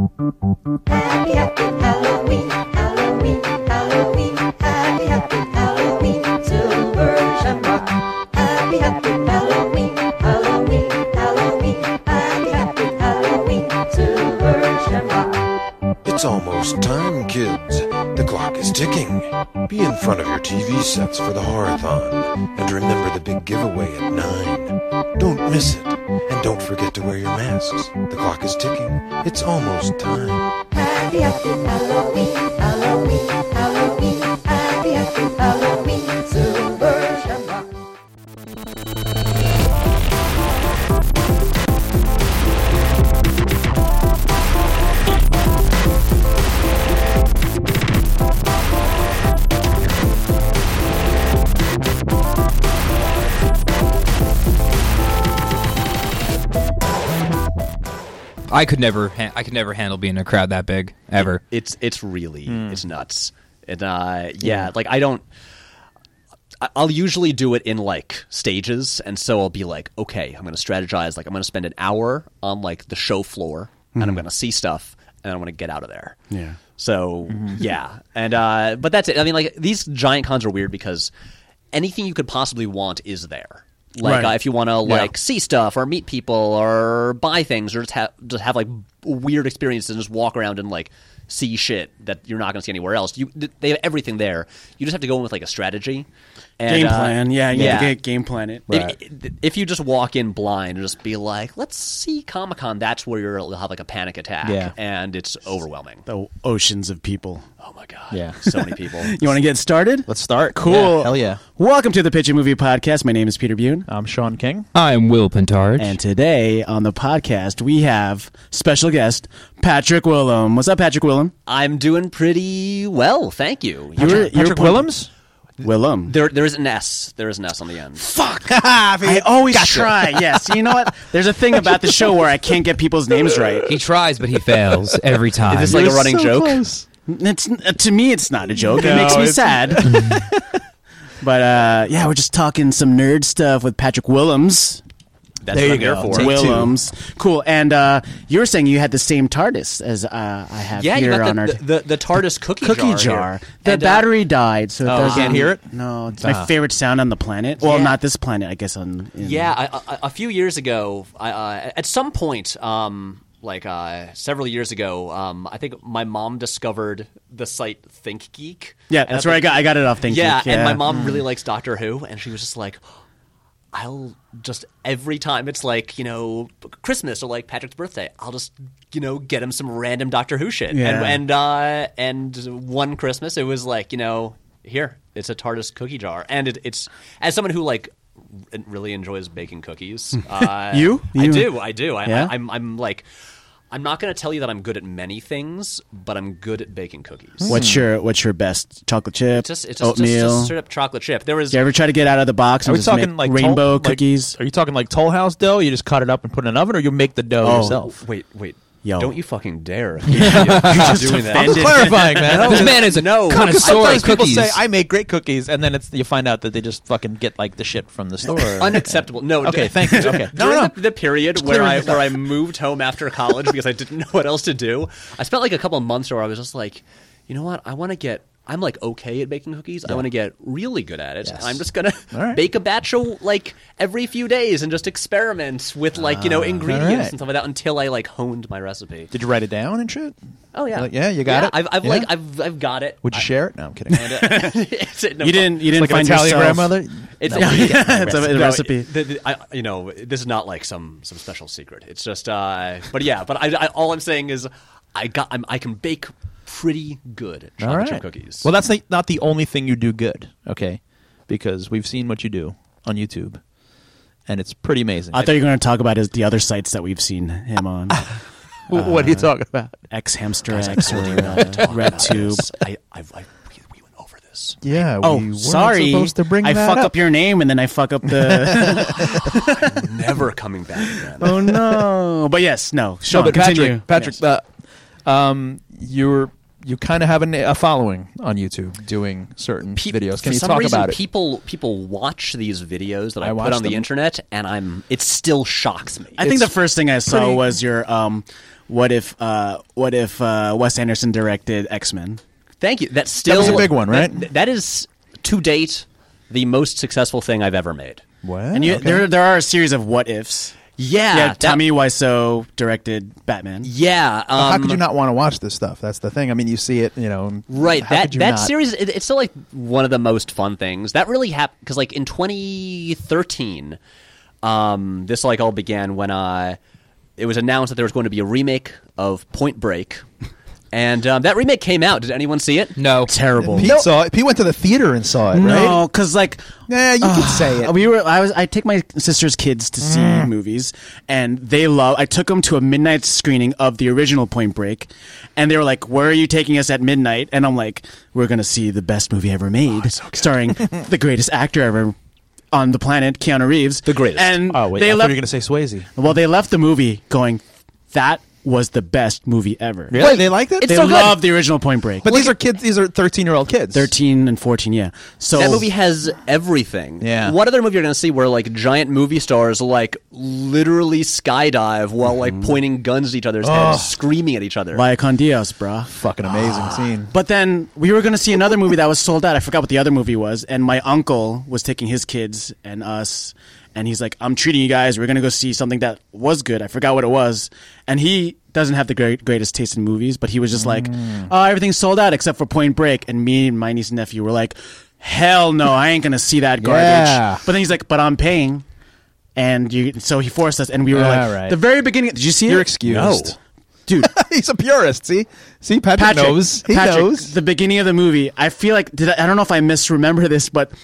Happy, happy Halloween, Halloween, Halloween. Happy, happy Halloween, Silver Shamrock. Happy, happy Halloween, Halloween, Halloween. Happy, happy Halloween, Silver Shamrock. It's almost time, kids. The clock is ticking. Be in front of your TV sets for the horathon. And remember the big giveaway at 9. Don't miss it. And don't forget to wear your masks. The clock is ticking. It's almost time. Happy, happy Halloween, Halloween, Halloween. Happy, happy Halloween, Silver Shamrock. I could never, ha- I could never handle being in a crowd that big ever. It's it's really it's nuts. And uh, yeah, like I don't. I- I'll usually do it in like stages, and so I'll be like, okay, I'm going to strategize. Like I'm going to spend an hour on like the show floor, and I'm going to see stuff, and I'm going to get out of there. Yeah. So Mm-hmm. yeah, and uh, but that's it. I mean, like these giant cons are weird because anything you could possibly want is there. Like Right. uh, if you want to like see stuff or meet people or buy things or just have just have like weird experiences and just walk around and like see shit that you're not going to see anywhere else. You th- they have everything there. You just have to go in with like a strategy, and, game uh, plan. Yeah, you yeah. game plan it. If- If, if you just walk in blind and just be like, "Let's see Comic Con," that's where you're, you'll have like a panic attack, Yeah. and it's overwhelming. the oceans of people. Oh my god! Yeah. so many people. You want to get started? Let's start. Cool. Yeah, hell yeah. Uh, Welcome to the Pitch a Movie Podcast. My name is Peter Bune. I'm Sean King. I'm Will Pintarge. And today on the podcast, we have special guest Patrick Willem. What's up, Patrick Willem? I'm doing pretty well, thank you. You're- Patrick, you're Patrick part- Willems? Willem. there, there is an S. There is an S on the end. I always try. Yes. You know what? There's a thing about the show where I can't get people's names right. he tries, but he fails every time. Is this like a running joke? It's to me, it's not a joke. No, it makes me it's- sad. but uh, yeah, we're just talking some nerd stuff with Patrick Willems. That's There what you I'm here go. for. um, Take- Willems, um, cool. And uh, you were saying you had the same TARDIS as uh, I have yeah, you here got on the, our the, the, the TARDIS cookie, cookie jar. jar. here. The And, uh, battery died, so it doesn't can't hear it? No, it's Ah. my favorite sound on the planet. Well, not this planet, I guess. On in- yeah, I, I, a few years ago, I, uh, at some point, um, like uh, several years ago, um, I think my mom discovered the site ThinkGeek. yeah, And that's where I think- got I got it off. Thank yeah, you. and my mom Mm. really likes Doctor Who, and she was just like, I'll just every time it's like you know Christmas or like Patrick's birthday, I'll just you know get him some random Doctor Who shit. Yeah. And and uh, and one Christmas it was like you know here it's a TARDIS cookie jar, and it, it's as someone who like r- really enjoys baking cookies. Uh, You? I You- do, I do. I, Yeah? I, I'm I'm like. I'm not going to tell you that I'm good at many things, but I'm good at baking cookies. What's your What's your best chocolate chip? It's just it's just, just, oatmeal. just straight up chocolate chip. There was Do you ever try to get out of the box? and Are we just talking make like rainbow Toll- like- cookies? are you talking like Toll House dough? You just cut it up and put it in an oven, or you make the Oh. dough yourself? Wait, wait. Yo. Don't you fucking dare. you just doing I'm that. clarifying, man. Oh, I this was- man is a No. connoisseur of Sometimes people cookies. say I make great cookies, and then it's you find out that they just fucking get like the shit from the store. Unacceptable. No. Okay, thank you. Okay. No, During no. The, the period where clearing I this where I moved home after college because I didn't know what else to do, I spent like a couple of months where I was just like, you know what? I want to get. I'm like okay at baking cookies. I want to get really good at it. Yes. I'm just gonna right. bake a batch of like every few days and just experiment with like you know ingredients Ah, right. and stuff like that until I like honed my recipe. Did you write it down and shit? Oh yeah, Like, yeah, you got it? I've, I've Yeah? like I've I've got it. uh, Would you share it? No, I'm kidding. It's It's- no, You didn't. You didn't like an find Italian yourself. grandmother. It's No, you can't. it's a, a No, recipe. it- the- the- I- you know, this is not like some some special secret. It's just, uh, but yeah. But I, I, all I'm saying is, I got I'm, I can bake pretty good chocolate chip cookies. Well, that's the, not the only thing you do good, okay? Because we've seen what you do on YouTube, and it's pretty amazing. I thought you were going to talk about his, the other sites that we've seen him on. W- what are you talking about? X Hamster X or uh, RepTube. I, I, I we, we went over this. Yeah. Oh, sorry. I fuck up. your name and then I fuck up the. Never coming back again. oh no! But yes, no. Sean, No, but continue. Patrick, Patrick, uh, um, you were you kind of have a, na- a following on YouTube doing certain Pe- videos. for Can you some talk reason, about it? People people watch these videos that I, I put watch on the them. internet, and I'm it still shocks me. I think the first thing I saw was your um, what if uh, what if uh, Wes Anderson directed X Men? Thank you. That's still was a big one, that- right? that is to date the most successful thing I've ever made. What? And you, Okay. there there are a series of what ifs. Yeah, yeah, Ah, that- Tommy Wiseau directed Batman. Yeah, um, how could you not want to watch this stuff? That's the thing. I mean, you see it, you know. and Right, how that could you that not? series it, it's still like one of the most fun things. That really happened because like in 2013, um, this like all began when I it was announced that there was going to be a remake of Point Break, and um, that remake came out. Did anyone see it? No. Terrible. Pete saw it. Pete went to the theater and saw it, No, right? because like Yeah, Mm. you could say it. We were. I was. I take my sister's kids to see movies, and they love. I took them to a midnight screening of the original Point Break, and they were like, "Where are you taking us at midnight?" And I'm like, "We're gonna see the best movie ever Oh, made, starring the greatest actor ever on the planet, Keanu Reeves." The greatest. And Oh wait, they I thought left. you were going to say Swayze. well, they left the movie going, "That was the best movie ever." Really? They liked it. They love the original Point Break. But these are kids. These are thirteen-year-old kids. 13 and 14, yeah. So That movie has everything. Yeah. What other movie are you going to see where like giant movie stars like literally skydive while Mm-hmm. like pointing guns at each other's heads, screaming at each other? Via Con Dios, bruh. Fucking amazing scene. But then we were going to see another movie that was sold out. I forgot what the other movie was. And my uncle was taking his kids and us. And he's like, I'm treating you guys. We're going to go see something that was good. I forgot what it was. And he doesn't have the great, greatest taste in movies, but he was just like, Mm. oh, everything's sold out except for Point Break. And me and my niece and nephew were like, hell no, I ain't going to see that garbage. Yeah. But then he's like, but I'm paying. And you, so he forced us. And we were like, All right. the very beginning, did you see it? You're excused. No. Dude, He's a purist. See, see, Patrick, Patrick knows. He Patrick, knows. The beginning of the movie, I feel like did I, I don't know if I misremember this, but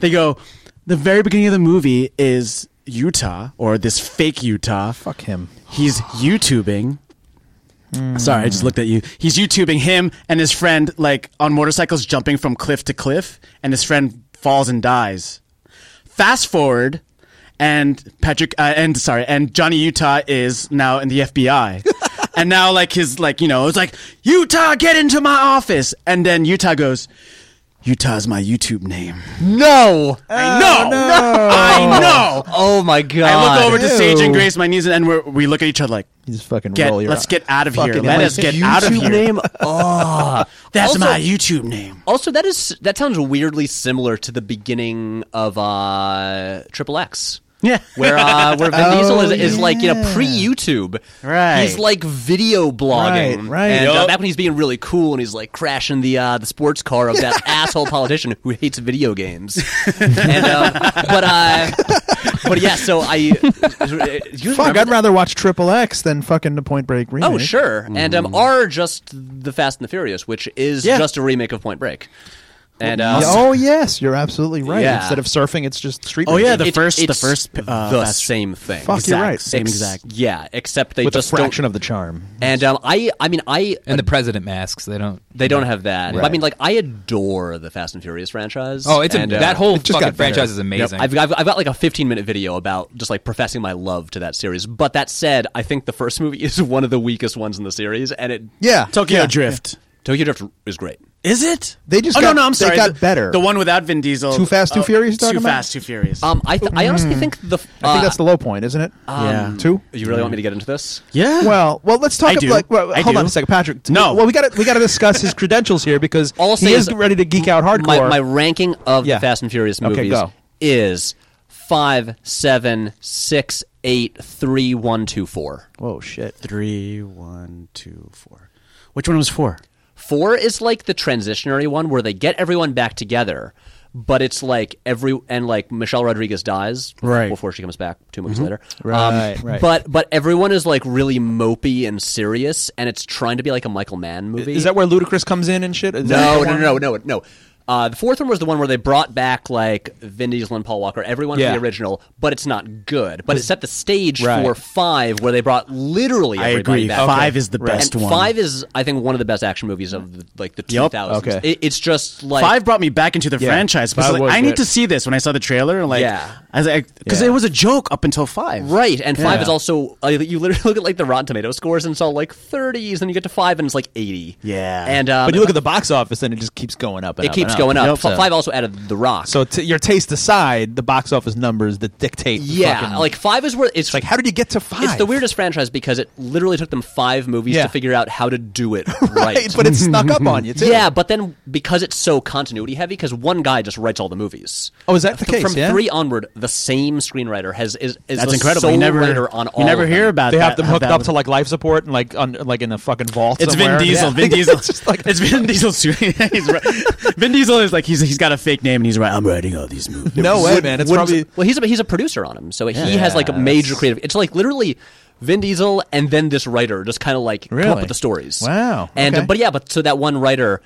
they go the very beginning of the movie is Utah or this fake Utah. Fuck him. He's YouTubing. Sorry, I just looked at you. He's YouTubing him and his friend like on motorcycles jumping from cliff to cliff, and his friend falls and dies. Fast forward. And Patrick, uh, and sorry, and Johnny Utah is now in the FBI, and now like his like you know it's like Utah, get into my office, and then Utah goes, Utah's my YouTube name. no. Uh, I know, I know. Oh my god. I look over to Sage and Ew. Grace, my niece, and we're, we look at each other like, You just fucking get, roll your. let's get out of here. fucking Let like us get out of YouTube here. name? Oh. That's Also- my YouTube name. Also, that is that sounds weirdly similar to the beginning of uh, Triple X. Yeah. where uh, where Vin Oh, Diesel is, is like you know yeah. pre YouTube. Right. He's like video blogging. Right, right. And uh, Yup. back when he's being really cool and he's like crashing the uh, the sports car of that asshole politician who hates video games. and, um, but uh, but yeah, so I you Fuck, remember I'd that? rather watch Triple X than fucking the Point Break remake. Oh sure, and um, are just the Fast and the Furious, which is Yeah. just a remake of Point Break. And Yeah, uh, oh yes, you're absolutely right. Yeah. Instead of surfing, it's just street. Oh yeah, racing. the It- first, the it's first, uh, the fast- same thing. Fuck, you're exact, right. same Ex- exact. Yeah, except they with a just fraction don't, of the charm. And um, I, I mean, I And the president masks. They don't. They don't have that. Right. I mean, like I adore the Fast and Furious franchise. Oh, it's a, and, uh, that whole It just got fucking franchise better. is Yep. amazing. I've, I've, I've got like a 15 minute video about just like professing my love to that series. But that said, I think the first movie is one of the weakest ones in the series, and it Yeah, Tokyo yeah. Drift. Tokyo Drift is great. Is it? They just oh, got- no, no, I'm they sorry. got The- better. The one without Vin Diesel. Too Fast, Too Oh, Furious, you're Too talking about? fast, too furious. Um, I th- I Mm. honestly think the uh, um, I think that's the low point, isn't it? Uh, yeah. Two. You really want me to get into this? yeah. Well, well, let's I talk. do. About, like, well, I hold do. on a second, Patrick. No. well, we got to we got to discuss his credentials here because All I'll say he is is ready to geek out hardcore. My, my ranking of Yeah. the Fast and Furious Okay, movies go. is five, seven, six, eight, three, one, two, four. Whoa, shit! three, one, two, four. Which one was four? Four is like the transitionary one where they get everyone back together, but it's like every and like Michelle Rodriguez dies bef- Right. before she comes back two movies later. Mm-hmm. Um, Right, right. But but everyone is like really mopey and serious, and it's trying to be like a Michael Mann movie. Is that where Ludacris comes in and shit? Is that no, the no one? no no no no? Uh, the fourth one was the one where they brought back like Vin Diesel and Paul Walker, everyone from Yeah. the original, but it's not good. But it set the stage Right. for five, where they brought literally. I everybody agree. Back. Five is the best and one. Five is, I think, one of the best action movies of the, like the two Yup. thousands. Okay. It, it's just like Five brought me back into the Yeah. franchise. Because Five I was like, was I need good. to see this when I saw the trailer. Like, Yeah. I was like, because Yeah. it was a joke up until five. Right, and five Yeah. is also uh, you literally look at like the Rotten Tomato scores, and it's all like thirties, and you get to five, and it's like eighty. Yeah. and um, but you look at the box office and it just keeps going up. And it up keeps and going up. Yep. F- Five also added The Rock. So t- your taste aside, the box office numbers that dictate. the yeah, fucking- like five is where it's, like how did you get to five? It's the weirdest franchise because it literally took them five movies Yeah. to figure out how to do it right? right. But it snuck up on you too. yeah, but then because it's so continuity heavy, because one guy just writes all the movies. Oh, is that the Th- case? From Yeah? three onward, the same screenwriter has is, is That's the incredible. sole You never, writer on all. you never of hear them. about They that. have them how hooked that up was- to like life support and like on like in a fucking vault. It's somewhere. Vin Diesel. Yeah. Vin Diesel. it's just like it's Vin Diesel. shooting- he's right. Vin Diesel is like he's he's got a fake name and he's right. I'm writing all these movies. no way, man. It's Wouldn't- probably well, he's a, he's a producer on him, so he has like a Yeah, major that's- creative. It's like literally Vin Diesel and then this writer just kind of like come up Really? with the stories. Wow, And okay. but yeah, but so that one writer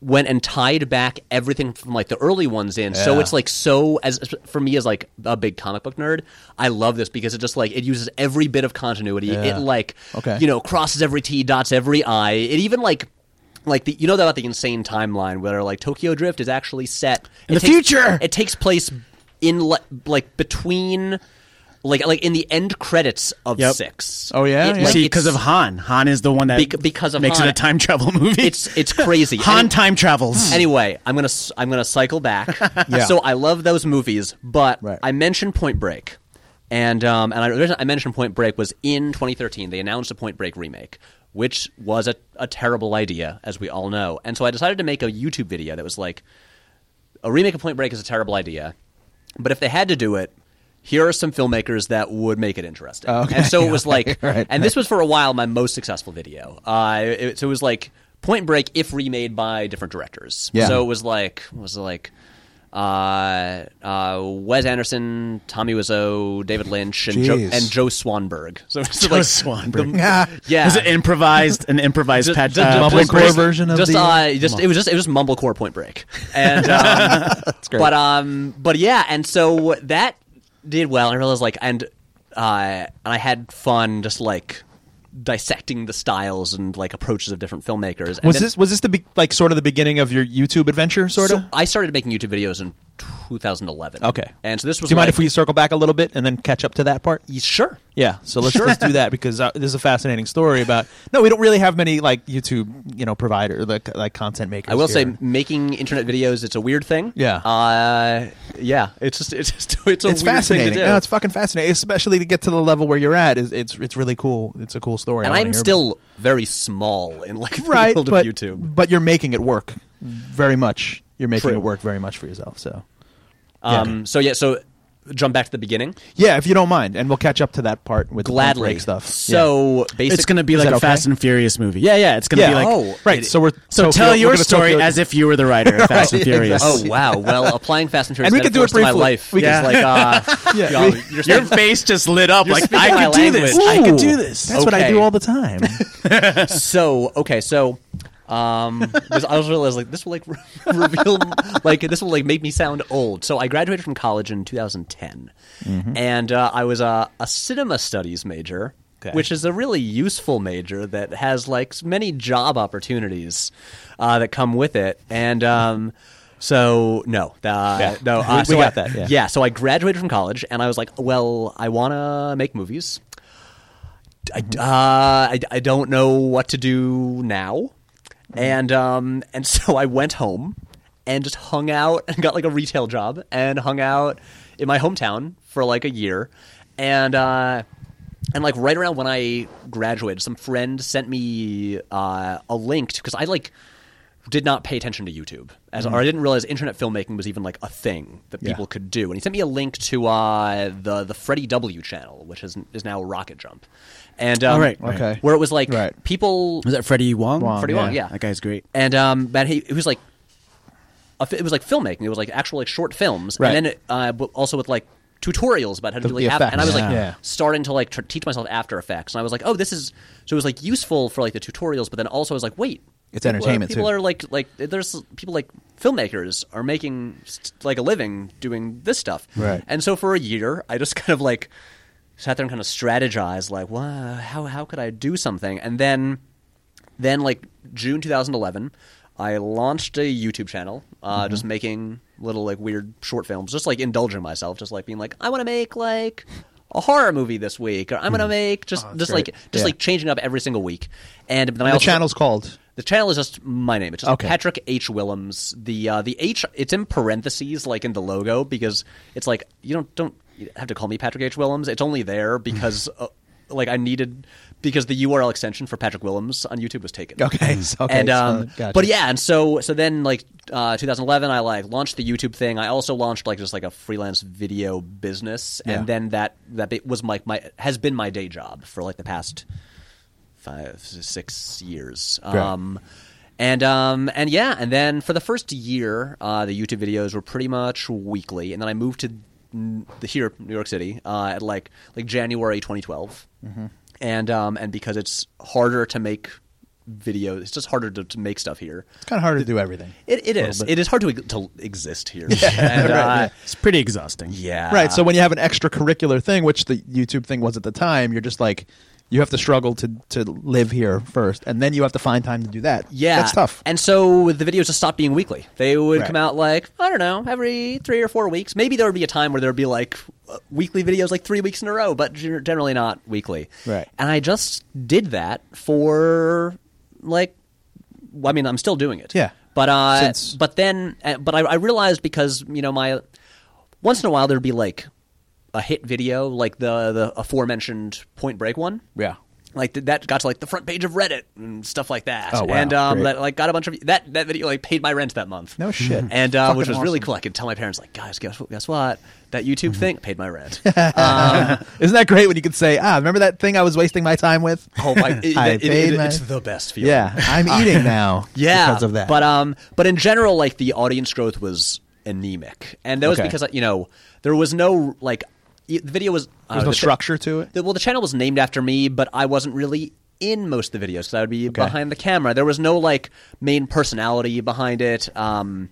went and tied back everything from like the early ones in. So Yeah. it's like so as for me as like a big comic book nerd, I love this because it just like it uses every bit of continuity. It like Okay. you know crosses every T, dots every I. It even like. Like the, you know about the insane timeline where like Tokyo Drift is actually set In it the takes- future! It takes place in le- like between, like like in the end credits of Yep. six. Oh, yeah? It- Yeah. You like, it's- see, because of Han. Han is the one that Bec- because of makes Han. it a time travel movie. it's it's crazy. Han Any- time travels. Anyway, I'm gonna s- I'm gonna cycle back. So I love those movies, but Right. I mentioned Point Break, and um, and I, the reason I mentioned Point Break was in 2013 they announced a Point Break remake, which was a, a terrible idea, as we all know. And so I decided to make a YouTube video that was like, a remake of Point Break is a terrible idea, but if they had to do it, here are some filmmakers that would make it interesting. Oh, And so it was like, right, and this was for a while my most successful video. Uh, it, so it was like Point Break if remade by different directors. Yeah. So it was like it was like. Uh, uh, Wes Anderson, Tommy Wiseau, David Lynch, and, Joe, Jeez. and Joe Swanberg. So it's Joe like Swanberg. Yeah. yeah, Is it improvised? An improvised Just- patch? just- uh, just- Point just- Break? version of just, the- uh, just it was just it was mumblecore Point Break, and um, great. but um but yeah, and so that did well. I realized like and uh and I had fun just like dissecting the styles and like approaches of different filmmakers. And was then- this was this the be- like sort of the beginning of your YouTube adventure, sort so of? I started making YouTube videos in 2011. Okay. and so this was Do you mind like- if we circle back a little bit and then catch up to that part? sure. Yeah, so let's, let's do that because uh, this is a fascinating story about. No, we don't really have many like YouTube, you know, provider like like content makers. I will say, here. making internet videos—it's a weird thing. Yeah. uh, yeah. It's just, it's just, it's a it's weird fascinating. Thing to do. No, it's fucking fascinating, especially to get to the level where you're at. Is it's it's really cool. It's a cool story. I and wanna I'm hear still very small in like the about it. right, world of but, YouTube. but you're making it work very much. You're making True. it work very much for yourself. So Um, So yeah, so jump back to the beginning. yeah, if you don't mind, and we'll catch up to that part with the Point Gladly Break stuff. So basically, It's going to be Is like that a okay? Fast and Furious movie. Yeah, yeah. It's going to yeah, be like. oh, right. it- so we're So Tokyo- tell your we're gonna story Tokyo- as if you were the writer of Fast and Right, Furious. Oh wow! Well, applying Fast and Furious And we could do it metaphors to my briefly. life We is could- like uh, Yeah, y'all- we- you're Your saying- face just lit up like speaking my I could do this. language. I could do Ooh, this. That's what I Okay. do all the time. so okay. So um, this, I was realized like this will like reveal like this will like make me sound old. So I graduated from college in 2010, and uh, I was a, a cinema studies major. Which is a really useful major that has like many job opportunities uh, that come with it, and um, so no, uh, no, uh, we so got I- that, yeah. yeah, so I graduated from college, and I was like, well, I want to make movies. I, uh, I, I don't know what to do now. And um, and so I went home and just hung out and got like a retail job and hung out in my hometown for like a year. And uh, and like right around when I graduated, some friend sent me uh, a link because I like did not pay attention to YouTube as Mm-hmm. or I didn't realize internet filmmaking was even like a thing that people could do. And he sent me a link to uh, the the Freddie W channel, which is is now Rocket Jump, and um, Oh, right, right. Okay. where it was like Right. people Was that Freddie Wong? Freddie Wong, yeah. That guy's great. and um, but he it was like a, fi- it was like filmmaking. It was like actual like short films, Right. and then uh, but also with like tutorials about how to The- do like the app- and I was effects. like Yeah. starting to like tr- teach myself After Effects, and I was like, oh, this is so it was like useful for like the tutorials, but then also I was like, wait, It's people are- entertainment People too. are like like there's people like filmmakers are making st- like a living doing this stuff. Right. And so for a year, I just kind of like sat there and kind of strategized like, wow, how how could I do something? And then then like June 2011, I launched a YouTube channel, uh, Mm-hmm. just making little like weird short films, just like indulging myself, just like being like, I want to make like a horror movie this week, or I'm Mm-hmm. gonna make just just like just Oh, Yeah. like changing up every single week. And then I the also- channel's called. the channel is just my name. It's just Okay. Patrick H. Willems. The uh, the H it's in parentheses like in the logo because it's like you don't don't you have to call me Patrick H. Willems. It's only there because uh, like I needed because the URL extension for Patrick Willems on YouTube was taken. Okay, so- okay, and so, um, gotcha. but yeah, and so so then like uh, 2011, I like launched the YouTube thing. I also launched like just like a freelance video business, Yeah. and then that that bit was like my has been my day job for like the past five six years. Um, and um, and yeah, and then for the first year, uh, the YouTube videos were pretty much weekly, and then I moved to n- the here New York City uh, at like like January 2012, and um, and because it's harder to make videos, it's just harder to, to make stuff here. It's kind of hard to do everything. It, it is. It is hard to ex- to exist here. and, uh, It's pretty exhausting. yeah. Right. So when you have an extracurricular thing, which the YouTube thing was at the time, you're just like, you have to struggle to to live here first, and then you have to find time to do that. Yeah, that's tough. And so the videos just stopped being weekly. They would Right. come out like I don't know, every three or four weeks. Maybe there would be a time where there would be like uh, weekly videos, like three weeks in a row, but gen- generally not weekly. Right. And I just did that for like, well, I mean, I'm still doing it. Yeah. But uh, Since- but then, uh, but I, I realized because you know my once in a while there'd be like a hit video, like the the aforementioned Point Break one yeah. like th- that got to like the front page of Reddit and stuff like that. Oh, wow. And um, Great. that like got a bunch of that that video like paid my rent that month. No shit. And uh, Fucking which was really awesome. Mm-hmm. cool. I could tell my parents like, guys, guess what? Guess what? That YouTube thing paid my rent. um, Isn't that great when you could say, ah, remember that thing I was wasting my time with? oh my! It, I it- it- paid it- my- it's the best feeling. Yeah, I'm eating now. yeah, because of that. But um, but in general, like the audience growth was anemic, and that was Okay. because you know there was no like y- the video was uh, There's no the cha- structure to it? the- well, the channel was named after me, but I wasn't really in most of the videos because I would be Okay. behind the camera. There was no like main personality behind it. Um,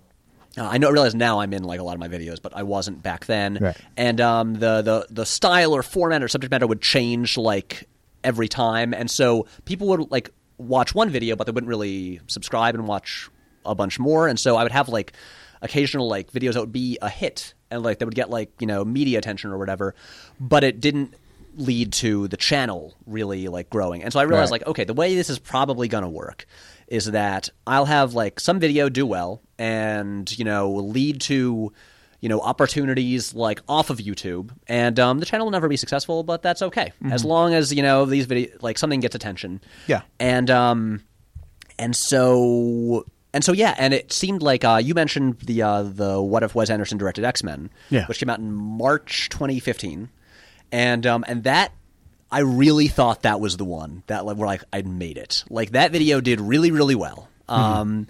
uh, I know I realize now I'm in like a lot of my videos, but I wasn't back then. Right. And um, the the the style or format or subject matter would change like every time, and so people would like watch one video, but they wouldn't really subscribe and watch a bunch more. And so I would have like occasional like videos that would be a hit, and like they would get like you know media attention or whatever, but it didn't lead to the channel really like growing. And so I realized Right. like, okay, the way this is probably going to work is that I'll have like some video do well and, you know, lead to, you know, opportunities like off of YouTube. And um, the channel will never be successful, but that's okay. As long as, you know, these video like something gets attention. Yeah. And um and so and so yeah, and it seemed like uh, you mentioned the uh, the what if Wes Anderson directed X Men, Yeah. which came out in March 2015, and um, and that I really thought that was the one that like where like I made it. Like that video did really really well. Mm-hmm. Um,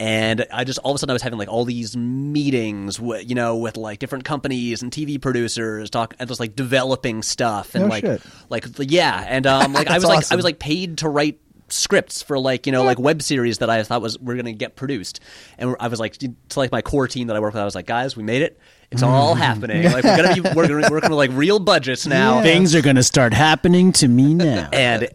And I just all of a sudden I was having like all these meetings, with, you know, with like different companies and TV producers, talk and just like developing stuff and No like shit. like yeah, and um, like I was That's like I awesome. was like like paid to write scripts for like you know like web series that I thought was were going to get produced, and I was like to like my core team that I work with, I was like, guys, we made it. It's all happening. Like we're gonna be we're gonna be working with like real budgets now. Things are gonna start happening to me now. And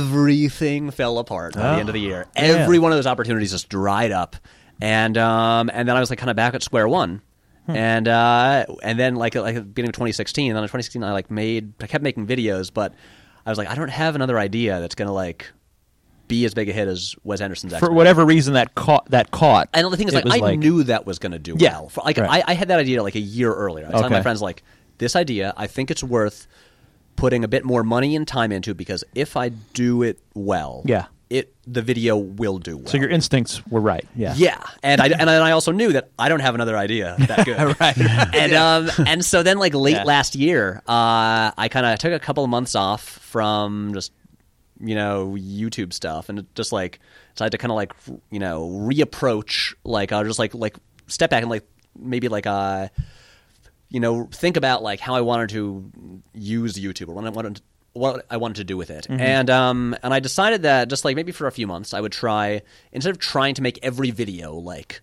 everything fell apart by the end of the year. Every one of those opportunities just dried up, and um, and then I was like kind of back at square one, and uh, and then like like at the beginning of 2016, then in 2016 I like made I kept making videos, but I was like I don't have another idea that's gonna like be as big a hit as Wes Anderson's. for X-Men. whatever reason, that caught that caught. And the thing is, it like, was I knew that was going to do Yeah, well. For, like, right. I, I had that idea like a year earlier. I was telling my Okay. friends, like, this idea, I think it's worth putting a bit more money and time into because if I do it well, Yeah. it the video will do well. So your instincts were right. Yeah. Yeah, and I and then I also knew that I don't have another idea that good. right. And um and so then like late Yeah. last year, uh, I kind of took a couple of months off from just you know YouTube stuff and just like decided to kind of like you know reapproach like uh, just like like step back and like maybe like uh you know think about like how I wanted to use YouTube or what I wanted what I wanted to do with it. And um, and I decided that just like maybe for a few months, I would try instead of trying to make every video like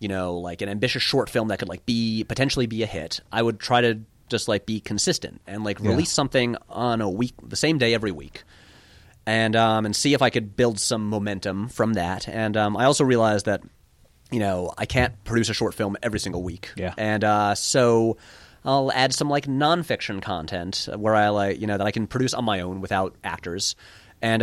you know like an ambitious short film that could like be potentially be a hit. I would try to just like be consistent and like release something on a week the same day every week. And um, and see if I could build some momentum from that. And um, I also realized that you know, I can't produce a short film every single week. Yeah. And uh, so I'll add some like nonfiction content where I like, you know, that I can produce on my own without actors. And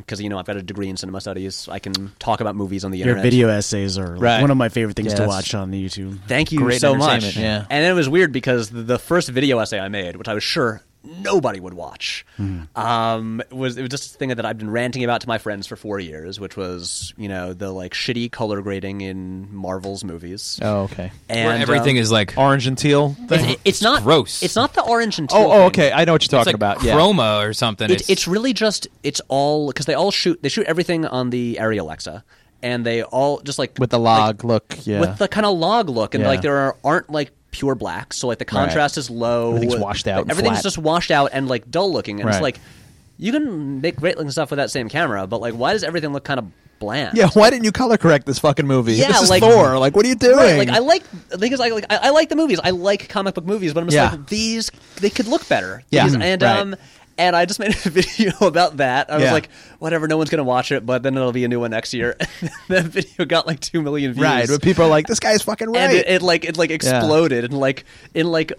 because, you know, I've got a degree in cinema studies, I can talk about movies on the Your internet. video essays are like, Right. one of my favorite things Yeah, to that's- watch on YouTube. Thank you Great so much. entertainment, yeah. And it was weird because the- the first video essay I made, which I was sure nobody would watch, Hmm. um, was it was just a thing that I've been ranting about to my friends for four years, which was you know the like shitty color grading in Marvel's movies. Oh, okay. where And everything um, is like Orange and teal It's, thing. it- it's not gross. It's not the orange and teal. Oh, oh, thing. okay. I know what you're it's talking like about. Yeah. chroma or something. It, it's really just it's all because they all shoot they shoot everything on the Arri Alexa, and they all just like with the log look. Yeah. with the kind of log look, and Yeah. like there are, aren't like pure blacks, so like the contrast is low. Everything's washed out and Everything's flat. just washed out and like dull looking, and it's Right. like you can make great looking stuff with that same camera, but like why does everything look kind of bland? Yeah, why didn't you color correct this fucking movie? Yeah, this is like- Thor. Like, what are you doing? Right, like I like because I like I, I like the movies. I like comic book movies, but I'm just Yeah. like these they could look better. Yeah, These- mm, and right. um and I just made a video about that. I was Yeah. like, whatever, no one's gonna watch it, but then it'll be a new one next year. that video got like two million views. right, but people are like, this guy's fucking right. and it, it like it like exploded and like in like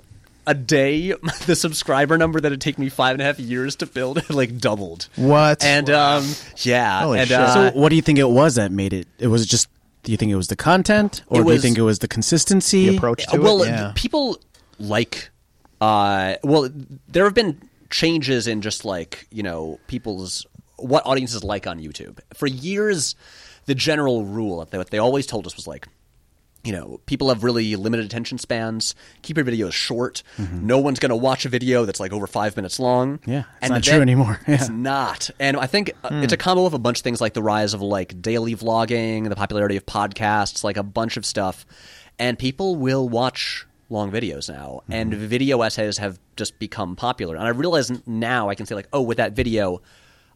a day the subscriber number that had taken me five and a half years to build had like doubled. What? And um yeah. Holy and shit. uh, so, what do you think it was that made it? It was just. Do you think it was the content, or It do you was- think it was the consistency? The approach to Uh, well, it. Yeah. people like. Uh, well, there have been changes in just like you know people's what audiences like on YouTube. For years, the general rule that they, what they always told us was like. You know, people have really limited attention spans. Keep your videos short. No one's going to watch a video that's like over five minutes long. Mm-hmm. Yeah, it's not true anymore. Yeah. It's not. And I think uh, it's a Hmm. combo of a bunch of things like the rise of like daily vlogging, the popularity of podcasts, like a bunch of stuff. And people will watch long videos now. Hmm. And video essays have just become popular. And I realize n- now I can say like, oh, with that video,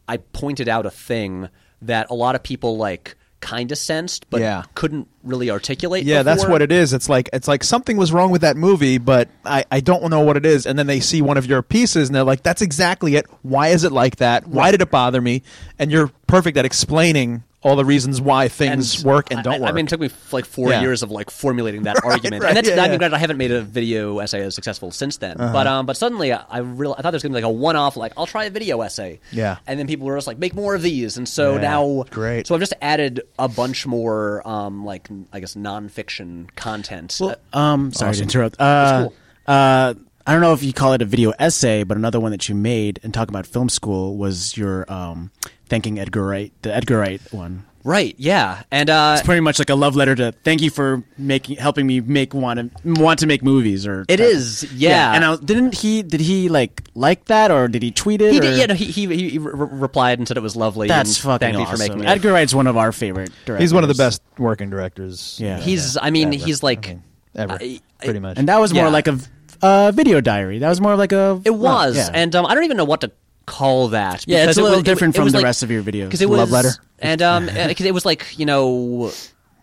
I pointed out a thing that a lot of people like kind of sensed but Yeah. couldn't really articulate. yeah, that's before. what it is. It's like it's like something was wrong with that movie, but I, I don't know what it is. And then they see one of your pieces and they're like, That's exactly it. Why is it like that? Why did it bother me? And you're perfect at explaining all the reasons why things work and I- don't I, work. I mean, it took me f- like four Yeah. years of like formulating that argument, right, and that's yeah, I yeah. Uh-huh. mean, granted, I haven't made a video essay as successful since then. But um, but suddenly I, I real I thought there was gonna be like a one off, like I'll try a video essay, Yeah. and then people were just like, make more of these, and so Yeah, now great. So I've just added a bunch more um, like n- I guess nonfiction content. Uh, Um, sorry to interrupt. Uh, uh, I don't know if you call it a video essay, but another one that you made and talking about film school was your um, thanking Edgar Wright, the Edgar Wright one. right? Yeah, and uh, It's pretty much like a love letter to thank you for making helping me make want to want to make movies or It is, yeah. And I was, didn't he did he like like that or did he tweet it? he or- did, yeah, no, he he, he re- re- replied and said it was lovely. and That's fucking thanked me awesome. for making it. Edgar Wright's one of our favorite directors. he's one of the best working directors. Yeah. He's I mean he's like ever. I- I- pretty much. And that was more Yeah. like a v- uh, video diary. That was more like a It was, yeah. and um, I don't even know what to call that. Yeah, it's because a it little was- it- different it from was the like- rest of your videos. 'cause it was- Love letter. and um, because it was like you know,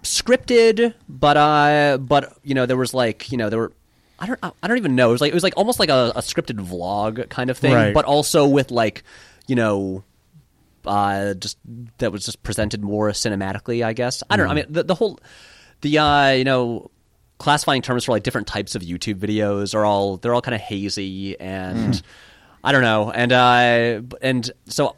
scripted, but uh, but you know, there was like you know there were. I don't. I I don't even know. It was like it was like almost like a, a scripted vlog kind of thing, Right. but also with like, you know, uh, just that was just presented more cinematically. I guess I don't. know. I mean, the, the whole, the uh, you know, classifying terms for like different types of YouTube videos are all they're all kind of hazy and I don't know. And uh, b- and so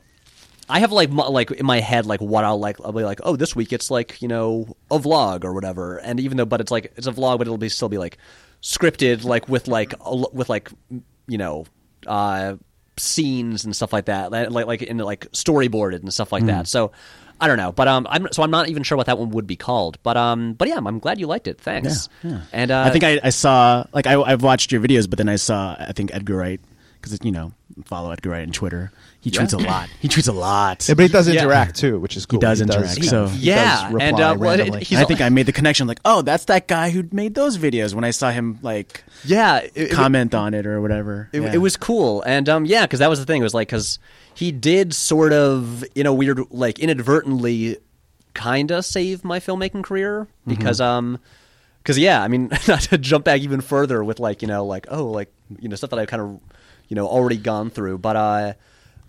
I have like mu- like in my head like what I'll like I'll be like oh this week it's like you know a vlog or whatever and even though but it's like it's a vlog but it'll be still be like scripted like with like a, l- with like m- you know uh scenes and stuff like that like like, like in like storyboarded and stuff like Mm. that so I don't know but um I'm so I'm not even sure what that one would be called but um but yeah I'm glad you liked it thanks and uh, I think I, I saw like I, I've watched your videos, but then I saw I think Edgar Wright because you know follow Edgar Wright on Twitter. He tweets a lot. He tweets a lot. Yeah, but he does Yeah. interact too, which is cool. does interact, kind so- of- he Yeah, does reply and, uh, well, it- randomly. he's- I think I made the connection. Like, oh, that's that guy who made those videos. When I saw him like Yeah, it- it- comment on it or whatever, It, Yeah. it was cool, and um, yeah, because that was the thing. It was like because he did sort of in a weird, like inadvertently, kinda save my filmmaking career because um, because yeah, I mean, not to jump back even further with like you know like oh like you know stuff that I've kind of you know already gone through, but uh,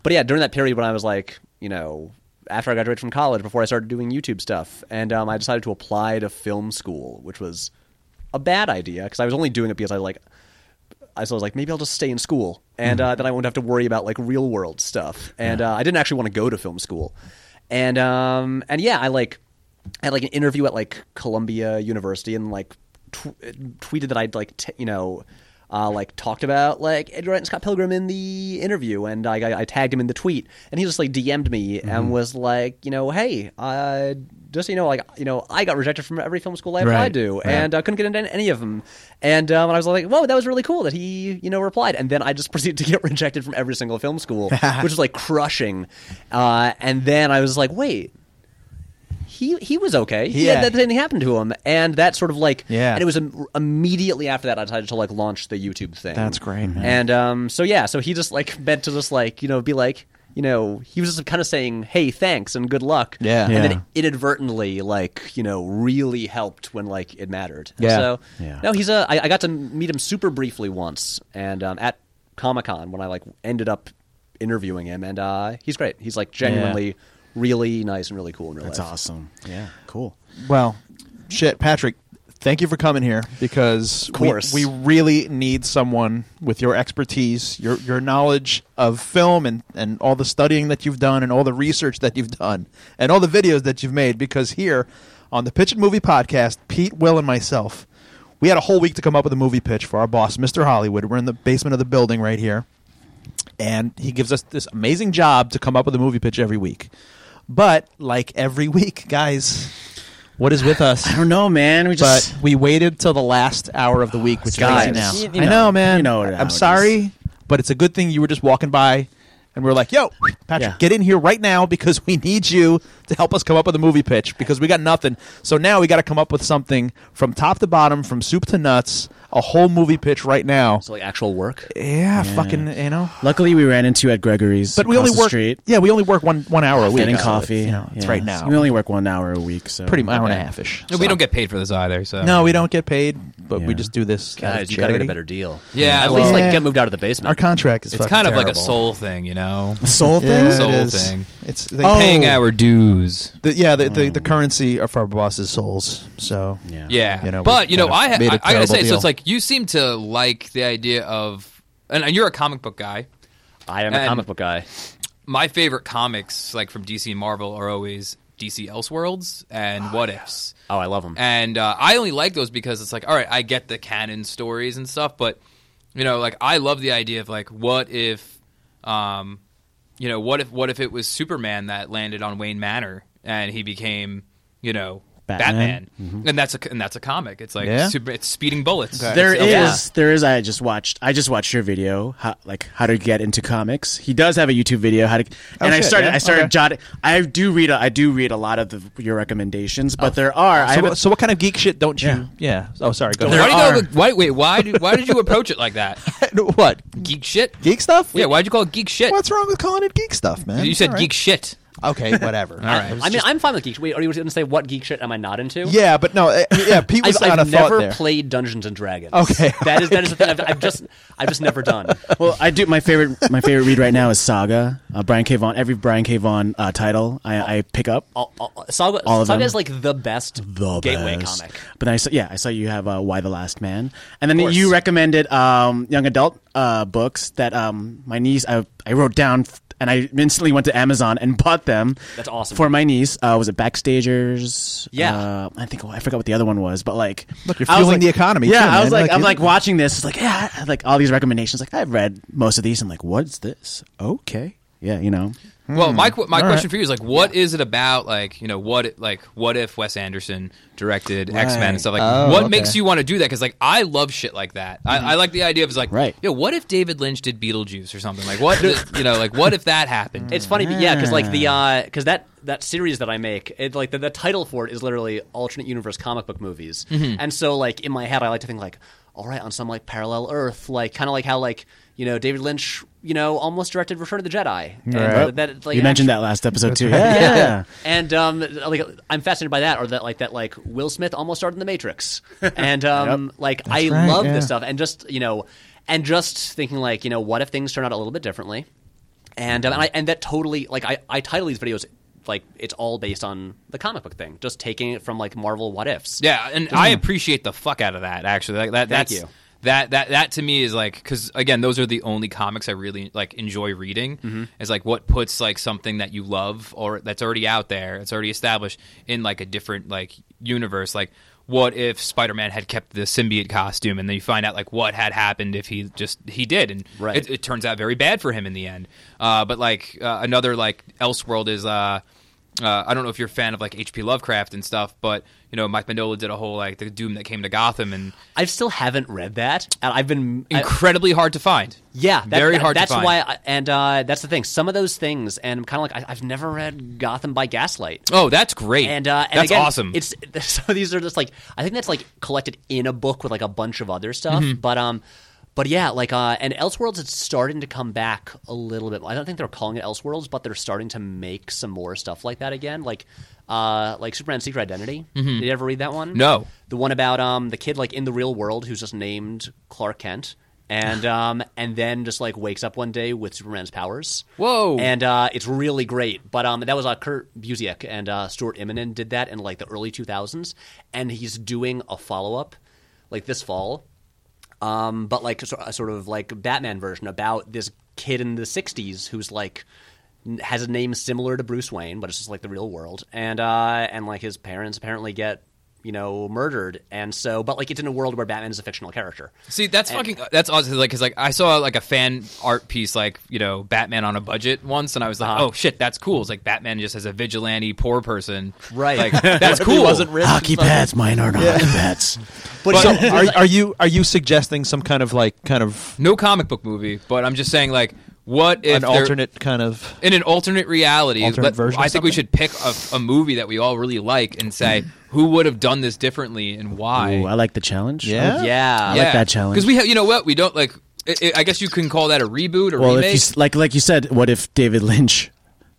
but yeah, during that period when I was like you know after I graduated from college, before I started doing YouTube stuff, and um, I decided to apply to film school, which was a bad idea because I was only doing it because I like I so I was like, maybe I'll just stay in school, and uh, then I won't have to worry about like real world stuff. And uh, I didn't actually want to go to film school, and um, and yeah, I like had like an interview at like Columbia University, and like tw- tweeted that I'd like t- you know. Uh, like talked about like Edgar Wright and Scott Pilgrim in the interview, and I, I, I tagged him in the tweet, and he just like DM'd me and was like, you know, hey, uh, just so you know, like you know, I got rejected from every film school I applied Right. to, Right. and I couldn't get into any of them. And um, I was like, whoa, that was really cool that he, you know, replied. And then I just proceeded to get rejected from every single film school, which was like crushing. Uh, and then I was like, wait, he he was okay. He Yeah. had that thing happen to him, and that sort of like Yeah. And it was im- immediately after that I decided to like launch the YouTube thing. That's great, man. And um, so yeah, so he just like meant to just like you know be like. You know, he was just kind of saying, "Hey, thanks and good luck." Yeah. And Yeah. then inadvertently, like you know, really helped when like it mattered. And Yeah. So Yeah. no, he's a. I, I got to meet him super briefly once, and um, at Comic Con when I like ended up interviewing him, and uh, he's great. He's like genuinely really nice and really cool in real That's life. awesome. Yeah, cool. Well, shit, Patrick, thank you for coming here because we- course. We, really need someone with your expertise, your your knowledge of film and, and all the studying that you've done and all the research that you've done and all the videos that you've made because here on the Pitch and Movie podcast, Pete, Will and myself, we had a whole week to come up with a movie pitch for our boss, Mr. Hollywood. We're in the basement of the building right here and he gives us this amazing job to come up with a movie pitch every week. But like every week, guys, what is with us? I don't know, man. We just But we waited till the last hour of the week, which Guys, is now. you- you I know, know, man. you know I- how I'm it sorry, but it's a good thing you were just walking by, and we are like, "Yo, Patrick, Yeah. get in here right now because we need you to help us come up with a movie pitch because we got nothing." So now we got to come up with something from top to bottom, from soup to nuts, a whole movie pitch right now. So like actual work. Yeah, fucking, you know. Luckily, we ran into at Gregory's, But we across only the work. street, Yeah, we only work one one hour a week. getting so coffee. it's, you know, it's Yeah. right So now. we only work one hour a week, so pretty much hour and a Yeah. half ish. We don't get paid for this either. So No, we don't get paid, but Yeah. we just do this. out Guys, of you gotta get a charity. better deal. Yeah, at well- least Yeah. like get moved out of the basement. Our contract is. It's fucking kind of like a terrible. soul thing, you know, Soul Yeah, thing. it Soul is. thing. It's they Oh. paying our dues. The, yeah, the, the, the currency of our boss's souls. So Yeah, You know, but we you know, kinda I ha- made a I, I gotta terrible say, so deal. it's like you seem to like the idea of, and, and you're a comic book guy. I am a And- comic book guy. My favorite comics, like from DC and Marvel, are always DC Elseworlds and What Ifs. Oh, I love him. And uh, I only like those because it's like, all right, I get the canon stories and stuff, but you know, like I love the idea of like, what if, um, you know, what if what if it was Superman that landed on Wayne Manor and he became, you know, Batman. Batman, and that's a and that's a comic. It's like Yeah. super, it's speeding bullets. Uh, There is, Yeah. there is. I just watched. I just watched your video, how, like how to get into comics. He does have a YouTube video, how to. and I Oh, shit, started. yeah? I started Okay. jotting. I do read. A, I do read a lot of the, your recommendations, but there are. I So, haven't- what, so what kind of geek shit don't you? Yeah. Yeah. Oh, sorry. Go why ahead. do you call it- why, wait, why did why did you approach it like that? what Geek shit. geek stuff? Yeah, why'd you call it geek shit? What's wrong with calling it geek stuff, man? you said All right. geek shit. Okay, whatever. All right. I mean, I'm fine with geek. Wait, are you going to say what geek shit am I not into? Yeah, but no. uh, Yeah, Pete was I've, on I've a thought never there. played Dungeons and Dragons. Okay. that is that is the thing I've, I've just I've just never done. well, I do. My favorite. My favorite read right now is Saga. Uh, Brian K. Vaughan. Every Brian K. Vaughan uh, title I, I pick up. All, all, Saga, All of Saga them. is like the best the gateway best. comic. But then I saw, yeah, I saw you have uh, Why the Last Man, and then course. you recommended um, young adult uh, books that um, my niece I, I wrote down. f- And I instantly went to Amazon and bought them. That's awesome. For my niece, uh, was it Backstagers? Yeah. uh, I think oh, I forgot what the other one was, but like, Look, you're I was fueling like- the economy, Yeah, too, I was man. like, Like, I'm you- like watching this. It's like, yeah, I- like all these recommendations. Like I've read most of these. I'm like, what's this? Okay, Yeah, you know. Well, my qu- my Hmm. All question right. for you is like, what is it about? Like, you know, what it- like what if Wes Anderson directed X Men and stuff like? Oh, what okay. makes you want to do that? Because like, I love shit like that. I, I like the idea of like, Right. Yo, what if David Lynch did Beetlejuice or something? Like, what the- you know, like what if that happened? Hmm. It's funny, but yeah, because like the because that that series that I make, it like the, the title for it is literally alternate universe comic book movies, Mm-hmm. and so like in my head, I like to think like, all right, on some like parallel Earth, like kind of like how like you know David Lynch, you know, almost directed Return of the Jedi. And Right. that, like, you mentioned actu- that last episode too. Yeah. Yeah. and um, like I'm fascinated by that, or that like that like Will Smith almost starred in The Matrix, and um, like I right, love yeah. this stuff, and just you know, and just thinking like you know, what if things turn out a little bit differently, and um, and, I, and that totally like I I title these videos like it's all based on the comic book thing, just taking it from like Marvel what ifs. Yeah, and Hmm. I appreciate the fuck out of that. Actually, like that. Thank that's, you. That that that to me is like because again, those are the only comics I really like enjoy reading. Is like what puts like something that you love or that's already out there, it's already established in like a different like universe. Like, what if Spider Man had kept the symbiote costume, and then you find out like what had happened if he just he did, and Right. it, it turns out very bad for him in the end. Uh, but like uh, another like Elseworld is. Uh, uh, I don't know if you're a fan of like H.P. Lovecraft and stuff, but you know Mike Mignola did a whole like the Doom that came to Gotham and I still haven't read that, and I've been I- incredibly hard to find. Yeah, that, very that- hard. That's to find. why, I, and uh, that's the thing. Some of those things, and I'm kind of like, I, I've never read Gotham by Gaslight. oh, that's great. and, uh, and that's again, awesome. It's so these are just like I think that's like collected in a book with like a bunch of other stuff, Mm-hmm. but um, but yeah, like uh, and Elseworlds it's starting to come back a little bit. I don't think they're calling it Elseworlds, but they're starting to make some more stuff like that again, like uh, like Superman Secret Identity. Did you ever read that one? Mm-hmm. No. the one about um the kid like in the real world who's just named Clark Kent. And um and then just like wakes up one day with Superman's powers. Whoa. And uh, it's really great. But um, that was uh, Kurt Busiek and uh, Stuart Immonen did that in like the early 2000s, and he's doing a follow up like this fall. Um, but like a, sor- a sort of like Batman version about this kid in the 60s who's like n- has a name similar to Bruce Wayne, but it's just like the real world, and uh, and like his parents apparently get you know murdered, and so but like it's in a world where Batman is a fictional character. See, that's fucking. That's awesome. Like, cause like I saw like a fan art piece, like you know, Batman on a budget once, and I was like, Uh-huh. oh shit, that's cool. It's like Batman just as a vigilante poor person, Right. Like that's If he cool. wasn't rich, Hockey pads, mine aren't hockey pads. But so are, are you are you suggesting some kind of like kind of no comic book movie, but I'm just saying like, what if an there- alternate kind of? in an alternate reality, Alternate version I of think we something? should pick a, a movie that we all really like and say who would have done this differently and why. Ooh, I like the challenge. Yeah? yeah, like that challenge. because we have. You know what? We don't like. i i I guess you can call that a reboot or Well, if you, remake. s- like like you said, what if David Lynch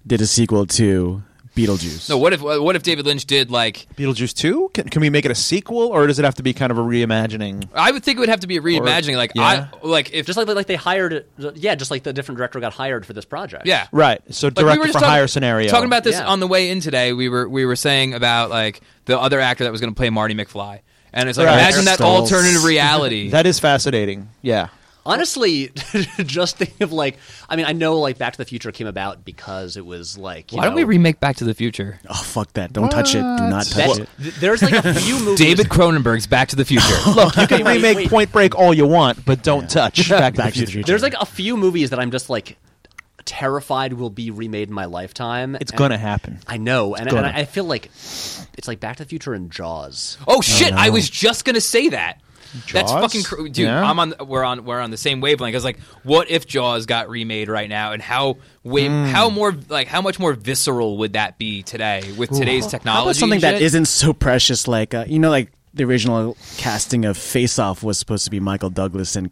did a sequel to Beetlejuice? no, what if what if David Lynch did like? Beetlejuice two? Can, can we make it a sequel, or does it have to be kind of a reimagining? I would think it would have to be a reimagining. Like yeah. I like if just like like they hired yeah just like the different director got hired for this project yeah Right. So Like, direct for just hire scenario. Talking about this Yeah. on the way in today, we were we were saying about like the other actor that was going to play Marty McFly, and it's like Right. imagine that Crystals. alternative reality. that is fascinating. Yeah. honestly just think of like i mean i know like back to the future came about because it was like you Why don't know, we remake Back to the Future? Oh fuck that! Don't touch it. Do not touch that's- it. th- there's like a few movies David Cronenberg's Back to the Future. Look, you can Wait, remake wait. Point Break all you want, but don't touch Back, Back to the Future. there's like a few movies that i'm just like terrified will be remade in my lifetime It's And gonna happen. i know and, and gonna. i I feel like it's like back to the future and jaws Oh shit! I was just gonna say that. That's Jaws? fucking cr- dude. Yeah. I'm on. We're on. We're on the same wavelength. I was like, what if Jaws got remade right now, and how way Mm. how more like how much more visceral would that be today with today's technology? How about something and that shit? isn't so precious? Like uh, you know, like the original casting of Face Off was supposed to be Michael Douglas and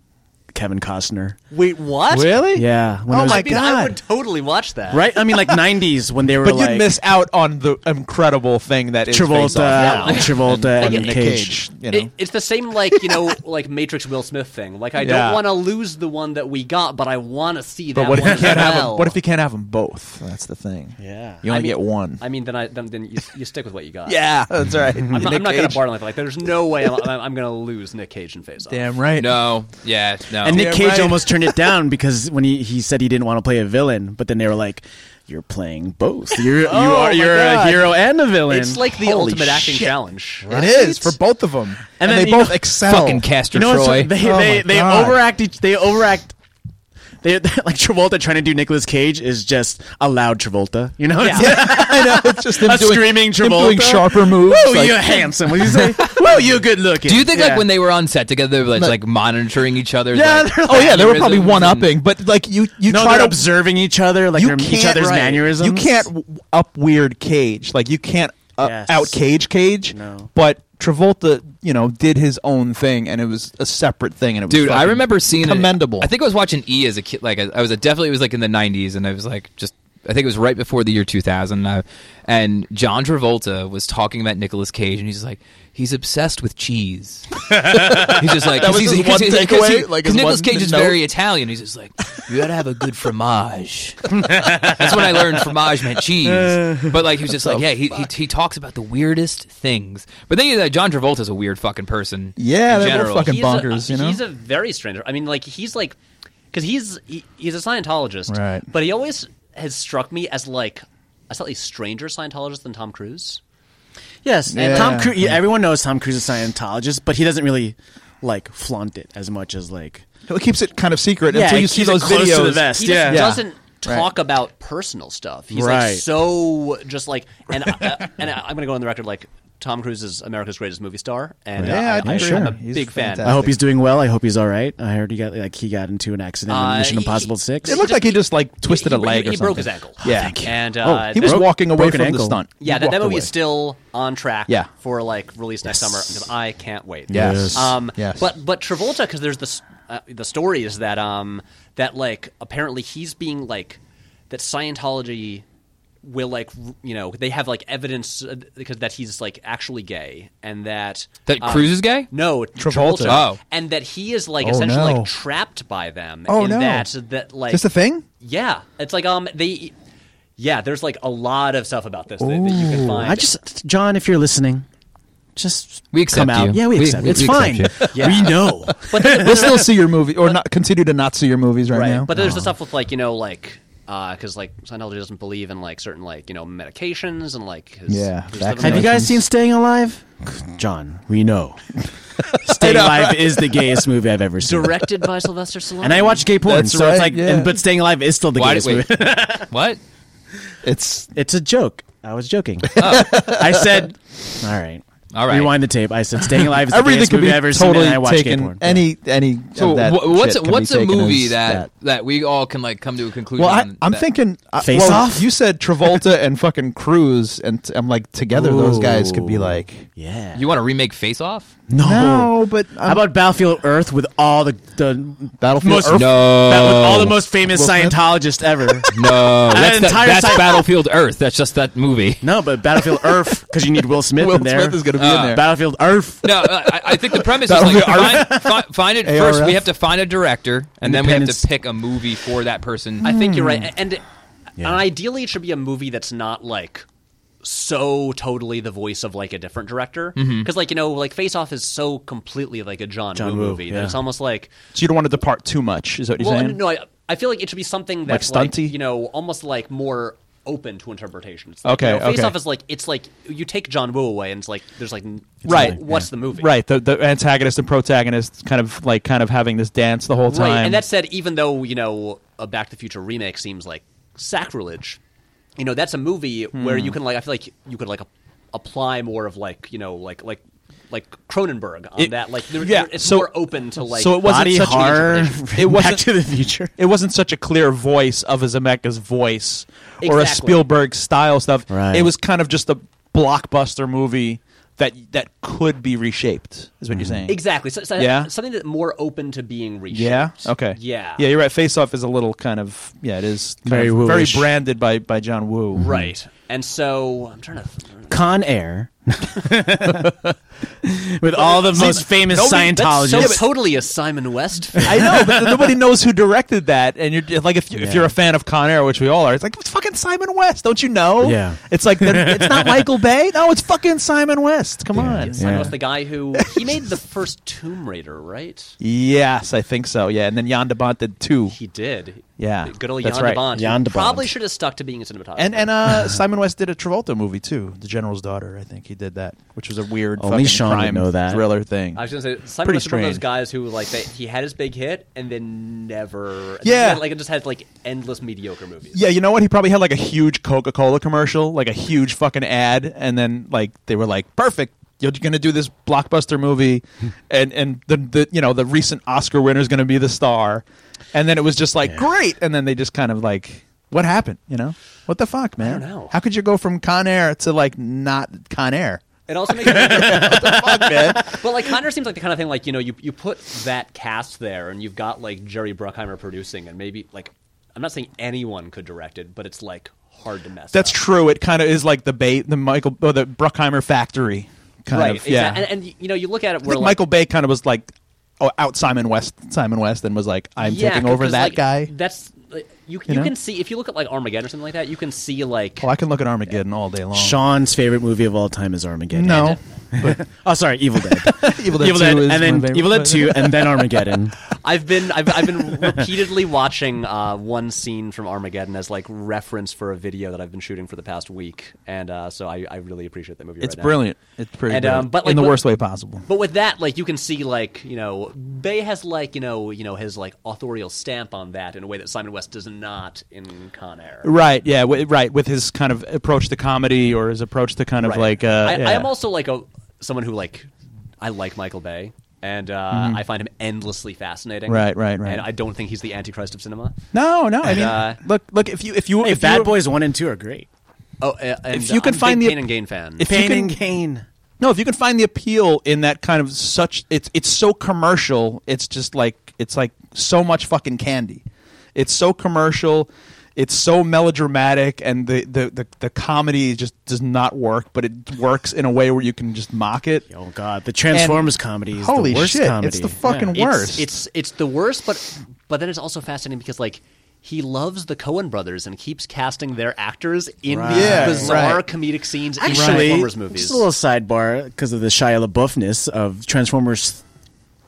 Kevin Costner. wait what Really? Yeah. when Oh it was- my I, mean, I God. would totally watch that Right? I mean, like '90s when they were But like you'd miss out on the incredible thing that is Face Travolta, Off. and Travolta, and, Nick Cage. Cage. You know. It, it's the same, like you know, like Matrix Will Smith thing. Like I Yeah. don't want to lose the one that we got, but I want to see that. but what if one you can't as have well. them? What if you can't have them both? That's the thing. Yeah. You only I mean- get one. I mean, then I then, then you, you stick with what you got. yeah, that's right. I'm not, I'm not gonna bargain like that. Like, there's no way I'm, I'm, I'm gonna lose Nick Cage and Face Off. Damn right. No. Yeah. No. And Nick Yeah, Cage right. almost turned it down because when he, he said he didn't want to play a villain, but then they were like, "You're playing both. You're you Oh, my are you're a God. hero and a villain." It's like the Holy ultimate acting shit. challenge. It is for both of them, and, then, they you both know- excel. fucking Castor You know, what's- Troy. they Oh they, my they God. overact. Each, they overact. They like Travolta trying to do Nicolas Cage is just a loud Travolta. You know, It's Yeah. like I know. It's just him a doing, screaming Oh, him Travolta doing sharper moves. Whoa, like- you're handsome. What do you say? Whoa, you're good looking. Do you think Yeah. like when they were on set together, they were like, like monitoring each other? yeah. like, they're oh yeah, they were probably mannerisms and- one upping, but like you, you no, try they're to observing each other, like you their- can't each other's right. mannerisms. You can't w- up weird Cage. Like you can't uh, Yes. out Cage Cage. No. But Travolta, you know, did his own thing, and it was a separate thing. And it was Dude, I fucking remember seeing it- commendable. I think I was watching E as a kid. Like I I was a, definitely it was like in the '90s, and I was like just. I think it was right before the year 2000, and, I, and John Travolta was talking about Nicolas Cage, and he's like, he's obsessed with cheese. he's just like, was he's, his one takeaway? Like, his Nicolas one Cage is note? very Italian. He's just like, you gotta have a good fromage. That's when I learned fromage meant cheese. But like, he was just like, yeah, he, he he talks about the weirdest things. But then you know, John Travolta's a weird fucking person. Yeah, in they're both general. fucking He's a- bonkers, you know? he's a very strange. I mean, like he's like because he's he, he's a Scientologist, Right. But he always has struck me as like a slightly stranger Scientologist than Tom Cruise. Yes, Yeah. and Tom Cruise. Yeah, everyone knows Tom Cruise is a Scientologist, but he doesn't really like flaunt it as much as like. it keeps it kind of secret Yeah, until it you see keeps it those close to videos. the vest. He Yeah. just Yeah. doesn't talk about personal stuff. He's Right. like so just like and uh, and I'm gonna go on the record like. Tom Cruise is America's greatest movie star, and Yeah, uh, I'd I, I, agree. am a He's big fan. I fantastic. hope he's doing well. I hope he's all right. I heard he got like he got into an accident Uh, in Mission he- Impossible he- Six. It looked like he just like twisted he- a leg he- or he something. broke his ankle. Yeah, Thank you. And, uh, oh, he was Broke- walking away broke an from the ankle. stunt. Yeah, that, He that walked movie away. is still on track Yeah. for like release next summer because I can't wait. Yes. Yes. Um, Yes. But but Travolta because there's this uh, the story is that um that like apparently he's being like that Scientology will like r- you know they have like evidence uh, because that he's like actually gay and that That um, Cruise is gay? No, Travolta. Oh. and that he is like Oh, essentially no. like trapped by them. Oh, in no. That that like Is this the thing? Yeah, it's like um they. Yeah, there's like a lot of stuff about this that, that you can find. I just John, if you're listening, just We accept come out. you. Yeah, we We- accept. we- you. it's we fine. accept you. We Yeah. know. We'll still see your movie, or not continue to not see your movies right, now. Oh. But Oh. there's the stuff with like you know like because like Scientology doesn't believe in like certain like you know medications and like his, Yeah, his stuff- Have you guys seen Staying Alive? John, we know. Staying Alive is the gayest movie I've ever seen. directed by Sylvester Stallone? And I watch gay porn, That's so it's right, like, yeah. and, but Staying Alive is still the Why gayest wait, movie. what? it's It's a joke. I was joking. Oh. I said, all right. All right. Rewind the tape. I said, Staying Alive is the everything gayest could movie be I've ever totally seen, and I watch gay taken. porn. Any any. So of that wh- what's shit can be what's a taken movie as that, that we all can like come to a conclusion? Well, I, on I'm that- thinking I- Face well, Off? You said Travolta and fucking Cruise, and t- I'm like, together those guys could be like, Yeah. you want to remake Face Off. no. no, but How I'm, about Battlefield Earth with all the, the Battlefield most, Earth? No. that- with all the most famous Will Smith? Scientologists ever? No, that's that's, the- entire that's sci- Battlefield Earth. That's just that movie. no, but Battlefield Earth, because you need Will Smith Will in there. Smith is going to be in there. Battlefield Earth. No, I, I think the premise is like find, fi- find it first. ARF? We have to find a director, and then we have Independence- to pick a movie for that person. I think you're right, Hmm. A- and, and ideally it should be a movie that's not like so totally the voice of like a different director because like you know like Face Off is so completely like a John, Mm-hmm. John Woo Woo, movie yeah. that it's almost like So you don't want to depart too much, is what you're well saying? no I, I feel like it should be something that's like, stunty? you know almost like more open to interpretation. It's like, Okay, you know, Face okay. Off is like it's like you take John Woo away and it's like there's like n- Right, what's the movie Right, the, the antagonist and protagonist kind of like kind of having this dance the whole time. Right, and that said, even though you know a Back to the Future remake seems like sacrilege, you know that's a movie where Hmm. you can like I feel like you could like a- apply more of like you know like like like Cronenberg on It- that like there, yeah, there- it's so- more open to like so it wasn't Body such an horror. interpretation. It wasn't- Back to the Future. it wasn't such a clear voice of a Zemeckis voice or a Exactly. Spielberg style stuff. Right. It was kind of just a blockbuster movie that that could be reshaped. Is what you're Mm-hmm. saying? exactly so, so- Yeah. something that more open to being reshaped. Yeah. Okay. Yeah. Yeah, you're right. Face Off is a little kind of yeah, it is kind Very of very woo-ish. branded by by John Woo. Right, and so I'm trying to. th- Con Air. With all the most famous That's so Scientologists. totally a Simon West. Film. I know, but nobody knows who directed that. And you're like, if, you, Yeah. if you're a fan of Con Air, which we all are, it's like it's fucking Simon West. Don't you know? Yeah. It's like it's not Michael Bay. No, it's fucking Simon West. Come on. Simon Yeah. West, the guy who he made the first Tomb Raider, right? Yes, I think so. Yeah, and then Jan de Bont did two. He did. Yeah, Good old that's Jan right. de Bont. who Jan de Bont. Probably should have stuck to being a cinematographer. And and uh, Simon West did a Travolta movie too, The General's Daughter. I think he did that, which was a weird Only fucking Sean would crime know that. thriller thing. I was gonna say Simon Pretty West is one of those strange. guys who like they, he had his big hit and then never Yeah. like it just had like endless mediocre movies. Yeah, you know what? He probably had like a huge Coca Cola commercial, like a huge fucking ad, and then like they were like, "Perfect, you're gonna do this blockbuster movie," and and the, the you know the recent Oscar winner is gonna be the star, and then it was just like great, and then they just kind of like, "What happened?" You know, what the fuck, man? don't know. How could you go from Con Air to like not Con Air? It also makes me fuck, man. But like Connor seems like the kind of thing like you know you you put that cast there and you've got like Jerry Bruckheimer producing and maybe like I'm not saying anyone could direct it, but it's like hard to mess. That's up. true. It kind of is like the bait, the Michael, or the Bruckheimer factory, kind right? of. Yeah, exact- And, and you know you look at it I where think like, Michael Bay kind of was like, oh, out Simon West, Simon West, and was like, I'm yeah, taking over 'cause, that like, guy. That's like, you you, You know? can see if you look at like Armageddon or something like that, you can see like Oh, I can look at Armageddon all day long. Sean's favorite movie of all time is Armageddon. no, Oh, sorry, Evil Dead. Evil Evil Dead, and then Evil Dead Two. is my Two, favorite. and then Armageddon. I've been I've, I've been repeatedly watching uh, one scene from Armageddon as like reference for a video that I've been shooting for the past week, and uh, so I, I really appreciate that movie. It's right now. brilliant. It's pretty, And, um, brilliant. but, in like, the what- worst way possible. But with that, like you can see, like you know, Bay has like you know you know his like authorial stamp on that in a way that Simon West does not in Con Air. Right, yeah, w- right. With his kind of approach to comedy, or his approach to kind of Right. like, uh, I, yeah. I am also like a someone who like I like Michael Bay. And uh, I find him endlessly fascinating. Mm-hmm. Right, right, right. And I don't think he's the antichrist of cinema. no, no. I mean, uh, look, look. If you, if you, Hey, if Bad you, Boys One and Two are great. Oh, uh, and If you could I'm a find big the- Pain and Gain fan, if you Pain can, and Gain. No, if you can find the appeal in that kind of such it's it's so commercial, it's just like it's like so much fucking candy. It's so commercial, it's so melodramatic and the the, the, the comedy just does not work, but it works in a way where you can just mock it. Oh God, the Transformers comedy is Holy the worst shit, it's comedy. the fucking Yeah. worst. It's, it's it's the worst, but but then it's also fascinating because like he loves the Cohen brothers and keeps casting their actors in Right. these Yeah, bizarre right. comedic scenes in Actually, Transformers movies. just a little sidebar because of the Shia LaBeoufness of Transformers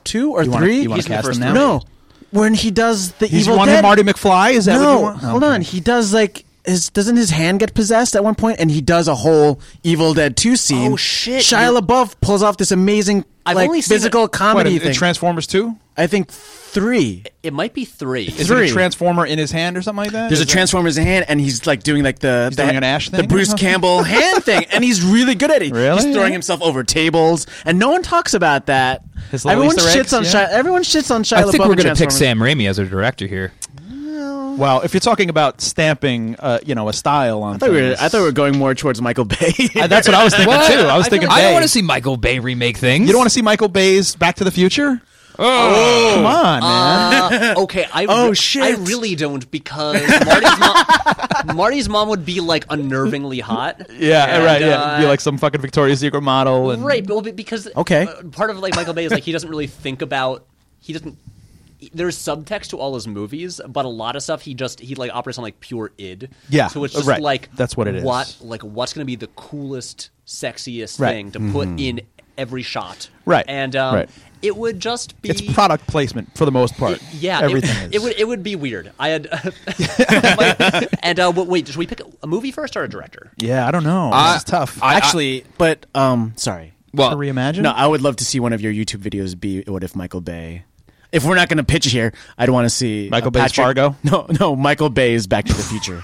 two or You wanna- three. you wanna He's in the cast first him now? three. No, when he does the He's Evil one Dead. of Marty McFly? Is that what no, you want? hold on. He does like his. Doesn't his hand get possessed at one point? And he does a whole Evil Dead two scene. Oh, shit, Shia you- LaBeouf pulls off this amazing I've like only seen physical it- comedy what, in- in thing. Transformers two? I think three. it might be three. Is it Three. a transformer in his hand or something like that? There's a Is that- Transformers hand, and he's like doing like the He's the, doing an Ash the thing? Bruce Campbell hand thing, and he's really good at it. Really? He's throwing Yeah. himself over tables, and no one talks about that. His little Everyone Easter shits on eggs, Shia. yeah. Everyone shits on Shia. I think LaBeouf we're in going to pick Transformers. Sam Raimi as our director here. Well, if you're talking about stamping uh, you know, a style on I thought, we were, things- I thought we were going more towards Michael Bay. Uh, that's what I was thinking too. I was thinking I don't Bay. want to see Michael Bay remake things. You don't want to see Michael Bay's Back to the Future? Oh, come on, man! Uh, okay, I Oh, re- shit. I really don't because Marty's mom, Marty's mom would be like unnervingly hot. yeah, And, right. Yeah, uh, be like some fucking Victoria's Secret model, and Right, but well, be- because Okay. uh, part of like Michael Bay is like he doesn't really think about he doesn't. There's subtext to all his movies, but a lot of stuff he just he like operates on like pure id. Yeah, so it's just right. like That's what it is. What like what's going to be the coolest, sexiest Right. thing Mm-hmm. to put in every shot? Right. and um, Right. it would just be it's product placement for the most part. yeah, everything it, is. it would it would be weird. I had and uh, wait, wait, should we pick a movie first or a director? yeah, I don't know. I- this is tough. I- Actually, but um, sorry. Well, to reimagine. No, I would love to see one of your YouTube videos be what if Michael Bay. If we're not going to pitch here, I'd want to see Michael uh, Bay's Patrick- Fargo? No, no, Michael Bay's Back to the Future.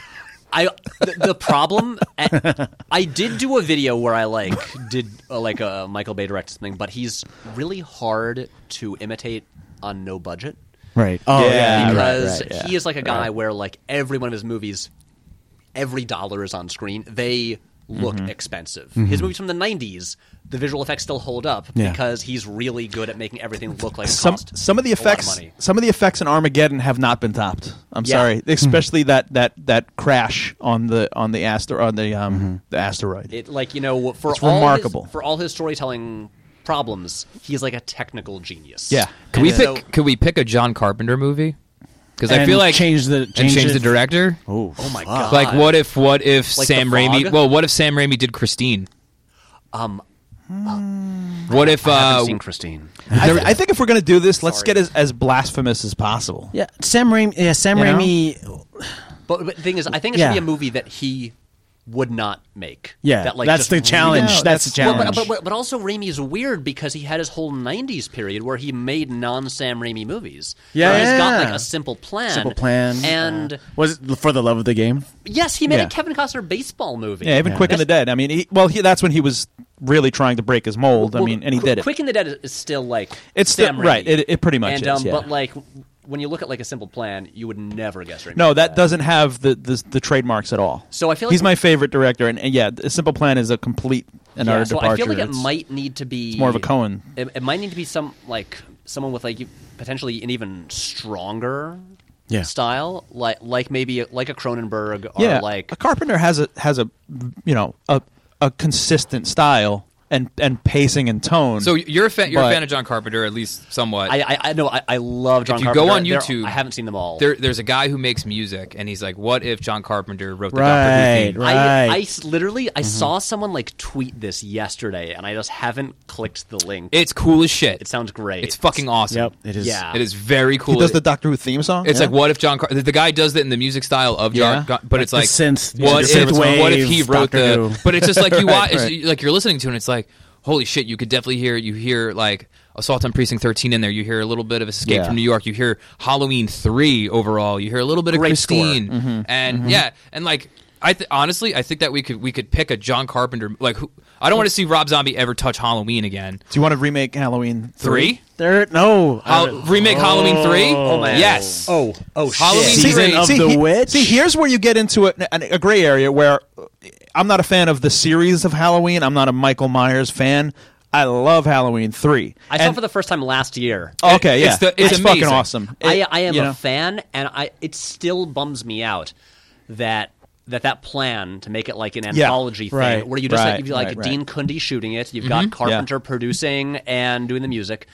I the, the problem I- I did do a video where I like did uh, like a Michael Bay directed something, but he's really hard to imitate on no budget right. Oh Yeah, yeah. right, because right, yeah, Uh-huh. he is like a guy where like every one of his movies, every dollar is on screen. They look Mm-hmm. expensive. His movies from the '90s, the visual effects still hold up Yeah. because he's really good at making everything look like it some cost some of the a lot effects, money. some of the effects in Armageddon have not been topped. I'm Yeah. sorry, especially that that that crash on the on the aster on the um the asteroid. It like you know for It's all remarkable. his, for all his storytelling problems, he's like a technical genius. yeah, Can we And so- pick? Could we pick a John Carpenter movie? Because I And feel like change the- and change change it- the director. Oh, Oh my god! Like what if what if Like The Sam Fog? Hmm. Raimi? Well, what if Sam Raimi did Christine? Um, What if I haven't uh, seen Christine. I, th- I think if we're gonna do this, let's get as, as blasphemous as possible. Yeah, Sam Raimi. Yeah, Sam You know? Raimi. But, but the thing is, I think it should Yeah. be a movie that he would not make. Yeah, that, like, that's just the really- challenge. No, that's the that's- Well, challenge. But, but, but, but also Raimi is weird because he had his whole '90s period where he made non-Sam Raimi movies. Yeah. where he's got like a simple plan. Simple plan. And uh, was it for the love of the game? yes, he made Yeah. a Kevin Costner baseball movie. Yeah, even Quick and the Dead. I mean, he, well, he, that's when he was really trying to break his mold. I Well, mean, and he Qu- did it. Quick and the Dead is- is still like It's Sam still- right, Raimi. it- it pretty much And, is, um, yeah. But like when you look at like a simple plan, you would never guess Raimi. No, did that doesn't have the, the the trademarks at all. So I feel like he's we- my favorite director, and, and yeah, The Simple Plan is a complete and Yeah, utter so departure. I feel like it It's- might need to be more of a Cohen. It, it might need to be some like someone with like you- potentially an even stronger Yeah. style, like like maybe like a Cronenberg or yeah, like a carpenter has a has a you know a a consistent style and and pacing and tone. so you're a fan, you're a But- fan of John Carpenter at least somewhat. I I, I know I, I love John. if you Carpenter. go on There- YouTube, I haven't seen them all. There, there's a guy who makes music, and he's like, "What if John Carpenter wrote the Doctor Who Right, theme?" right. I, I s- literally Mm-hmm. I saw someone like tweet this yesterday, and I just haven't clicked the link. It's cool as shit. It sounds great. It's fucking awesome. Yep, it is. Yeah. It is very cool. he does It- the Doctor Who theme song. It's yeah. like what if John Car- the the guy does it in the music style of John, Yeah. but it's Like like the synth- what yeah, if synth what if wave he wrote Doctor the Who. but it's just like you watch right. it's like you're listening to it and it's like holy shit you could definitely hear you hear like Assault on Precinct 13 in there you hear a little bit of Escape Yeah. from New York you hear Halloween 3 overall you hear a little bit of Great score. Christine Mm-hmm. and yeah and like I th- honestly I think that we could we could pick a John Carpenter like who, I don't want to see Rob Zombie ever touch Halloween again Do you want to remake Halloween 3 There, no. Hal- remake Halloween 3 Oh, man. yes oh, oh, Halloween season three. of See, the he- witch. See, here's where you get into a, an- a gray area where uh, I'm not a fan of the series of Halloween. I'm not a Michael Myers fan. I love Halloween three. I saw And- for the first time last year. okay, yeah, It's it's, the- it's fucking amazing. awesome. I, It- I am you a know? fan, and I it still bums me out that that that plan to make it like an Yeah, anthology thing, right, where you just right, like, you like right, right. Dean Cundy shooting it, you've got Carpenter producing and doing the music.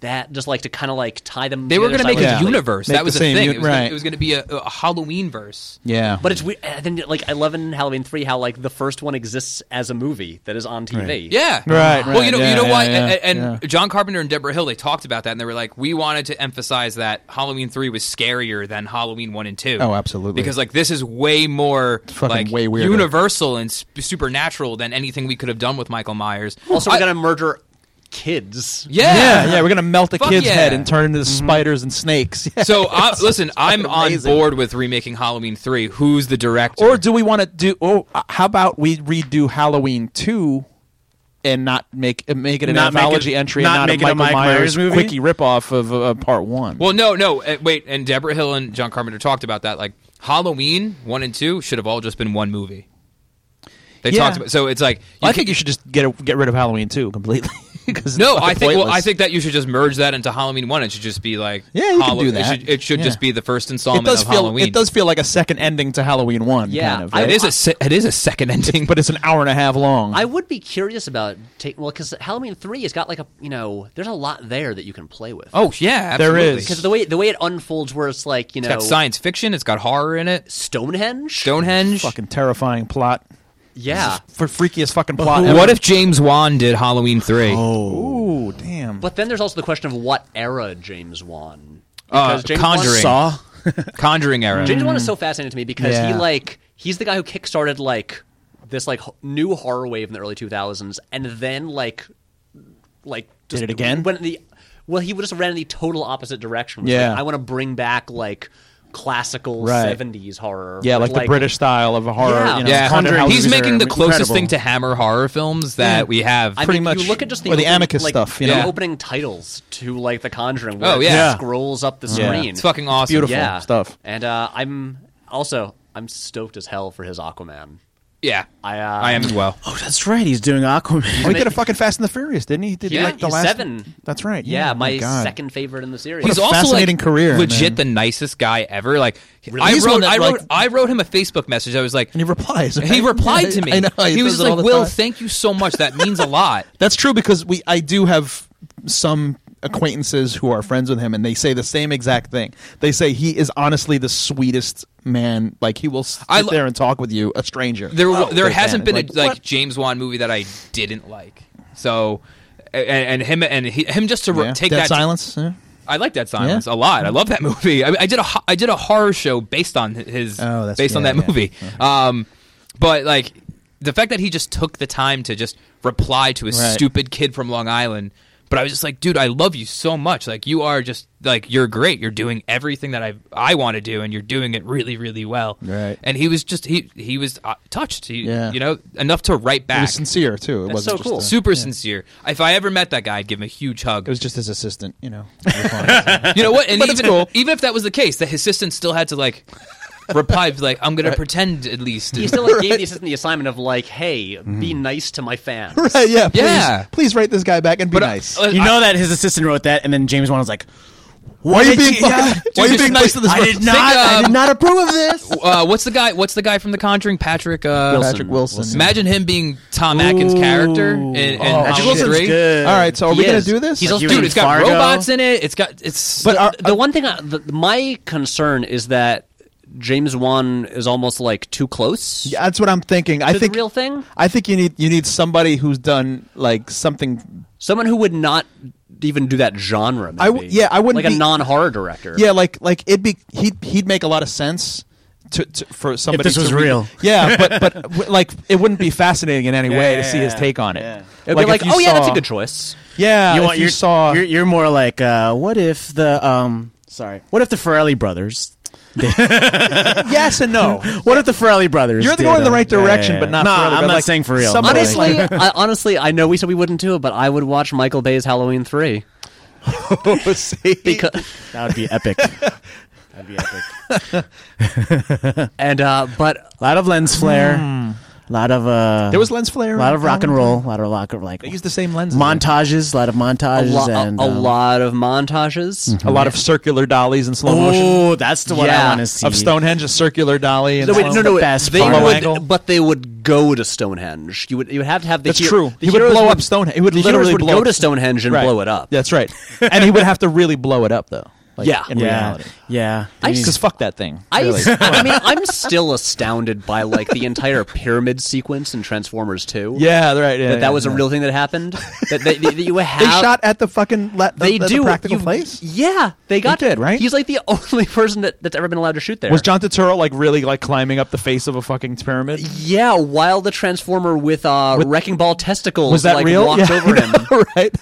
That just like to kind of like tie them. They were going together to make a Yeah. silently. universe. Make that the was a same thing. u- it was gonna- right. it was going to be a, a Halloween verse. Yeah, But it's weird. And then, like, I love in Halloween three how like the first one exists as a movie that is on TV. Yeah. Right, Well, you right, know, yeah, you know yeah, why? yeah, and yeah. and John Carpenter and Deborah Hill, they talked about that, and they were like, "We wanted to emphasize that Halloween three was scarier than Halloween one and two. Oh, absolutely. Because like this is way more fucking like way weirder. universal and sp- supernatural than anything we could have done with Michael Myers. Also, I- we're gonna murder kids. yeah, yeah, yeah, we're gonna melt a Fuck kid's yeah. head and turn it into Mm-hmm. spiders and snakes. So I, listen, I'm on amazing. board with remaking Halloween three. Who's the director? Or do we want to do? Oh, uh, how about we redo Halloween two, and not make uh, make it an Not make it- anthology entry, not make and it not a a Michael Mike Myers, Myers movie? quickie ripoff of uh, part one. Well, no, no. uh, Wait, and Deborah Hill and John Carpenter talked about that. Like Halloween one and two should have all just been one movie. They Yeah. talked about so it's like you I can- think you should just get get rid of Halloween two completely. no. I think well, I think that you should just merge that into Halloween one. It should just be like Yeah, you can do Hallow- that. It should, it should just Yeah. be the first it installment does of feel Halloween. it does feel like a second ending to Halloween one. Yeah, kind of, I- right? It is a se- it is a second ending, but it's an hour and a half long. I would be curious about taking well because Halloween three has got like a you know there's a lot there that you can play with. oh yeah, There absolutely. is. because the way the way it unfolds, where it's like you it's know got science fiction. It's got horror in it. Stonehenge. Stonehenge. fucking terrifying plot. yeah, Mm-hmm. for freakiest fucking plot. ever. What if James Wan did Halloween three? Oh. Ooh, damn. but then there's also the question of what era James Wan. Uh, Because James Conjuring. Wan, Saw. Conjuring era. James Wan is so fascinating to me because he Mm. Yeah. like he's the guy who kickstarted like this like ho- new horror wave in the early 2000s, and then like like just it again? Went in the well, he just ran in the total opposite direction. It was Yeah. like, I want to bring back like classical Right. 70s horror. Yeah, like, the British style of a horror. Yeah. you know, Yeah, haunted Conjuring. he's houses making are the closest incredible. thing to Hammer horror films that we have. I pretty mean, much- You look at just the or the opening, Amicus like, stuff, you the know? opening titles to like The Conjuring. Where Oh, it yeah. just scrolls up the Yeah. screen. it's fucking awesome. beautiful yeah. stuff. And uh, I'm also I'm stoked as hell for his Aquaman. Yeah, I, uh, I am as well. Oh, that's right. He's doing Aquaman. Oh, he did a fucking Fast and the Furious, didn't he? Did he, Yeah, like the he's last seven. That's right. Yeah, oh my God. second favorite in the series. He's a also fascinating like career, legit man. the nicest guy ever. Like I He's the wrote, one that, I wrote, like- I wrote him a Facebook message. I was like, And he replies. he right? replied to me. I know. he was does just it all like, the Will, time. thank you so much. That means a lot. That's true because we I do have some acquaintances who are friends with him and they say the same exact thing. They say he is honestly the sweetest man. Like he will sit I lo- there and talk with you, a stranger. There, Oh, there great hasn't man. been a what? like James Wan movie that I didn't like. So and, and him and he, him just to re- Yeah. take Dead that silence. yeah. I like that silence a lot. I love that movie. I, I did a ho- I did a horror show based on his Oh, that's- based on yeah, that yeah. Uh-huh. movie. Um, but like the fact that he just took the time to just reply to a Right. stupid kid from Long Island. But I was just like, dude, I love you so much. Like you are just like you're great. You're doing everything that I I want to do, and you're doing it really really well. Right. And he was just he he was uh, touched. He, Yeah. You know enough to write It back. was sincere too. It That's wasn't so just cool. a- Super sincere. If I ever met that guy, I'd give him a huge hug. it was just his assistant, you know. response. You know what? And But it's even, cool. even if that was the case, the assistant still had to like reply, like, "I'm gonna pretend at least." He still like, gave the assistant the assignment of like, hey, be nice to my fans. Mm-hmm. right? Yeah. Please, Yeah. Please write this guy back and be But, uh, nice. uh, You I- know that his assistant wrote that, and then James Wan was like, why are you did being? you- fucking- why are you just being nice to this? "I person? did not, I um, did not approve of this." uh, what's the guy? What's the guy from The Conjuring? Patrick uh, Patrick Wilson. Imagine him being Tom Atkins' character in, in Oh, Halloween Patrick Wilson's three. All right. So are we He gonna is. do this? He's Or- also- He was Dude, in it's got Fargo. robots in it. It's got it's. But the one thing, I, the, my concern is that James Wan is almost like too close Yeah, that's what I'm thinking. I to think the real thing. I think you need you need somebody who's done like something. Someone who would not even do that genre. Maybe. I w- yeah, I wouldn't like be- a non-horror director. Yeah, like like it'd be he'd he'd make a lot of sense. To, to, for somebody this was to read- real. yeah, but but w- like it wouldn't be fascinating in any way to see his yeah, take on it. yeah. It would if be like, you oh yeah, that's saw- a good choice. Yeah, you if want you you saw You're, you're more like, uh, what if the um, sorry, what if the Ferrelli brothers? yes and no. What if the Ferrelli brothers? You're did, going in the uh, right yeah, yeah, direction, yeah. but not Nah, Ferrelli, I'm but not like saying for real. somebody- Honestly, Honestly, I, honestly, I know we said we wouldn't do it, but I would watch Michael Bay's Halloween three see, because. that would be epic. That'd be epic. and uh, but A lot of lens flare. A lot of uh, Hmm. there was lens flare. a lot of rock and roll. A lot of rock of like They used the same lenses. montages. A lot of a, montages lo- a- and a um, lot of montages. a lot of circular dollies in slow motion Oh, that's the one Yeah. I want to see. of Stonehenge. A circular dolly. And No, wait, That's no, the no. best they part. Low would, angle. but they would go to Stonehenge. You would, you would have to have the. That's hero- true. The He would heroes blow up Stonehenge. He would the heroes literally would blow go up- to Stonehenge and Right. blow it up. That's right. and he would have to really blow it up though. Like, Yeah. in yeah, reality. yeah. I Because fuck that thing. I, really. I mean, I'm still astounded by like the entire pyramid sequence in Transformers Two. yeah, right. Yeah, that yeah, that was a yeah. real thing that happened. That, that, that you have They shot at the fucking le- the, They the- the do practical you- place. Yeah, they got did, right? He's like the only person that, that's ever been allowed to shoot there. Was John Turturro like really like climbing up the face of a fucking pyramid? Yeah, while the transformer with uh wrecking ball testicles Was that like real? walked Yeah, over I him. know, right?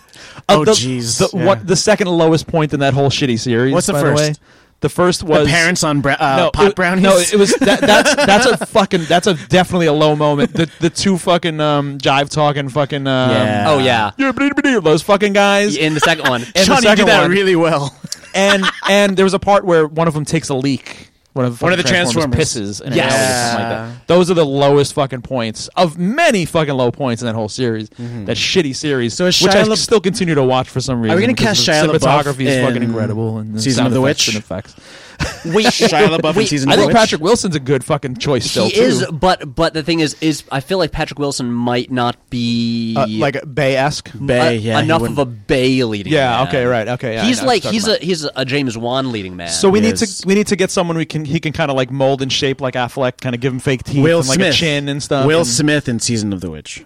Oh, the- jeez. the- Yeah. What the second lowest point in that whole shitty series? What's the by first? way? The first The was parents on bra- uh, no, pot it, brownies. No, it was that, that's that's a fucking that's a definitely a low moment. The the two fucking um jive talking fucking um, Yeah. Oh yeah. yeah, blah, blah, blah, those fucking guys. In the second one. And the Johnny second did that one- really well. and and there was a part where one of them takes a leak. One of, One of fucking the pisses Transformers. in an Yes. alley or something like that. Those are the lowest fucking points of many fucking low points in that whole series. That shitty series, Mm-hmm. So is which I Shia La- still continue to watch for some reason. we gonna because cast the Shia LaBeouf Cinematography is fucking in incredible. And the Season sound of the effects Witch? and effects. Wait, Shia LaBeof in wait, season I of think Witch? Patrick Wilson's a good fucking choice still. He is, too. but but the thing is, is I feel like Patrick Wilson might not be Uh, like Bay esque. Bay, a- yeah, he enough of wouldn't- a Bay leading. Yeah, man. okay, right, okay, yeah, I he's know what like you're he's talking a he's a James Wan leading man. So we need Yes. to we need to get someone we can he can kind of like mold and shape like Affleck, kind of give him fake teeth Will and like Smith, a chin and stuff. Will and- Smith in Season of the Witch.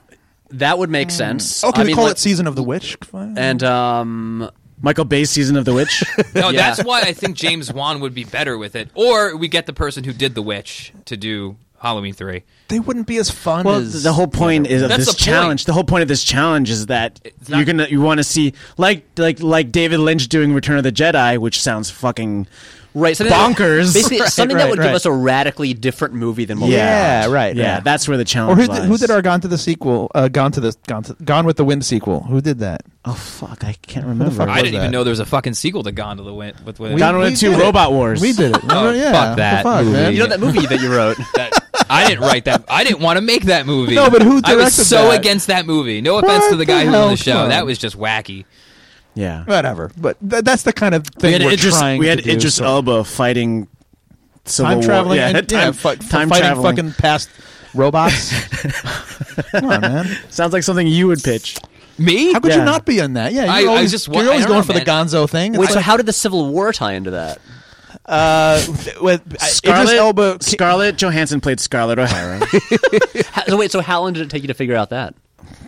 that would make sense. Oh, can I we mean, call let- it Season of the Witch? Fine. uh, And um, Michael Bay's Season of the Witch. no, Yeah. that's why I think James Wan would be better with it. Or we get the person who did The Witch to do Halloween three. they wouldn't be as fun Well, as the whole point is of That's this the point. challenge. The whole point of this challenge is that not- you're gonna you want to see like like like David Lynch doing Return of the Jedi, which sounds fucking right, something that- bonkers. basically, Right, something that right, would right. give us a radically different movie than what Yeah, we got. right. Yeah, yeah. that's where the challenge. Or who lies. did, who did our Gone to the sequel? Uh, Gone to the Gone, to, Gone with the Wind sequel. Who did that? Oh fuck, I can't remember. fuck I was didn't even that? know there was a fucking sequel to Gondola Win- with with. Gone with the Two did it. Robot Wars. We did it. Oh, yeah. fuck What the that fuck, movie. man? You know that movie that you wrote. that, I didn't write that. I didn't want to make that movie. No, but who I was directed so that? against that movie. No offense What to the the guy who hell? on the show. Come on. That was just wacky. Yeah, Whatever. But th- that's the kind of we thing had we're Idris, trying we had to do, Idris so- Elba fighting. Civil Time War- traveling. yeah, and, yeah, time, fu- time fighting traveling. fucking past robots. Come on, man. Sounds like something you would pitch. Me? How could you Yeah. not be in that? Yeah, you're I- I always, just wa- I you're always don't going know, for the man. Gonzo thing. It's Wait, like, so how did the Civil War tie into that? uh, with, I- Idris Scarlett, Elba. Scarlett Johansson played Scarlett O'Hara. How, so wait, so how long did it take you to figure out that?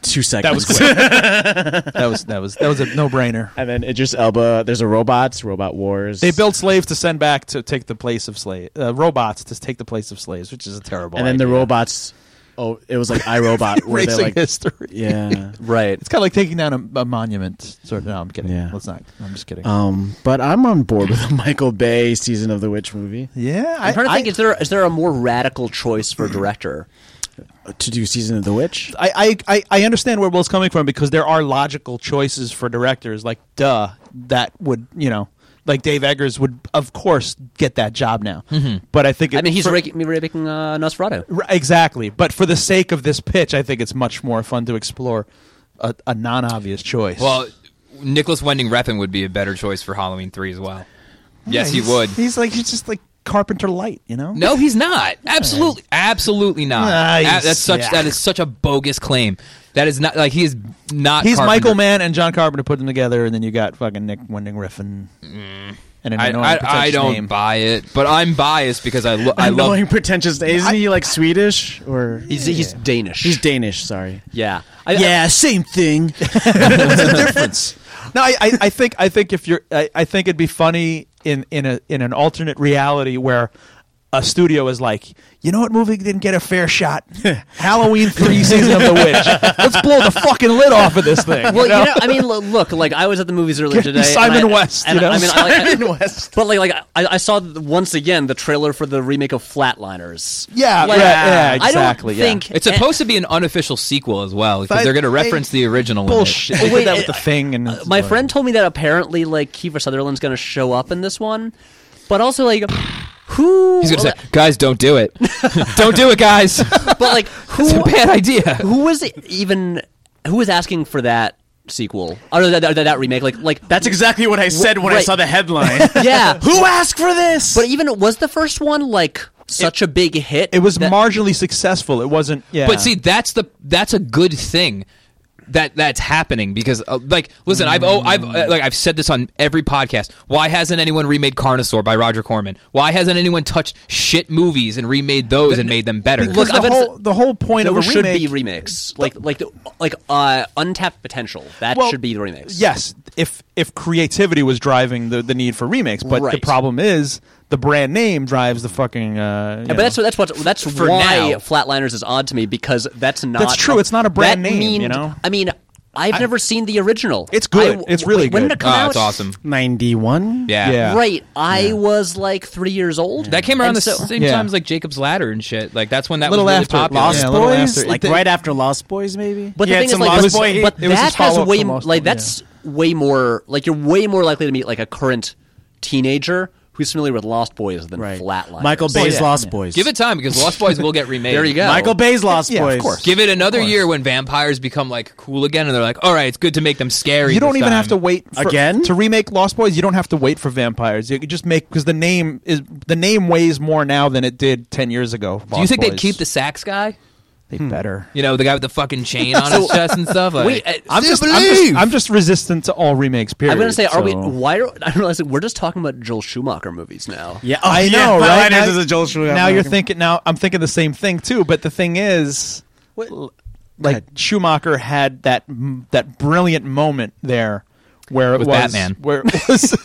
two seconds. That was quick. that was that was that was a no brainer. And then Idris Elba. There's a robots, Robot Wars. They build slaves to send back to take the place of slaves. Uh, robots to take the place of slaves, which is a terrible. and then the idea. robots. Oh, it was like iRobot where they erasing like history. yeah. Right. It's kind of like taking down a, a monument. Sort of. No, I'm kidding. Yeah. Let's not. I'm just kidding. Um, but I'm on board with a Michael Bay season of the witch movie yeah, I'm trying to think. is there is there a more radical choice Mm-hmm. for director? to do season of the witch. I, I, I- I understand where Will's coming from because there are logical choices for directors. Like, duh, that would, you know, like Dave Eggers would, of course, get that job now. Mm-hmm. But I think. It, I mean, he's for- making remaking uh, Nosferatu. r- Exactly. But for the sake of this pitch, I think it's much more fun to explore a, a non obvious choice. Well, Nicholas Wending Refn would be a better choice for Halloween three as well. yes, he he's- would. He's like, he's just like Carpenter Light, you know? No, he's not. Absolutely, absolutely not. Nice. A- that's such Yeah. that is such a bogus claim. That is not like he is not. He's Carpenter. Michael Mann and John Carpenter put them together, and then you got fucking Nick Winding Refn. And Mm. an I, annoying I, I pretentious don't name. buy it, but I'm biased because I lo- I Annoying love. pretentious. Isn't he like Swedish or He's, he's Danish. he's Danish? Sorry. yeah. I, Yeah, same thing. No, I, I, I think I think if you're I, I think it'd be funny in in a in an alternate reality where a studio is like, you know what movie didn't get a fair shot? Halloween three season of the witch. Let's blow the fucking lid off of this thing. Well, you know, I mean, lo- look, like I was at the movies earlier today. and Simon I- West, and you know? I mean, I, Simon West. But like, like I, I saw th- once again the trailer for the remake of Flatliners. Yeah, Like, right, yeah, exactly, I yeah. don't think It's supposed to be an unofficial sequel as well because But they're going to they- reference the original. in it. Bullshit. They Wait, did that with the I- thing and uh, My friend told me that apparently, like, Kiefer Sutherland's going to show up in this one, but also like, who? He's going to say, "Guys, don't do it. don't do it, guys. but like, it's a who? bad idea." Who was even? Who was asking for that sequel or that, that, that remake? Like, like That's exactly what I said when I right. saw the headline. yeah. Who asked for this? But even was the first one like such a big hit? It was that- marginally successful. It wasn't yeah. But see, that's the that's a good thing that that's happening because uh, like listen, I've oh I've uh, like I've said this on every podcast. Why hasn't anyone remade Carnosaur by Roger Corman? Why hasn't anyone touched shit movies and remade those and made them better? Because Look, I the, bet it's- whole, the whole point there of a should remake be remakes, like like the, like uh, untapped potential. That should be the remakes. Yes, if if creativity was driving the, the need for remakes, but the Right. problem is the brand name drives the fucking. Uh, you Yeah, know. but that's that's what that's For why now. Flatliners is odd to me because that's not That's true, it's not a brand that name, you mean- know? I mean, I've never seen the original. It's good. I- It's really wait, When good. did it come Ah, out? it's awesome. Ninety-one. Yeah. Yeah. Right, I was like three years old. That came around And the so- same Yeah. time as like Jacob's Ladder and shit. Like that's when that Little was really after popular. Lost Yeah, a little Boys, after- like it- right after Lost Boys, maybe. But the Yeah, thing it's is, a like, Lost that's- Boy- but it was that his has follow-up way from Lost like Boy, yeah. that's way more like you're way more likely to meet like a current teenager who's familiar with Lost Boys than right. Flatliners. Oh, Michael Bay's yeah. Lost Boys. Give it time because Lost Boys will get remade. There you go. Michael Bay's Lost Yeah, of Boys. course. Give it another year when vampires become like cool again, and they're like, "All right, it's good to make them scary." You don't this even time." have to wait for, Again? to remake Lost Boys. You don't have to wait for vampires. You could just make because the name is the name weighs more now than it did ten years ago. Hmm. Do you think they'd keep the sax guy? They better. You know, the guy with the fucking chain on his chest and stuff. Like, Wait, uh, I'm just, I'm just I'm just resistant to all remakes. Period. I'm gonna say, are we? so- Why are I realize that we're just talking about Joel Schumacher movies now? Yeah, oh, I know, yeah, Flatliners right? Now- is a Joel Schumacher Now you're movie. thinking. Now I'm thinking the same thing too. But the thing is, l- like Schumacher had that m- that brilliant moment there where it With was Batman. where it was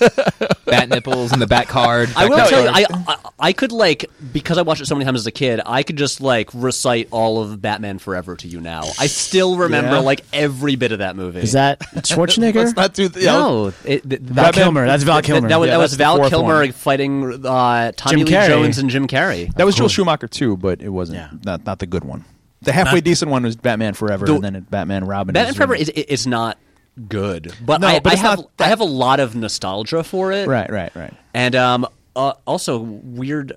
bat nipples and the bat card. I Bat will card. tell you, I, I I could like because I watched it so many times as a kid. I could just like recite all of Batman Forever to you now. I still remember Yeah. like every bit of that movie. Is that Schwarzenegger? let's not do the, no? It, th- Val Kilmer. That's Val That, Kilmer. that was Yeah, that that's was the Val fourth Kilmer one. fighting uh, Tommy Jim Lee Carrey. Jones and Jim Carrey. that was Joel Schumacher too, but it wasn't Yeah. not not the good one. The halfway decent one was Batman Forever, The- and then it- Batman Robin. Batman is- Forever is i- is not good, but, No, I, but I it's have not I have a lot of nostalgia for it. right, right, right. And um, uh, also weird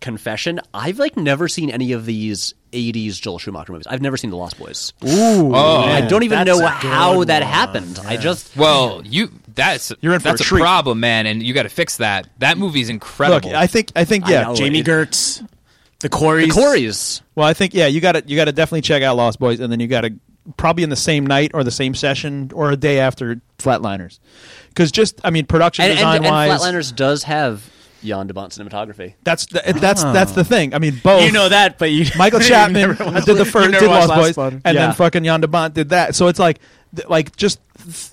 confession: I've like never seen any of these '80s Joel Schumacher movies. I've never seen The Lost Boys. Ooh, I don't even That's know a how good that one, happened. I just Well, you that's You're in for that's a a, treat. problem, man, and you got to fix that. That movie's incredible. look, I think I think yeah. know. Jamie It- Gertz, the Corys. Corey's. Well, I think yeah, you got to you got to definitely check out Lost Boys, and then you got to probably in the same night or the same session or a day after Flatliners, because just I mean production And, and, design and wise, Flatliners does have Jan DeBont cinematography. That's the, that's that's Ah. the thing. I mean, both You know that, but you Michael Oh. you Chapman never watched- did the you first never did watched Lost Last Boys, One. and Yeah. then fucking Jan de Bont did that. So it's like, th- like just,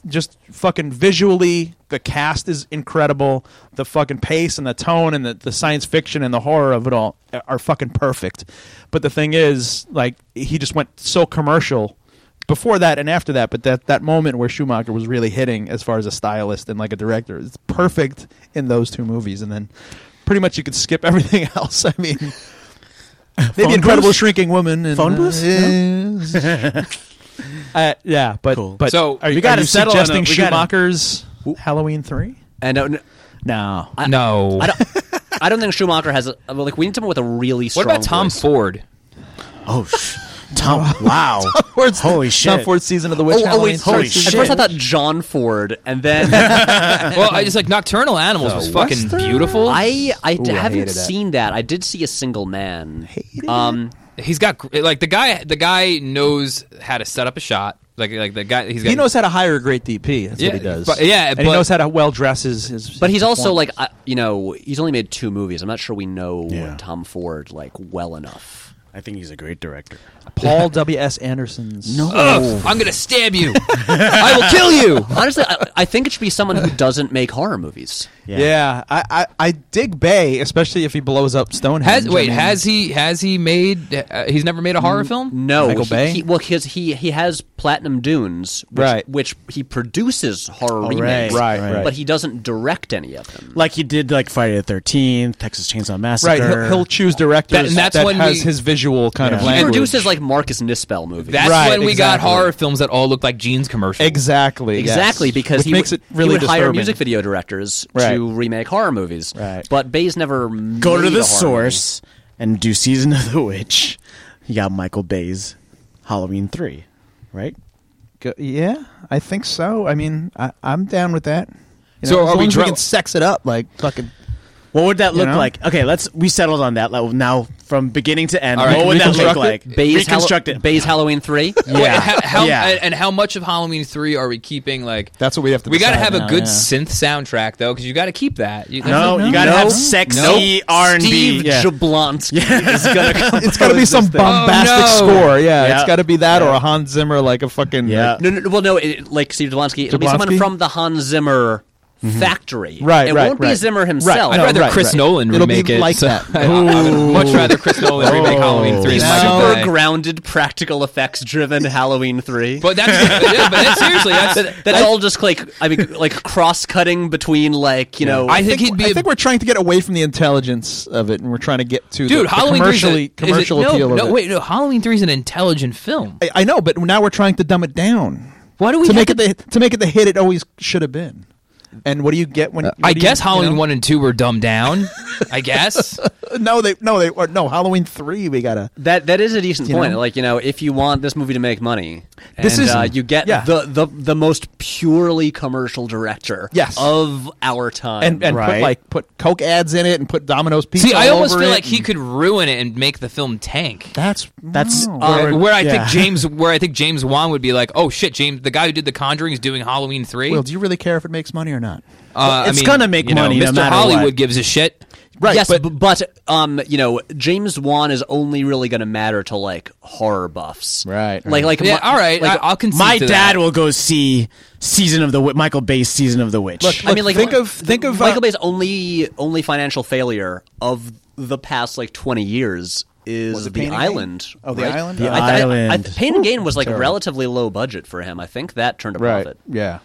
just fucking visually, the cast is incredible. The fucking pace and the tone and the, the science fiction and the horror of it all are fucking perfect. But the thing is, like, he just went so commercial. Before that and after that, but that, that moment where Schumacher was really hitting as far as a stylist and like a director, it's perfect in those two movies. And then pretty much you could skip everything else. I mean, maybe Phone Incredible booth? Shrinking Woman and uh, Phone booth? yeah. uh, yeah, but Cool. but So, are we you, gotta are you settle on a- suggesting we gotta- Schumacher's Halloween three? And uh, n- No, no. I don't. I don't think Schumacher has. A, well, like we need someone with a really what strong. about Tom voice. Ford? Oh, sh- Tom! Wow! Holy shit! Tom Ford's season of the Oh, witch. oh, Halloween wait, sorry. holy Three. At shit. first I thought John Ford, and then well, I just like Nocturnal Animals was fucking beautiful. I I I haven't hated that. seen that. I did see a single man. Um, he's got gr- like the guy. The guy knows how to set up a shot. Like like the guy. He's got He knows how to hire a great DP. That's Yeah, what he does. but- yeah, and but- he knows how to well dress his. his but he's also performance. like I, you know he's only made two movies. I'm not sure we know Yeah. Tom Ford like well enough. I think he's a great director. Paul W. S. Anderson's. No, Ugh, I'm gonna stab you. I will kill you. Honestly, I, I think it should be someone who doesn't make horror movies. Yeah, I, I I dig Bay, especially if he blows up Stonehenge. Has I wait? mean- Has he? Has he made? Uh, he's never made a horror film. No, Michael he, Bay? He, well, his, he he has Platinum Dunes, which, Right. Which he produces Oh, horror remakes, right, right. But he doesn't direct any of them. like he did like Friday the Thirteenth, Texas Chainsaw Right, Massacre. he'll, he'll choose directors That- and that's that when has we- his visual kind of Yeah. He He language. produces like Marcus Nispel movies. That's Right, when we got exactly. horror films that all look like jeans commercials. Exactly. yes. Exactly, because Which he makes would, it really he would hire disturbing. music video directors Right. to remake horror movies. Right. But Bay's never go made to a the horror source and do Season of the Witch. You got Michael Bay's Halloween three, right? Go- yeah, I think so. I mean, I, I'm down with that. You So know, are as long we as dro- we can sex it up like fucking? What would that look know? like? Okay, let's we settled on that. Like, now from beginning to end, All right, what would that look reconstruct it? like? movie. Bay's, Hall- Reconstruct it. Bay's Halloween three. Wait, how, how, Yeah. And, and how much of Halloween three are we keeping? Like That's what we have to We got to decide have now, a good yeah. synth soundtrack though, because you got to keep that. You, No, you gotta have sexy R and B. Steve Jablonsky is gonna come. It's got to be some bombastic Oh, no. score. Yeah, Yeah. it's got to be that or a Hans Zimmer like a fucking Yeah. like, No, no, no, well, no. It, like Steve Jablonsky, it'll be someone Jablonsky? from the Hans Zimmer factory. Mm-hmm. Right, It right, won't be right. Zimmer himself. I'd No, rather right, Chris right. Nolan It'll be remake it. like so- that. I, I would much rather Chris Nolan remake Halloween three. than Michael super Bay. grounded, practical effects driven Halloween three. But that's yeah, but that's, seriously that's. that's all just like I mean, like cross cutting between like you know. I think he'd be. I a- think we're trying to get away from the intelligence of it, and we're trying to get to the, dude. the Halloween commercially 3 is a- is commercial it, appeal No, of no, it. wait, no. Halloween three is an intelligent film. I, I know, but now we're trying to dumb it down Why do we? to have make it the to make it the hit it always should have been. And what do you get when Uh, I guess Halloween one and two were dumbed down. I guess. one? No, they no they or no Halloween three. We gotta That that is a decent You point. know? Like you know, if you want this movie to make money, This and, is- uh, you get yeah. the, the the most purely commercial director Yes. of our time. and and Right. put like put Coke ads in it and put Domino's pizza. See, I all almost over feel it like he and- could ruin it and make the film tank. That's That's Oh. no. Uh, where- where I yeah. think James, where I think James Wan would be like, oh shit, James, the guy who did The Conjuring is doing Halloween three. Will, do you really care if it makes money or not? Uh, I It's mean, gonna make you know, money no Mr. matter Hollywood what. gives a shit. Right, yes, but- b- but, um, you know, James Wan is only really going to matter to like horror buffs, Right, Like, right. like, Yeah, my- all right, like, I, will concede. My to dad that. will go see Season of the Witch, Michael Bay's Season of the Witch. Look, I mean, like, think of- think of, Michael uh, Bay's only only financial failure of the past like twenty years is it the Pain and Gain? island. Oh, The right? Island? The I, I- I- Island. Pain and Gain was like relatively low budget for him. I think that turned a profit. Yeah.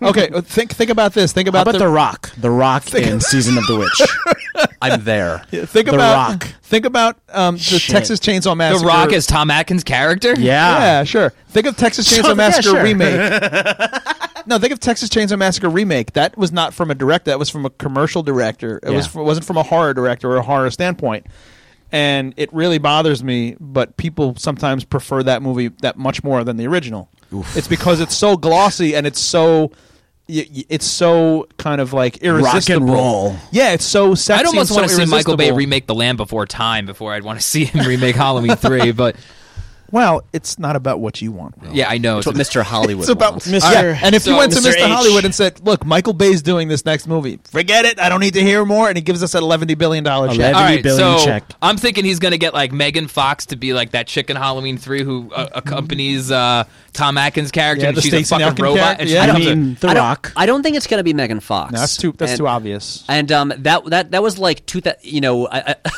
okay. uh, Think think about this. Think How about, about the, Rock? The Rock in Season of the Witch. I'm there. the think The about Rock? think about um, the Shit. Texas Chainsaw The Massacre. Rock is Tom Atkins' character. Yeah. Yeah, sure. Think of Texas Chainsaw Sure, Ah. yeah, Massacre sure. remake. no, think of Texas Chainsaw Massacre remake. That was not from a director. That was from a commercial director. It was Yeah. it wasn't from a horror director or a horror standpoint. And it really bothers me, but people sometimes prefer that movie that much more than the original. It's because it's so glossy and it's so y- y- it's so kind of like irresistible. roll. Yeah, it's so sexy. I'd almost want to see Michael Bay remake The Land Before Time before I'd want to see him remake Halloween three. But Well, it's not about what you want. Will. Yeah, I know. That's what Mr. Hollywood It's about wants. Mr. Alright, And if so- you went to Mr. Mr. H. Hollywood and said, "Look, Michael Bay's doing this next movie. Forget it. I don't need to hear more." And he gives us that eleven billion dollar check. Eleven- All All right, right, billion so check. I'm thinking he's gonna get like Megan Fox to be like that chick in Halloween three who uh, accompanies uh, Tom Atkins' character, Yeah, and the she's Stacey a fucking Nelkin robot. character, And she yeah. I becomes a- mean, The I don't, Rock. I don't think it's going to be Megan Fox. No, that's too. That's And- too obvious. And um, that that that was like two. That you know, I, I,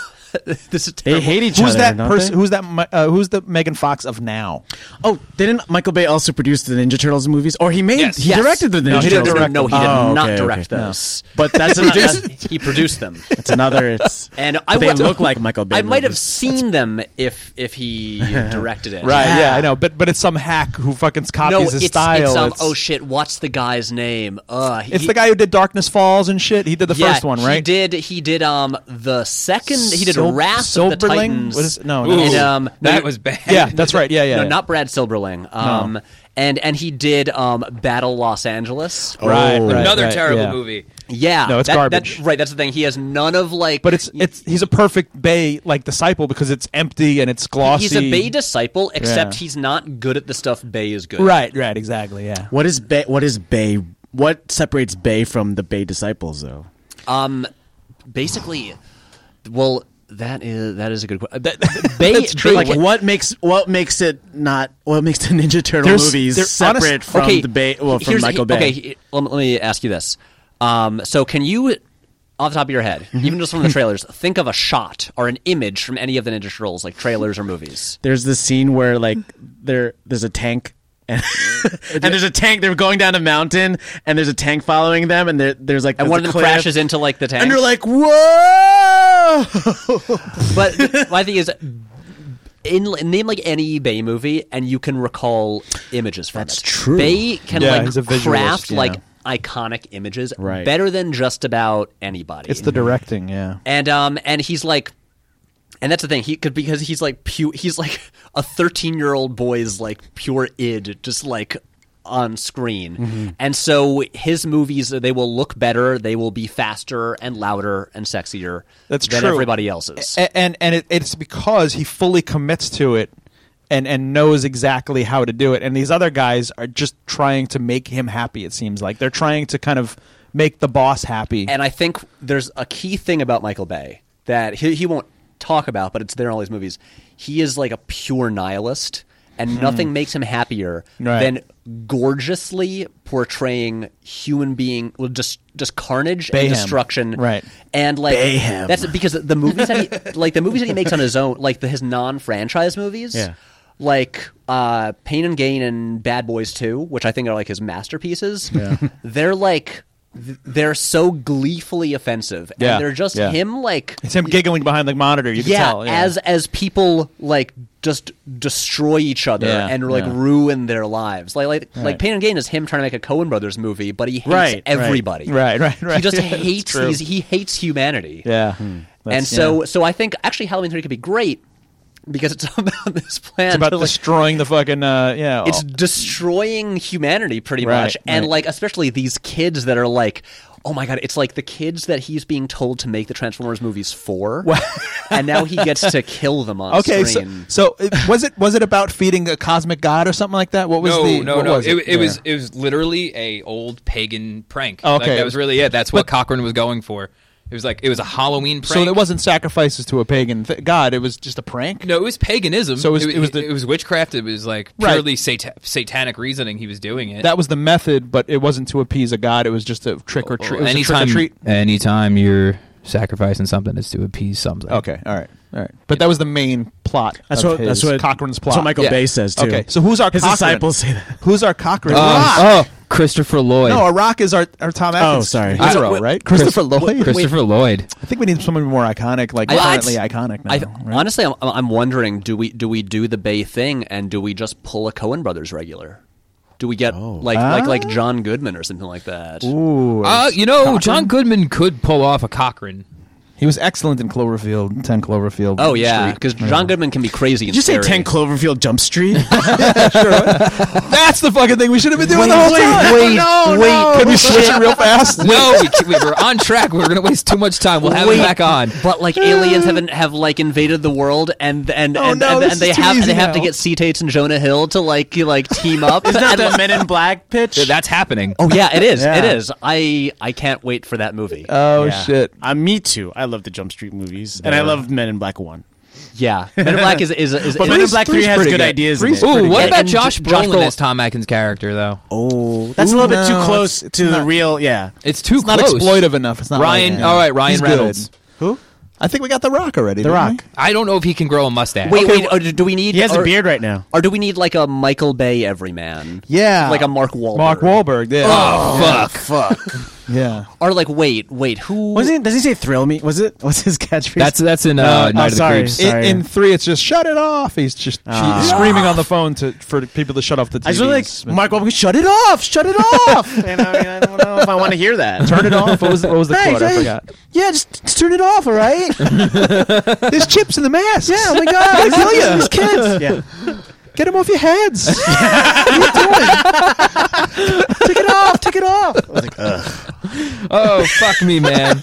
this is They terrible. hate each Who's other. that don't person? they? Who's that? Mi- Uh, who's the Megan Fox of now? Oh, didn't Michael Bay also produce the Ninja Turtles movies? Or he made, Yes. he Yes. directed the Ninja no, he didn't Turtles. direct. No, he did Oh, not okay, direct okay. No. those. But that's He not, produced- he produced them. It's another. It's And but I they would- look like Michael Bay. I might have movies. seen them if if he directed it. Right. Yeah. Yeah. I know. But but it's some hack who fucking copies No, his it's, it's, style. um, It's- oh shit, what's the guy's name? Uh, he- It's the guy who did Darkness Falls and shit. He did the yeah, first one, He right? did. He did. Um, the second. He did Sil- Wrath of the Silberling? Titans. What is- no, no. and, Ooh, um, no, that you- was bad. Yeah, that's right. Yeah, yeah. no, yeah. not Brad Silberling. Um, and and he did um Battle Los Angeles. right, Oh, right, another right, terrible yeah. movie. Yeah, No, it's that- that- garbage. right, that's the thing. He has none of like. But it's it's he's a perfect Bay like disciple because it's empty and it's glossy. he's a Bay disciple, except Yeah. he's not good at the stuff Bay is good. at. Right, right, exactly. Yeah. What is Bay? What is Bay? What separates Bay from the Bay disciples, though? Um, basically, well, that is that is a good question. That, Bay, Bay- Like, what makes what makes it not? What makes the Ninja Turtle There's- movies there- separate honest- from okay, the Bay? Well, from here's- Michael he- Bay. Okay, he- let me, let me ask you this. Um, so, can you, off the top of your head, Mm-hmm. even just from the trailers, think of a shot or an image from any of the Ninja Turtles, like trailers or movies? There's this scene where like there there's a tank. And, and there's a tank. They're going down a mountain, and there's a tank following them. And there, there's like And there's one a of them cliff, crashes into like the tank. and you're like, "Whoa!" but th- my thing is, in name like any Bay movie, and you can recall images from That's it. true. Bay can Yeah, like he's a visualist, craft yeah. like iconic images Right. better than just about anybody. It's the directing, yeah. and um and he's like and that's the thing he could because he's like pu- he's like a 13 year old boy's like pure id just like on screen Mm-hmm. and so his movies they will look better they will be faster and louder and sexier That's than true. everybody else's A- and and it, it's because he fully commits to it and and knows exactly how to do it and these other guys are just trying to make him happy it seems like they're trying to kind of make the boss happy and i think there's a key thing about michael bay that he, he won't talk about but it's there in all his movies he is like a pure nihilist and nothing makes him happier Hmm. Right. than gorgeously portraying human being well, just just carnage Bayhem. and destruction Right. and like Bayhem. that's because the movies that he like the movies that he makes on his own like the, his non-franchise movies Yeah. like uh pain and gain and bad boys 2 which i think are like his masterpieces they're like th- they're so gleefully offensive Yeah, and they're just yeah. him like it's him giggling behind the monitor you can yeah, tell as as people like just destroy each other Yeah, and like yeah. ruin their lives. Like like like Pain and Gain is him trying to make a Cohen Brothers movie, but he hates Right, right. everybody. Right, right, He right. just Yeah, that's hates true. these. He hates humanity. Hmm, yeah and so so I think actually Halloween three could be great because it's about this plan it's about to, like, destroying the fucking uh yeah it's destroying humanity pretty Right, much and right. like especially these kids that are like oh my god it's like the kids that he's being told to make the transformers movies for and now he gets to kill them on okay so, screen so it, was it was it about feeding a cosmic god or something like that what was No, the no, what no. was it it, it, was Yeah. it was literally a old pagan prank. Oh, Like, okay. that was really it. That's what Cochrane was going for. It was like it was a Halloween so prank. it wasn't sacrifices to a pagan th- god it was just a prank No, it was paganism. So it was- it was the- witchcraft. It was like Right. purely sata- satanic reasoning. He was doing it. that was the method, but it wasn't to appease a god. It was just a trick or treat. Well, anytime, anytime you're sacrificing something, it's to appease something. Okay, all right, all right. But that was the main plot. That's of what- his, that's what- Cochrane's that's what plot. Michael Bay says, too. Okay, so who's our His Cochrane? disciples say that. Uh, Who's our Cochrane? rock. Oh, Christopher Lloyd. No, a rock is our our Tom Atkins. Oh, sorry. hero, I- wait, right? Christopher Lloyd. Christopher Lloyd. I think we need someone more iconic, like I- currently iconic now. I, right? honestly I'm, I'm wondering do we do we do the bay thing and do we just pull a cohen brothers regular do we get like like like john goodman or something like that Oh. Ooh, Uh, you know, John Goodman could pull off a Cochrane. He was excellent in Cloverfield, 10 Cloverfield. Oh yeah, Street. because John Goodman can be crazy. Did you say 10 Cloverfield Jump Street? That's the fucking thing we should have been doing the whole time. wait, no, wait. No. Can we switch it real fast? No, we, we were on track. We were going to waste too much time. We'll have it back on. But like aliens haven't have like invaded the world, and and Oh, and, no, and, and this is they too have easy they have to now. get Sea Tates and Jonah Hill to like you, like team up. Is that And, the like- Men in Black pitch? That's happening. oh yeah, it is. Yeah. It is. I I can't wait for that movie. Oh shit. Uh, me too. I love the Jump Street movies, and I love Men in Black One. yeah, Men in Black is is, is, But is- Men in Black Three Three's has good, pretty good. ideas. in Three's it. Ooh, what And- about and Josh Josh Brolin Brolin. as Tom Atkins' character, though? Oh, That's a little bit no, too it's- close it's to the not- real. Yeah, It's too It's not close. exploitive enough. It's not Ryan, like- all right, Ryan He's good. Reynolds. who? I think we got The Rock already. The didn't Rock. we? I don't know if he can grow a mustache. wait, wait. Or do we need? He has or, a beard right now. Or do we need like a Michael Bay everyman? Yeah. like a Mark Wahlberg. Mark Wahlberg. Yeah. Oh, fuck. Yeah. Or like wait, wait. Who Wasn't it, does he say "thrill me"? Was it? What's his catchphrase? That's that's in uh, oh, Night of the sorry. Creeps. It- In, Sorry. in three, it's just shut it off. He's just Ah. he's screaming on the phone to for people to shut off the TV. I just really like Mark Wahlberg. Shut it off! Shut it off! and I, mean, I don't know if I want to hear that. turn it off. What was, what was the Hey, quote? I hey, forgot. Yeah, just, just turn it off. All right. There's chips in the mask. Yeah. Oh my god. I feel you. These kids. Yeah. Get them off your heads. Take it off. Take it off. Oh, fuck me, man.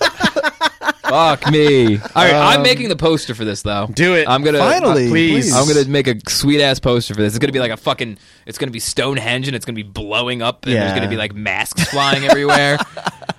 fuck me. Um, All right, I'm making the poster for this though. do it. I'm gonna Finally, uh, please. I'm gonna make a sweet ass poster for this. It's gonna be like a fucking. It's gonna be Stonehenge, and it's gonna be blowing up, and there's Yeah. gonna be like masks flying everywhere.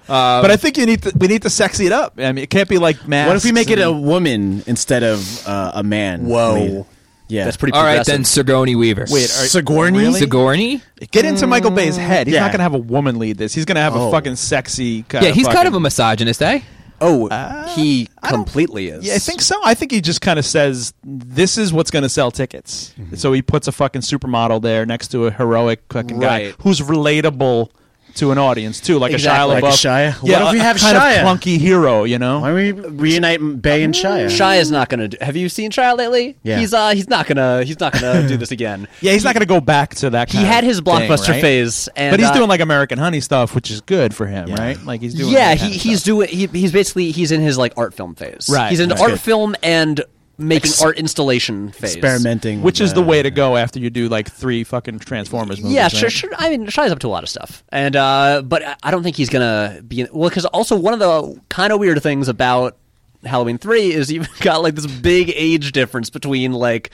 Um, but I think you need to, we need to sexy it up. I mean, it can't be like masks. What if we make it a and- woman instead of uh, a man? Whoa. Yeah. That's pretty. All right, progressive. then Sigourney Weaver. Wait, are- Sigourney? Sigourney? get into Michael Bay's head? He's Mm, Yeah. not gonna have a woman lead this. He's gonna have a Oh. fucking sexy. Kind Yeah, he's kind of a fucking- misogynist, eh? Oh, he don't- completely is. Yeah, Uh, I think so. I think he just kind of says this is what's going to sell tickets. Mm-hmm. So he puts a fucking supermodel there next to a heroic fucking Right. guy who's relatable to an audience too, like Exactly. a Shia LaBeouf. Like a Shia? Yeah, What if a- we a have kind Shia? of clunky hero? You Why know, don't we reunite Bay and Shia? Shy is not gonna. Do, have you seen Shia lately? Yeah. He's uh he's not gonna he's not gonna do this again. yeah, he's not going to go back to that. He kind had of his thing, blockbuster right? phase, and but he's uh, doing like American Honey stuff, which is good for him, Yeah. right? Like he's doing. yeah that he, kind of he's stuff. doing he, he's basically he's in his like art film phase. Right. He's in That's art good. film and making art installation phase. experimenting, Which is with, the uh, way to go after you do like three fucking Transformers movies? Yeah, right? sure, sure. I mean, Shia's up to a lot of stuff, and uh, but I- I don't think he's gonna be in, well. Because also one of the kind of weird things about Halloween three is you've got like this big age difference between like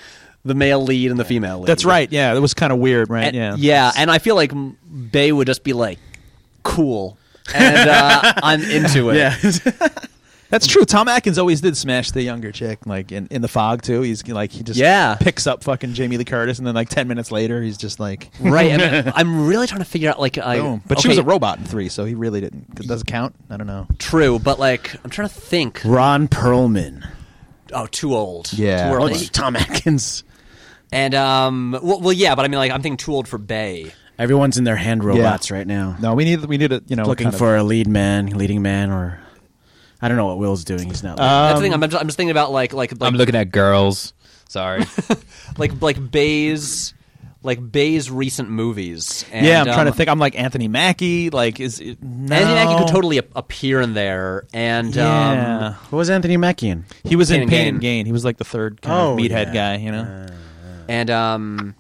the male lead and the female lead. That's right. Yeah, that was kind of weird, right? And- yeah, and I feel like M- Bay would just be like, cool, and uh, I'm into it. Yeah. That's true. Tom Atkins always did smash the younger chick, like in, in the fog too. He's like he just Yeah. picks up fucking Jamie Lee Curtis, and then like ten minutes later, he's just like, Right, I mean, I'm really trying to figure out like, I, boom. But she was a okay, robot in three, so he really didn't. It doesn't count. I don't know. True, but like, I'm trying to think. Ron Perlman. Oh, too old. Yeah. too Oh, early. it's Tom Atkins. and um, well, well, yeah, but I mean, like, I'm thinking too old for Bay. Everyone's in their hand robots right now. No, we need we need a you know looking kind of- for a lead man, leading man, or I don't know what Will's doing. He's not. leading. That's the thing. Um, I'm, I'm just, I'm just thinking about like, like, like, I'm looking at girls. Sorry. like, like Bay's, like Bay's recent movies. And, yeah. I'm trying to um, think. I'm like Anthony Mackie. Like is it, no. Anthony Mackie could totally ap- appear in there, and um, Yeah, what was Anthony Mackie in? he was Pain in and Pain Gain. and Gain. He was like the third kind Oh, of yeah. meathead guy. You know. and um,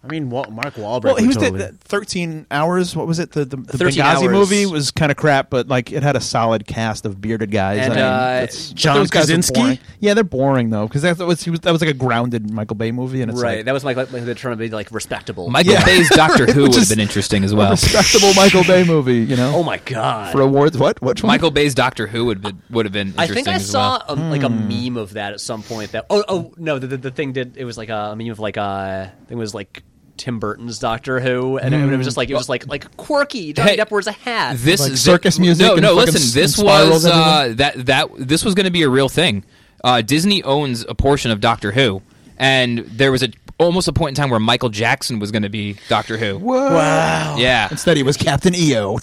I mean, Wa- Mark Wahlberg. Well, he would was totally. the, the thirteen hours. What was it? The the, the 13 Benghazi hours. movie was kind of crap, but like it had a solid cast of bearded guys. And, I mean, uh, that's- John those guys are Krasinski? boring. Yeah, they're boring though because that was he was that was like a grounded Michael Bay movie, and it's right. like, that was like, like, like they're trying to be like respectable. Michael Bay's Doctor Who which would have is- been interesting as well. respectable Michael Bay movie. You know, oh my god! for awards, what which one? Michael Bay's Doctor Who would been would have been I interesting think I as saw well. a, like a meme of that at some point. That oh oh no, the, the, the thing did it was like a meme of like a I think it was like Tim Burton's Doctor Who, and it- it, was just like it Hmm. was like like quirky. Johnny Hey, Depp wears a hat. This Like is circus music No, and no. fucking Listen, s- this and spirals was and uh, that that this was going to be a real thing. Uh, Disney owns a portion of Doctor Who, and there was a almost a point in time where Michael Jackson was going to be Doctor Who. wow. Yeah, Instead, he was Captain E EO.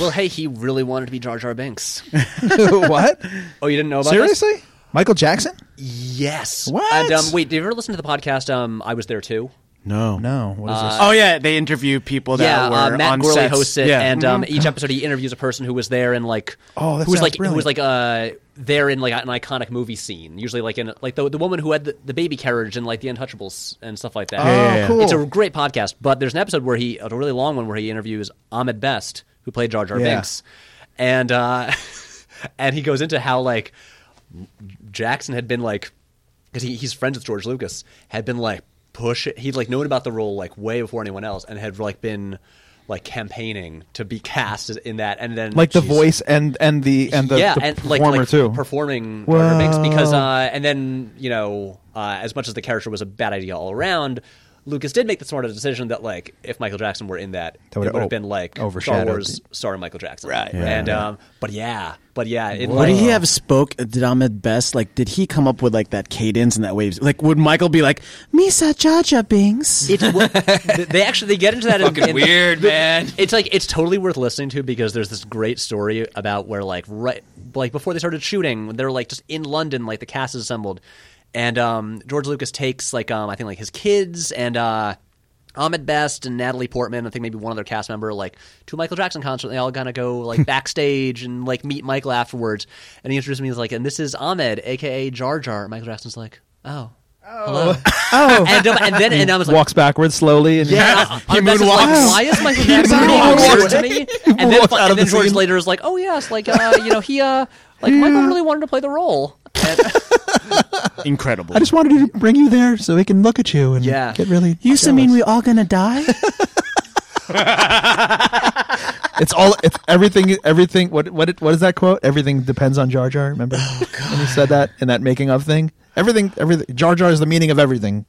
well, hey, he really wanted to be Jar Jar Binks. what? Oh, you didn't know about this? Seriously? Michael Jackson? Yes. What? And, um, wait, did you ever listen to the podcast? Um, I was there too. No. No. What is Uh, this? oh yeah, they interview people that yeah, were uh, Matt on Gourley sets. hosts it, yeah. and um, each episode he interviews a person who was there and like Mm-hmm. Oh, that who was sounds like who was brilliant. like uh there in like an iconic movie scene, usually like in like the the woman who had the, the baby carriage and like the Untouchables and stuff like that. Oh, Yeah, yeah, yeah. cool. It's a great podcast, but there's an episode where he a really long one where he interviews Ahmed Best, who played Jar Jar Yeah. Binks, and uh, and he goes into how like Jackson had been like, because he, he's friends with George Lucas, had been like push. He'd like known about the role like way before anyone else, and had like been like campaigning to be cast as- in that, and then like the Jeez. voice and and the and the, yeah, the and like, performer like too. performing Jar Jar Binks because Wow. uh, and then you know uh, as much as the character was a bad idea all around. Lucas did make the smarter decision that, like, if Michael Jackson were in that, That it would've would have o- been like Star overshadowed Wars starring Michael Jackson, right? And um, but yeah, but yeah, it, Would like- he have spoke? Did Ahmed Best like? Did he come up with like that cadence and that waves? Like, would Michael be like Misa Jaja Bings? It's wo- th- they actually they get into that in- Fucking in- weird, man. It's like it's totally worth listening to because there's this great story about where like right like before they started shooting, when they're like just in London, like the cast is assembled, and um, George Lucas takes like um, I think like his kids and uh, Ahmed Best and Natalie Portman, I think maybe one other cast member, like to a Michael Jackson concert. They all gonna go like backstage and like meet Michael afterwards, and he introduces me he's like, and this is Ahmed, aka Jar Jar. Michael Jackson's like, oh. Hello. Oh, and, um, and then and I was like, walks backwards slowly and yeah, he I'm- that's just like, moonwalks. Why is Michael Jackson being moonwalks. weird to me? And then, walks out of and then the George scene. later is like, "Oh yes, like uh, you know, he uh, like Michael really wanted to play the role." And- Incredible. I just wanted to bring you there so he can look at you and Yeah. get really. you used to mean we all gonna die? It's all. It's everything. Everything. What? What? it- What is that quote? Everything depends on Jar Jar. Remember when he said that in that making of thing? Everything. Everything. Jar Jar is the meaning of everything.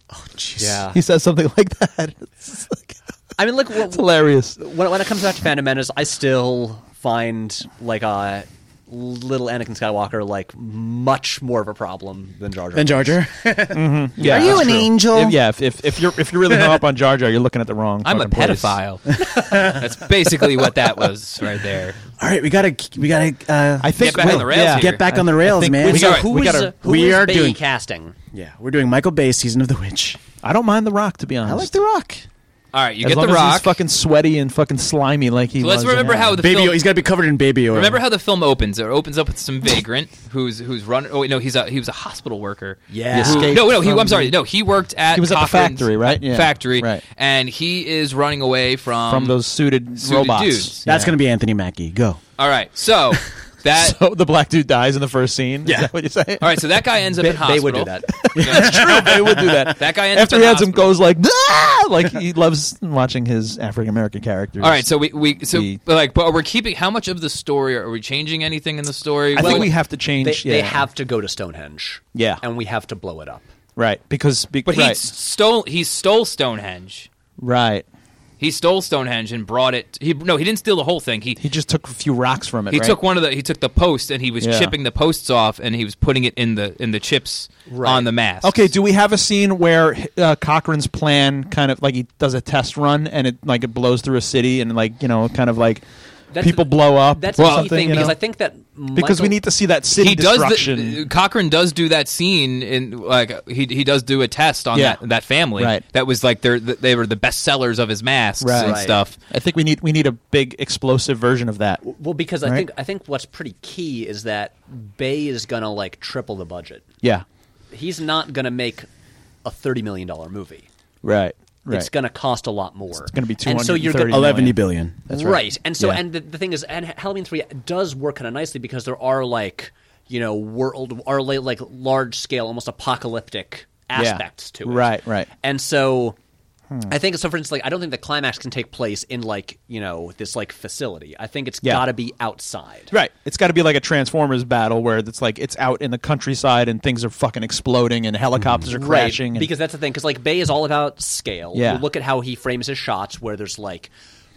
yeah, He says something like that. It's just like- I mean, look, wh- it's hilarious. when, when it comes back to Phantom Menace, I still find like uh, little Anakin Skywalker like much more of a problem than Jar Jar. Then Jar Jar. Yeah, Are you an angel? If, yeah. If, if if you're if you're really hung up on Jar Jar, you're looking at the wrong. I'm a fucking place. pedophile. That's basically what that was right there. All right, we gotta we gotta uh, I think Get back on Will- the rails yeah. here. get back on the rails, think man. we We got- so Sorry, who we is, gotta- who we is are Bay doing- casting? yeah, we're doing Michael Bay season of the witch. I don't mind the Rock to be honest. I like The Rock. All right, you as get long the as rock. He's fucking sweaty and fucking slimy like he So let's was. remember in- how the Baby, film, oil- he's gotta be covered in baby oil. remember how the film opens. It opens up with some vagrant who's who's running. Oh wait, no, he's a he was a hospital worker. Yeah. He Who- escaped no, no, he, from I'm sorry. the- No, he worked at He was at the Cochrane's factory, right? fa- Yeah. Factory, Right. And he is running away from from those suited, um, suited robots. dudes. That's gonna be Anthony Mackie. Go. All right, so that So the black dude dies in the first scene. Yeah, is that what you say? all right, so that guy ends up in Bay hospital. would do that. That's true. They would do that. That guy ends After up in he had some hospital. goes like, "Ah!" like he loves watching his African American characters. All right, so we, we so He- but like but we're keeping how much of the story are we changing anything in the story? I Well, think we have to change. They, yeah, they have to go to Stonehenge. Yeah. and we have to blow it up. right because be, but he right, stole he stole Stonehenge. right. He stole Stonehenge and brought it. He no, he didn't steal the whole thing. He He just took a few rocks from it. he right? took one of the he took the post and he was Yeah. chipping the posts off and he was putting it in the in the chips Right. on the mask. Okay, do we have a scene where uh, Cochrane's plan kind of like he does a test run and it like it blows through a city and like you know kind of like That's- people blow up? That's or the key something, thing you know? because I think that because we Michael- need to see that city he does destruction. the, Cochrane does do that scene in like he he does do a test on Yeah. that that family Right. that was like they they were the best sellers of his masks Right. and Right. stuff. I think we need we need a big explosive version of that. Well, because I Right? think I think what's pretty key is that Bay is gonna like triple the budget. Yeah. He's not gonna make a thirty million dollar movie. Right. Right. It's gonna cost a lot more. It's gonna be and so you're gonna- 230 million. Eleven billion. right. right. And so Yeah. and the, the thing is, and Halloween three does work kind of nicely because there are like you know world are la- like large scale, almost apocalyptic aspects to it. Right, right. Hmm. And so. I think so. For instance, like I don't think the climax can take place in like you know this like facility. I think it's Yeah. got to be outside. Right. It's got to be like a Transformers battle where it's like it's out in the countryside and things are fucking exploding and helicopters are Mm. crashing. Right, and- because that's the thing. Because like Bay is all about scale. Yeah. You look at how he frames his shots, where there's like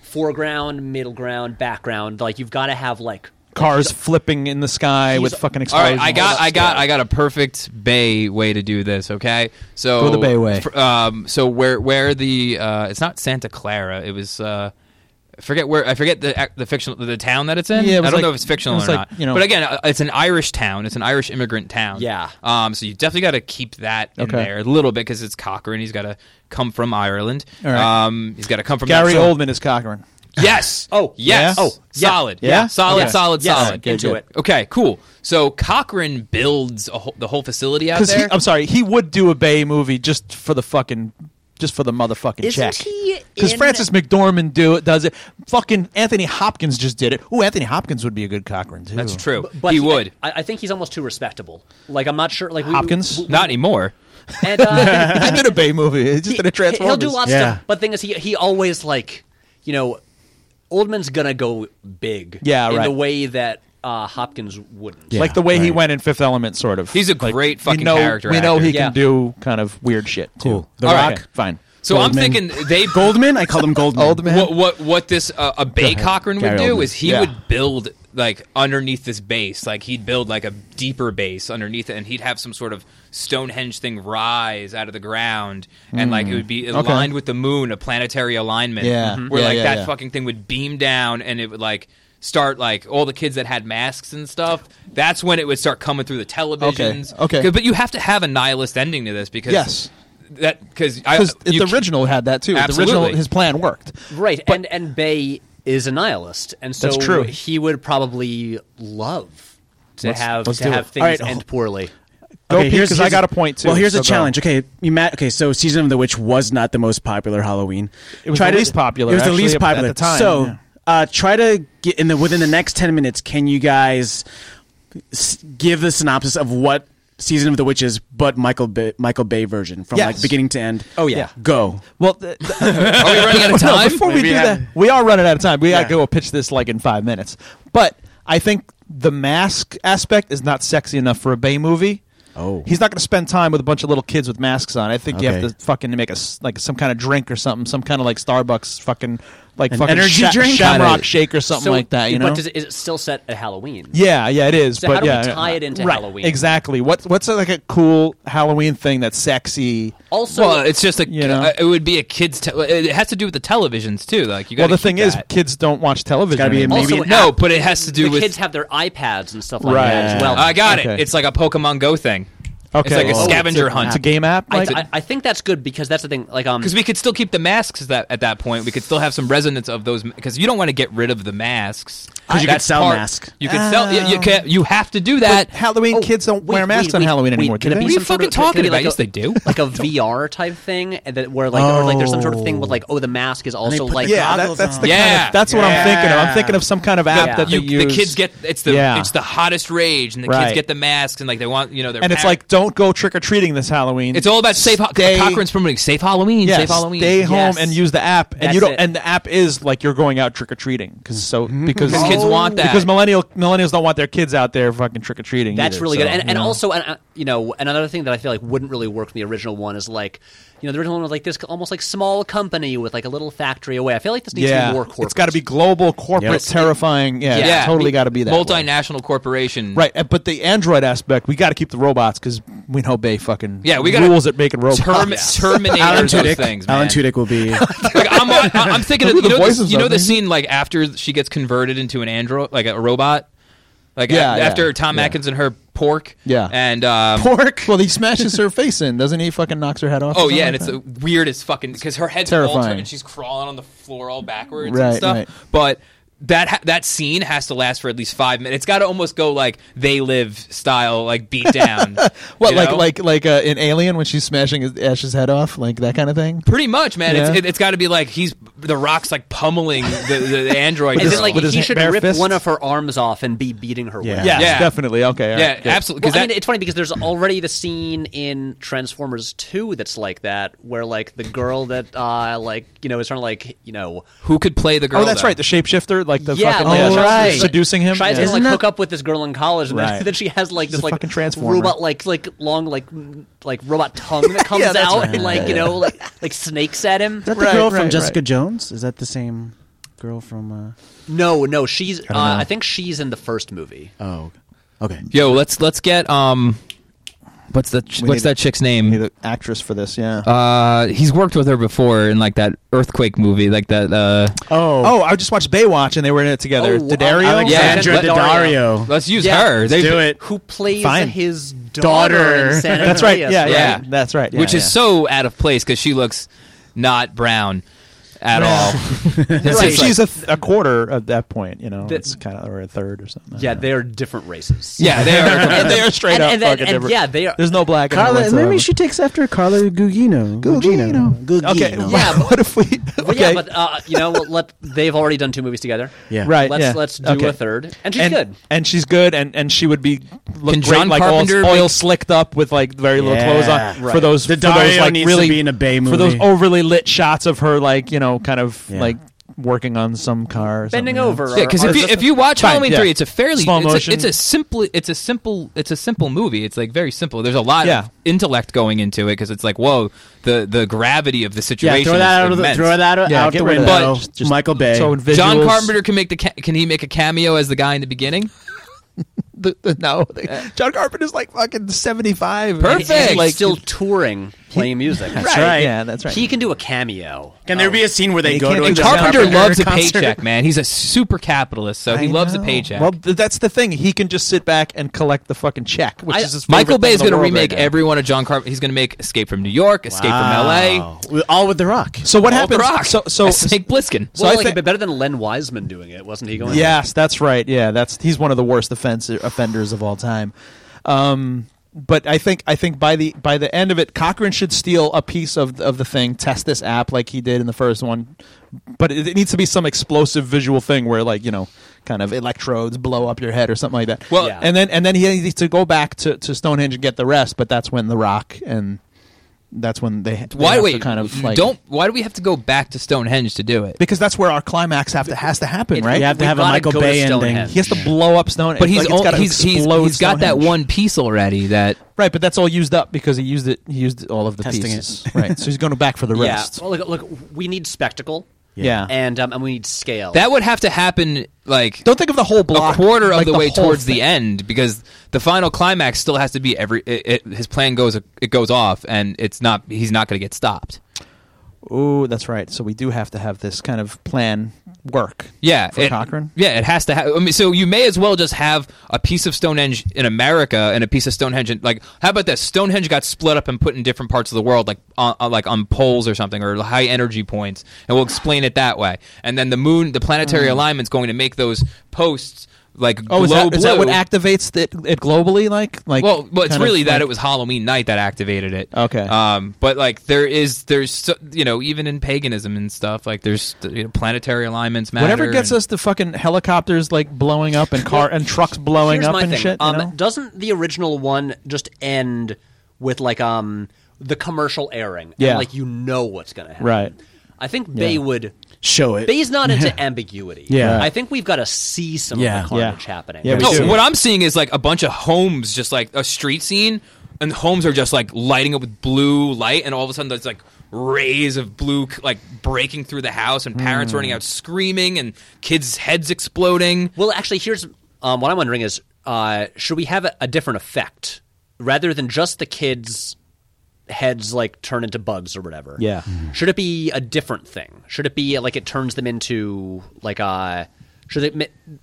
foreground, middle ground, background. Like you've got to have like cars flipping in the sky with he's- fucking All explosions. right, I got, I got, I got a perfect bay way to do this. Okay, so Go the bay way. fr- um, so where, where the? Uh, it's not Santa Clara. It was. Uh, I forget where I forget the the fictional the town that it's in. Yeah, it I was don't like- know if it's fictional it was or like, not. you know- but again, uh, it's an Irish town. It's an Irish immigrant town. Yeah. Um. So you definitely got to keep that in Okay. there a little bit because it's Cochrane. He's got to come from Ireland. All right. Um. He's got to come from Gary that- Oldman is Cochran. Yes. Oh, yes. yes. Oh, solid. Yeah? Solid. Okay. Solid. Yes. Solid. Good, Into good. it. Okay. Cool. So Cochrane builds a whole, the whole facility out Because there. I'm sorry, he would do a Bay movie just for the fucking, just for the motherfucking Isn't check. he Because in- Francis McDormand do does it. Fucking Anthony Hopkins just did it. Ooh, Anthony Hopkins would be a good Cochran too. That's true. he would. I, I think he's almost too respectable. Like I'm not sure. Like we- Hopkins? we- Not anymore. and, uh, I did a Bay movie. He just did a he- Transformers. He'll do lots Yeah. of stuff. But thing is, he he always like, you know, Oldman's gonna go big. Yeah, in right. the way that uh, Hopkins wouldn't. like the way he right. went in Fifth Element, sort of. He's a Like, great we fucking know- character We know actor. he Yeah. can do kind of weird shit. Too. Cool. The All Rock. okay, fine. So I'm Goldman. thinking they Goldman, I call him Goldman. Oldman. What what what this uh, a Bay Cochran would Gary do Oldman. is he Yeah. would build like underneath this base, like he'd build like a deeper base underneath it, and he'd have some sort of Stonehenge thing rise out of the ground, and like it would be aligned with the moon, a planetary alignment, Mm. Mm-hmm. Yeah. Mhm. where Yeah, like yeah, that yeah. fucking thing would beam down, and it would like start like all the kids that had masks and stuff. That's when it would start coming through the televisions. okay. 'Cause- but you have to have a nihilist ending to this because Yes. that because I Because uh, you the ca- original had that too. The Absolutely. original, his plan worked. Right, and and Bay is a nihilist, and so That's true. he would probably love to have let's to do have it. things All right, end poorly. Go Pete, 'cause I got a point too. Well, here's so a challenge. Okay, you ma- okay. So, Season of the Witch was not the most popular Halloween. It was the least popular, It was actually, the least at- at popular the time, So, yeah. uh, try to get in the within the next ten minutes. Can you guys s- give the synopsis of what Season of the Witch is, but Michael Bay, Michael Bay version from like Yes. beginning to end? Oh, yeah. go. Well, th- th- are we running out of No, time? before we Maybe do I- that, we are running out of time. We got Yeah. to go pitch this like in five minutes. But I think the mask aspect is not sexy enough for a Bay movie. Oh. he's not going to spend time with a bunch of little kids with masks on. I think you Okay. have to fucking make us like some kind of drink or something, some kind of like Starbucks fucking like An fucking energy sha- drink? Shamrock Kinda- Shake or something So- like that. You know, but does it, is it still set at Halloween? yeah, yeah, it is. So but how do we yeah, yeah. tie it into Right, Halloween? Exactly. What what's like a cool Halloween thing that's sexy? Also, Well, it's just a You know? uh, it would be a kids. Te- it has to do with the televisions too. Like you. Well, gotta the thing keep is, that. kids don't watch television. gotta be a anymore. maybe- also an no, app- but it has to do the with. kids have their iPads and stuff like Right. that as well. I got it. Okay. It's like a Pokemon Go thing. Okay. It's like Oh, a it's scavenger a- hunt. It's a game app. I, like? I, I think that's good because that's the thing. Like, um, Because we could still keep the masks at that, at that point. We could still have some resonance of those. Because you don't want to get rid of the masks. 'Cause you could That's sell part- masks. You could sell. You, you, can, you have to do Um, But that. Halloween oh, kids don't wait, wear masks wait, on wait, Halloween wait, anymore. Could do it they? be What are you some sort fucking of- could it talking be about? Like a- Yes, they do. Like a VR type thing, and that where like or like there's some sort of thing with like oh the mask is also put like the yeah, that, goggles that's on. the kind Yeah. of, that's what I'm thinking of. I'm thinking of some kind of app Yeah. that You- they use. the kids get it's the Yeah. it's the hottest rage, and the kids Right. get the masks, and like they want you know their and it's parents- like don't go trick or treating this Halloween. it's all about safe. Ho- Stay- Cochrane's promoting safe Halloween. yes, safe Halloween. Stay home Yes. and use the app, and you That's don't. it. And the app is like you're going out trick or treating because so because Because kids want that. because millennial millennials don't want their kids out there fucking trick or treating. That's really good. And, you and know. also, and, uh, you know, another thing that I feel like wouldn't really work in the original one is like, you know, the original one was like this almost like small company with like a little factory away. I feel like this needs to yeah, be more corporate. it's got to be global corporate Yes. terrifying. Yeah, it's totally got to be that way. multinational corporation. Right, uh, but the android aspect, we got to keep the robots because we know Bay fucking Yeah, we got rules at making robots. Term- Terminator Alan those Tudyk. things, man. Alan Tudyk will be. Like, I'm, on- I- I'm thinking of Who you the know, the, voices you know of the them? scene like after she gets converted into an android, like a robot. Like a- Yeah, yeah, after Tom yeah. Atkins and her pork. Yeah. and um, pork. Well, he smashes her face in, doesn't he? Fucking knocks her head off. or Oh something yeah, like and it's that? the weirdest fucking because her head's all Terrifying. turned and she's crawling on the floor all backwards and Right, stuff. right. But that ha- that scene has to last for at least five minutes. It's got to almost go like they live style, like beat down. what you like know? like like uh, in Alien when she's smashing his, Ash's head off, like that kind of thing. pretty much, man. It's, Yeah. it, it's got to be like he's the rock's like pummeling the, the, the android. and girl. then like with his he should bare rip fists? one of her arms off and be beating her with. it. Yes, Yeah. definitely. Okay, all yeah, right, good. absolutely. Well, 'cause I mean, that- it's funny because there's already the scene in Transformers 2 that's like that, where like the girl that uh like you know is trying to like you know who could play the girl? Oh, that's though? right. The shapeshifter, like the yeah, fucking like, yeah, tries to, right. like, seducing him. Tries Yeah. to like hook up with this girl in college, and then, Right. then she has like She's this a like fucking transformer. robot like like long like m- like robot tongue that comes Yeah, that's out right. and like Yeah, you know like like snakes at him. Is that the Right, girl right, from right. Jessica Jones? Is that the same girl from? uh, No, no, she's uh, I think she's in the first movie. Uh... Oh, okay. Yo, let's let's get um. What's the ch- We What's need a- that chick's We need name? an actress for this, yeah. Uh, he's worked with her before in like that earthquake movie, like that. Uh, oh, I just watched Baywatch and they were in it Oh, together. Daddario? Alexandra Yeah, let- Daddario. Let's use Yeah, her. They- do it. Who plays Fine. his daughter? Daughter. in Santa That's right. Maria's, Yeah, yeah, Yeah. That's right. yeah, which is yeah. so out of place because she looks not brown at all. It's Right. like she's a, th- a quarter at that point, you know. That- it's kind of or a third or something. I Yeah, don't they are different races. yeah, they are. know. they are straight and, up and, then- fucking and different. yeah, they are. There's no black. in it Carla, whatsoever. maybe she takes after Carla Gugino. Gugino. Gugino. Okay. Yeah, but- what if we? Okay. But yeah, but uh, you know, let, let they've already done two movies together. Yeah. right. Let's yeah. let's do Okay. a third, and she's and, good. And she's good, and, and she would be look Can great, John like Carpenter all oil make- slicked up with like very little Yeah. clothes on for Right. those The for those Dario like needs to really be in a Bay for those movie. overly lit shots of her like you know kind of Yeah. like working on some car or Bending something. over. Yeah, because or- if you if you watch Fine, Halloween yeah. three, it's a fairly Slow it's, motion. a, it's a simple it's a simple it's a simple movie. It's like very simple. There's a lot Yeah. of intellect going into it because it's like whoa the the gravity of the Yeah, situation. throw that is out of the immense. throw that out, Yeah, out get the rid of window. that. But Just- just Michael Bay. So visuals, John Carpenter can make the ca- can he make a cameo as the guy in the beginning? The, the, no, they- Uh, John Carpenter's like fucking seventy five. Perfect. and he's Like- still touring, playing music. That's right. Yeah, that's right. He can do a cameo. Can there be a scene where they, They go can't to a do John that. Carpenter, loves a concert? paycheck, man. He's a super capitalist, so he I loves a know. paycheck. Well, th- that's the thing. He can just sit back and collect the fucking check, which I- is his Michael Bay Bay's is going to remake every one of John Carpenter. He's going to make Escape from New York, Escape from L.A. Ah. With- all with The Rock. So what Walt happens? Rock, So so Snake Plissken. So well, I like, thi- it'd be better than Len Wiseman doing it, wasn't he? Going, Yes, that's right. Yeah, that's he's one of the worst offense, offenders of all time. Um, but I think I think by the by the end of it, Cochran should steal a piece of of the thing, test this app like he did in the first one. But it, it needs to be some explosive visual thing where like you know, kind of electrodes blow up your head or something like that. Well- Yeah. and then and then he needs to go back to, to Stonehenge and get the rest. But that's when the Rock and that's when they, they Why have to wait? kind of like don't. Why do we have to go back to Stonehenge to do it? because that's where our climax have to, has to happen, It- right? You have to We have a gotta Michael go to Bay ending. Stonehenge. He has to blow up Stone. But he's like, it's only- gotta he's, he's, explode he's got that Stonehenge. one piece already. That right, but that's all used up because he used it. He used all of the Testing pieces, right? So he's going back for the Yeah. rest. Well, look, look, we need spectacle, Yeah. and um, and we need scale. that would have to happen like Don't think of the whole a block. quarter of like the, way whole towards the thing. end because the final climax still has to be every. It, it, his plan goes it goes off and it's not. He's not going to get stopped. Ooh, that's right. So we do have to have this kind of plan work. Yeah, for it, Cochran. Yeah, it has to have. I mean, so you may as well just have a piece of Stonehenge in America and a piece of Stonehenge in like. How about this? Stonehenge got split up and put in different parts of the world, like on, on- like on poles or something, or high energy points, and we'll explain it that way. And then the moon, the planetary alignment's going to make those posts like Mm. Oh, is glow that, blue. is that what activates it, it globally? Like, like well, well, it's kind of really that like- it was Halloween night that activated it. Okay. Um, but like there is there's so- you know even in paganism and stuff like there's you know, planetary alignments matter. Whatever gets and- us the fucking helicopters like blowing up and car and trucks blowing Here's up my and thing. shit. you um, know? Doesn't the original one just end with like um the commercial airing? Yeah. and, like you know what's going to happen. Right. I think Bay would. Show it. Bay's not into ambiguity. Yeah. I think we've got to see some Yeah. of the carnage happening. Yeah, we No, do. what I'm seeing is like a bunch of homes, just like a street scene, and homes are just like lighting up with blue light, and all of a sudden there's like rays of blue c- like breaking through the house, and parents running Hmm. out screaming, and kids' heads exploding. Well, actually, here's um, what I'm wondering is uh, should we have a, a different effect rather than just the kids' heads like turn into bugs or whatever? Yeah. Should it be a different thing? Should it be uh, like it turns them into like uh should it ma-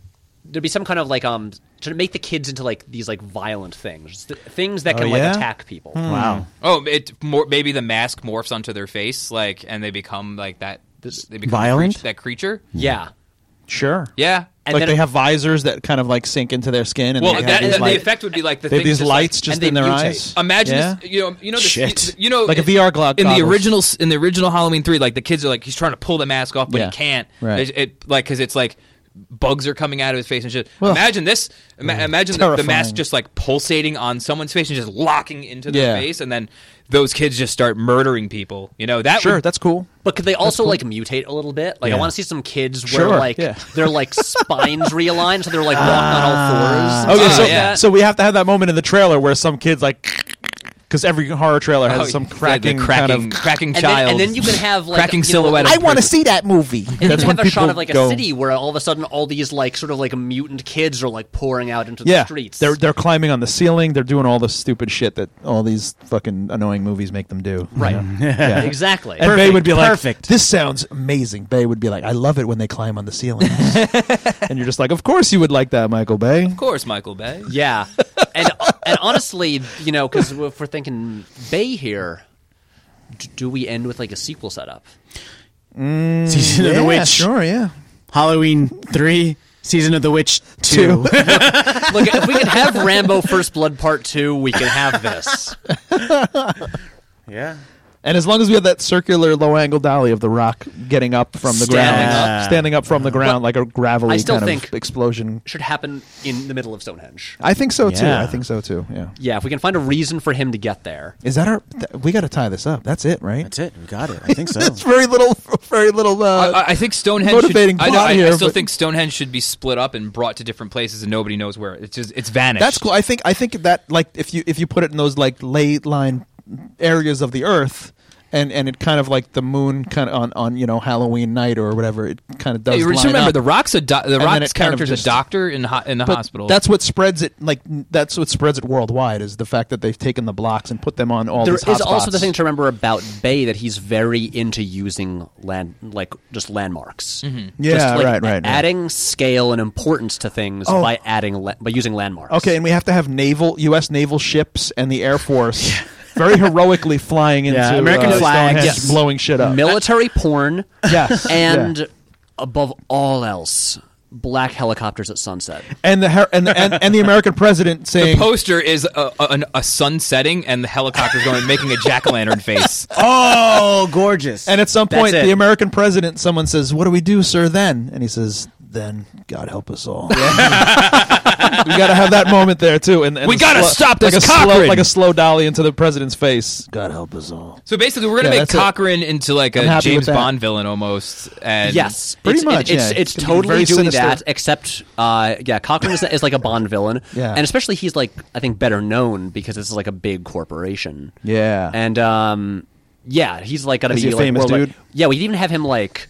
there be some kind of like um should it make the kids into like these like violent things Th- things that can Oh, yeah? Hmm. like attack people? Wow. Oh, it more, maybe the mask morphs onto their face, like, and they become like that. They become Violent? creat- that creature. Yeah. Sure. Yeah. And like then they have visors that kind of like sink into their skin, and well, they have that, these, the like, effect would be like the they have thing these just, like, lights just and they in their mutate. eyes. Imagine Yeah? this, you know, you know, the, Shit. You, know, Like a VR glo- in the goggles. original in the original Halloween three. Like the kids are like he's trying to pull the mask off, but Yeah. he can't. Right. It, it- like because it's like bugs are coming out of his face and shit. Well, imagine this. Ima- imagine the, the mask terrifying. just like pulsating on someone's face and just locking into their Yeah. face, and then those kids just start murdering people. You know that Sure, would, that's cool. But could they also like mutate a little bit? Like I want to see some kids where Sure, like yeah. their like spines realign, so they're like walking on all fours. and Ah. Okay, Oh, stuff so like that. yeah. so we have to have that moment in the trailer where some kids like because every horror trailer has Oh, some yeah, the cracking, cracking kind of. cracking And child, then, and then you can have like cracking you know, silhouette. like- of person. that movie. And then you when have a shot people of like a go- city where all of a sudden all these like sort of like mutant kids are like pouring out into the Yeah, streets. they're they're climbing on the ceiling. They're doing all the stupid shit that all these fucking annoying movies make them do. right. Yeah. Exactly. And Bay would be like, perfect. "This sounds amazing." Bay would be like, "I love it when they climb on the ceiling." and you're just like, "Of course you would like that, Michael Bay." Of course, Michael Bay. Yeah, and and honestly, you know, because if we're thinking Bay here, d- do we end with like a sequel setup? Season of the Witch, yeah. Halloween three, Season of the Witch two. Look, if we can have Rambo First Blood Part Two, we can have this. yeah. And as long as we have that circular low angle dolly of the rock getting up from the Standing ground, up. standing up from the ground like a gravelly I still kind think- of explosion. Should happen in the middle of Stonehenge. I think so too. Yeah. I think so too. Yeah. Yeah, if we can find a reason for him to get there. Is that our? Th- we got to tie this up. That's it, right? That's it. We got it. I think so. That's very little. Very little. Uh, I, I think Stonehenge. motivating should, I know- plot I, I, here, still but- think Stonehenge should be split up and brought to different places, and nobody knows where. It's just it's vanished. That's cool. I think I think that like if you if you put it in those like ley line areas of the earth and and it kind of like the moon kind of on on you know Halloween night or whatever it kind of does Hey, line just remember up. the rocks. A do- the then rocks it kind of character's just- a doctor in ho- in the But hospital. That's what spreads it like n- that's what spreads it worldwide is the fact that they've taken the blocks and put them on all There these is also hotspots. the thing to remember about Bay that he's very into using land, like just landmarks. Yeah, Just, like, right, right, right. Adding scale and importance to things Oh. by adding la- by using landmarks. Okay, and we have to have naval U.S. naval ships and the Air Force very heroically flying into Yeah, American uh, flags. Stonehenge, Yes. blowing shit up. military porn yes, and yeah. above all else black helicopters at sunset and the her- and, the- and and the American president the saying poster is a, a, an- a sun setting and the helicopter's going making a jack o' lantern face. Oh, gorgeous. And at some That's point, it. the American president, someone says, "What do we do, sir?" Then, and he says, "Then God help us all." we got to have that moment there too. And, and We a gotta slow- stop this like a slow, Cochran! like a slow dolly into the president's face. God help us all. So basically, we're gonna Yeah, make that's it. Cochrane into like I'm a happy with James that. Bond villain almost. And yes Pretty it's, much, it- it's, yeah. it's It's gonna be totally very doing sinister. that except uh, yeah cochrane is, is like a bond villain Yeah. and especially he's like i think better known because this is like a big corporation Yeah. and um yeah he's like gonna Is be he a like, famous worldwide- dude? yeah we'd even have him like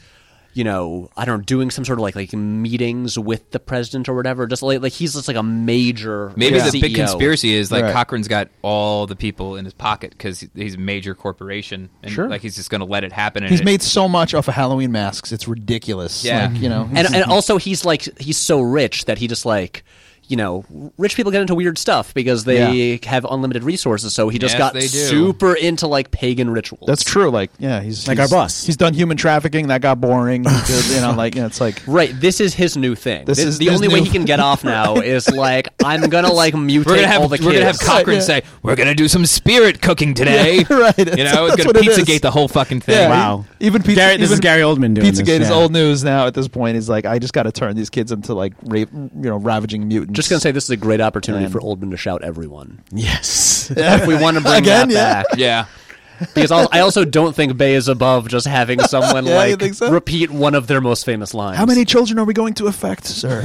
you know, I don't know, doing some sort of like like meetings with the president or whatever. Just like, like he's just like a major. E Maybe like, the big CEO. conspiracy is like Right. Cochrane's got all the people in his pocket because he's a major corporation, and Sure. like he's just going to let it happen. and He's it- made so much off of Halloween masks; it's ridiculous. Yeah. Mm-hmm. Like, you know, and and also he's like he's so rich that he just like you know rich people get into weird stuff because they have unlimited resources so he just Yes, got they do. super into like pagan rituals that's true. Like, yeah, he's Like he's- our boss. He's done human trafficking. That got boring. He did, you know, like yeah, it's like right this is his new thing This this, is the his only way new- he can get off now is like i'm gonna like mutate We're gonna have all the we're gonna have kids Cochran Yeah. say we're gonna do some spirit cooking today. Yeah, right. That's- You know, it's that's gonna what it is. pizzagate the whole fucking thing. Yeah, Wow. e- Even pizza, Gary, this even is Gary Oldman doing Pizzagate this, is yeah. old news now. At this point, is like I just got to turn these kids into like rape, you know, ravaging mutants. just gonna say this is a great opportunity for oldman to shout everyone yes. if we want to bring Again, that yeah. back Yeah. because I'll, i also don't think bay is above just having someone Yeah, you like think so? repeat one of their most famous lines How many children are we going to affect, sir?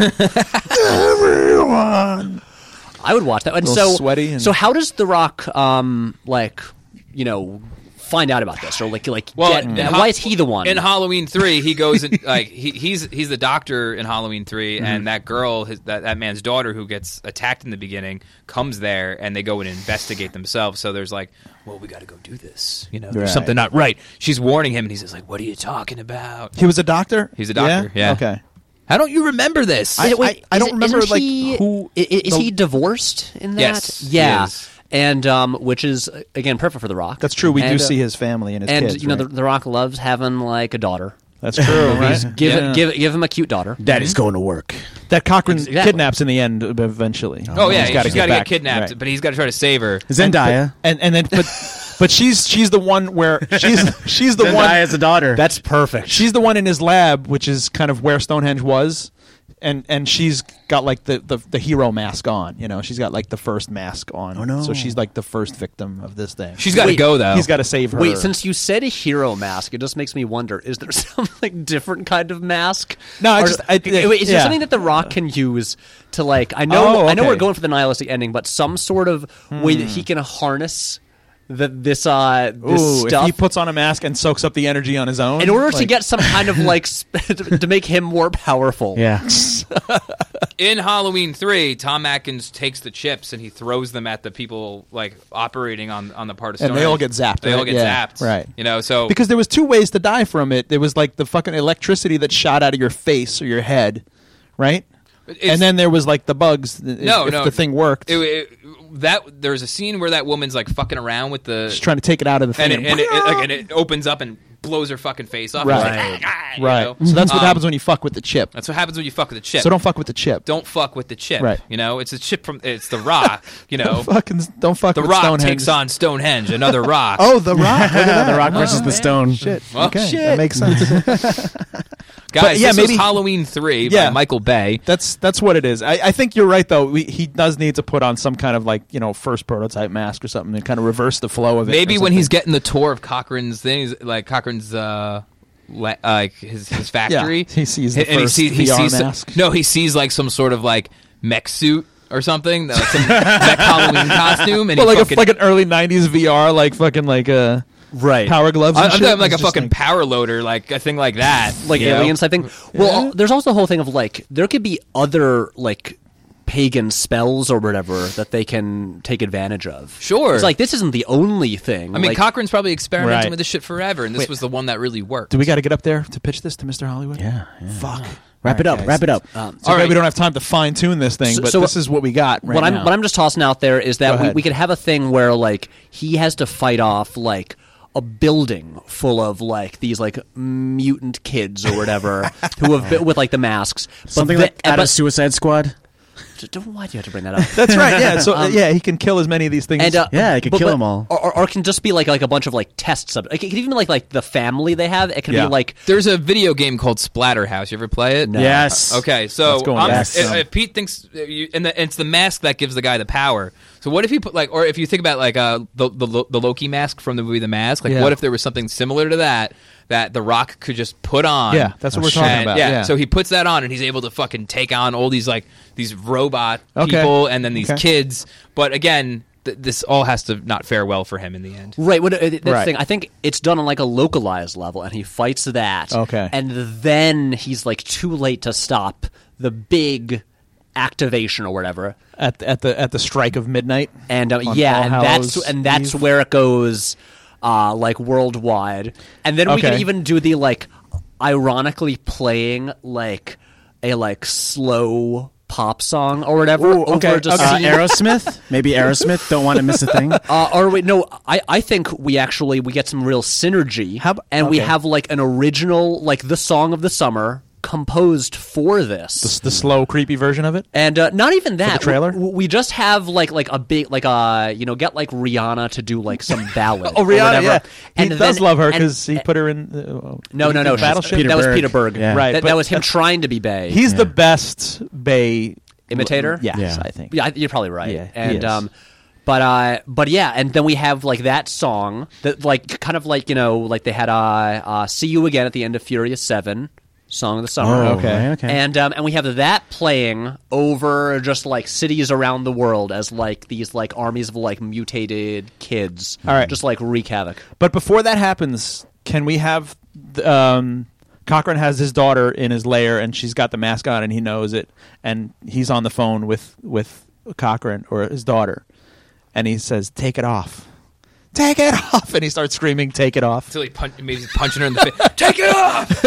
Everyone. I would watch that. And little so sweaty and- So how does The Rock, um, like, you know, find out about this or like, like, Well, get- in Ho- why is he the one? in Halloween three, he goes and like he, he's he's the doctor in Halloween 3 Mm-hmm. and that girl, his, that that man's daughter who gets attacked in the beginning, comes there, and they go and investigate themselves. So there's like, well, we got to go do this. You know, Right. there's something not right. She's warning him, and he's just like, "What are you talking about? He was a doctor. He's a doctor, yeah. Okay. How don't you remember this?" I- Wait, I is don't it- remember, isn't like, he, who i- i- is the- he divorced in that? Yes, he yeah, is. and um, which is again perfect for The Rock. That's true. We do And, uh, see his family and his and kids. you know, right? the, the Rock loves having like a daughter. that's true. right? Give Yeah. it, give it- give him a cute daughter. Daddy's going to work. That Cochran Exactly. kidnaps in the end uh, eventually. Oh yeah, He's she's gotta got to get, back. kidnapped, Right. but he's got to try to save her. Zendaya. and and then but but she's she's the one where she's she's the one Zendaya's a daughter. That's perfect. She's the one in his lab, which is kind of where Stonehenge was, and and she's got like the, the, the hero mask on. You know, she's got like the first mask on. Oh no. So she's like the first victim of this thing. She's got to Wait, go though. He's got to save her. Wait, since you said a hero mask, it just makes me wonder: is there some like different kind of mask? No, I Or- just- I- wait, is there yeah. something that The Rock can use to like? I know, Oh, I know, okay. Hmm. we're going for the nihilistic ending, but some sort of way that he can harness that this uh this Ooh, if stuff he puts on a mask and soaks up the energy on his own. in order to like- get some kind of like sp- to make him more powerful. Yeah. in Halloween three, Tom Atkins takes the chips and he throws them at the people like operating on on the part of Stone And they all Island. get zapped, They all right? get Yeah, zapped, right. You know, so because there was two ways to die from it. There was like the fucking electricity that shot out of your face or your head, right? it's- and then there was like the bugs. th- If, no, if no, the thing worked, It, it, that there's a scene where that woman's like fucking around with the just trying to take it out of the thing. and it, and, it, it- like, and it opens up and blows her fucking face off. It's like, Right. "Ah, ah," you right. know? So that's what Um, happens when you fuck with the chip. That's what happens when you fuck with a chip. So don't fuck with the chip. don't fuck with the chip. Right. You know, it's a chip from it's the rock. You know, fucking don't fuck the with rock Stonehenge. takes on Stonehenge, another rock. Oh, the rock. Look at that. the rock versus the stone. Shit. Well, okay, shit. that makes sense. guys, yeah, this was maybe- Halloween three by Yeah. Michael Bay. that's that's what it is. I, I think you're right though. We, he does need to put on some kind of like you know first prototype mask or something to kind of reverse the flow of it. Maybe or when something. he's getting the tour of Cochrane's things, like Cochrane's, uh, la- like his his factory, he sees the and he first sees, he VR sees some- mask. no, he sees like some sort of like mech suit or something, like some mech Halloween costume, and Well, he like fucking, a, like an early '90s VR, like fucking like uh, Right. power gloves. I, And am shit. like a It's just fucking power loader, like a thing like that, like you know? aliens type thing. Well, there's also the whole thing of like there could be other like pagan spells or whatever that they can take advantage of. Sure. it's like this isn't the only thing. I mean, like, Cochrane's probably experimenting Right. with this shit forever, and this was the one that really worked. Do we got to get up there to pitch this to Mr. Hollywood? Yeah. Fuck. Wrap it up. Wrap it up. um, So All maybe right. we don't have time to fine tune this thing, So- but so this is what we got right what I'm now. what I'm just tossing out there is Go that we, ahead. we could have a thing where like he has to fight off like a building full of like these like mutant kids or whatever who have been with like the masks. But Something the- like out but- of Suicide Squad. Don't- Why do you have to bring that up? That's right. Yeah. So uh, yeah, he can kill as many of these things. Um, and uh, Yeah, it could but- kill but- 'em all. or, or, or it can just be like like a bunch of like test sub. Like, it could even be like like the family they have. It can Yeah. be like There's a video game called Splatterhouse. You ever play it? No. Yes. Uh, Okay, so Let's go I'm- on that. if, if Pete thinks, uh, you, and, the, and it's the mask that gives the guy the power. So what if he put like, or if you think about like uh, the, the Lo- the Loki mask from the movie The Mask, like Yeah. what if there was something similar to that that The Rock could just put on? Yeah, that's what we're talking And- about, yeah. so he puts that on and he's able to fucking take on all these like these robot Okay. people and then these Okay. kids. But again, th- this all has to not fare well for him in the end. Right. What, uh, that's the Right. thing. I think it's done on like a localized level, and he fights that. Okay. And then he's like too late to stop the big activation or whatever. at at the at the strike of midnight. And uh, On yeah, All and Hallows that's and that's Eve. where it goes, uh, like worldwide. And then we can Okay. even do the like, ironically playing like a like slow pop song or whatever Ooh, okay, over just okay. Uh, scene. Aerosmith. Maybe Aerosmith. Don't want to miss a thing. Uh, or wait, no, I, I think we actually we get some real synergy, How ab- and we okay. have like an original, like the song of the summer composed for this, the, the slow, creepy version of it. and uh, not even that the trailer? We, we just have like like a big like uh you know get like Rihanna to do like some ballad. Oh, or Rihanna, whatever. yeah, he and does then- love her and- because he and- put her in. Uh, no no no she's- Battleship. Peter that was Berg. Peter Berg Yeah. Right, that, but that was him trying to be Bay. He's the best Bay Imitator? Yes, Yeah. I think. Yeah, I- you're probably right. Yeah, he and is. um, but uh, but yeah, and then we have like that song that like kind of like you know like they had uh, uh "See You Again" at the end of Furious Seven, song of the summer. Oh, Okay. right, okay. And um, and we have that playing over just like cities around the world as like these like armies of like mutated kids, All right. just like wreak havoc. But before that happens, can we have th- um, Cochran has his daughter in his lair, and she's got the mask on, and he knows it, and he's on the phone with with Cochran or his daughter, and he says, "Take it off." Take it off, and he starts screaming, "Take it off!" Until he punch, maybe he's punching her in the face. Take it off.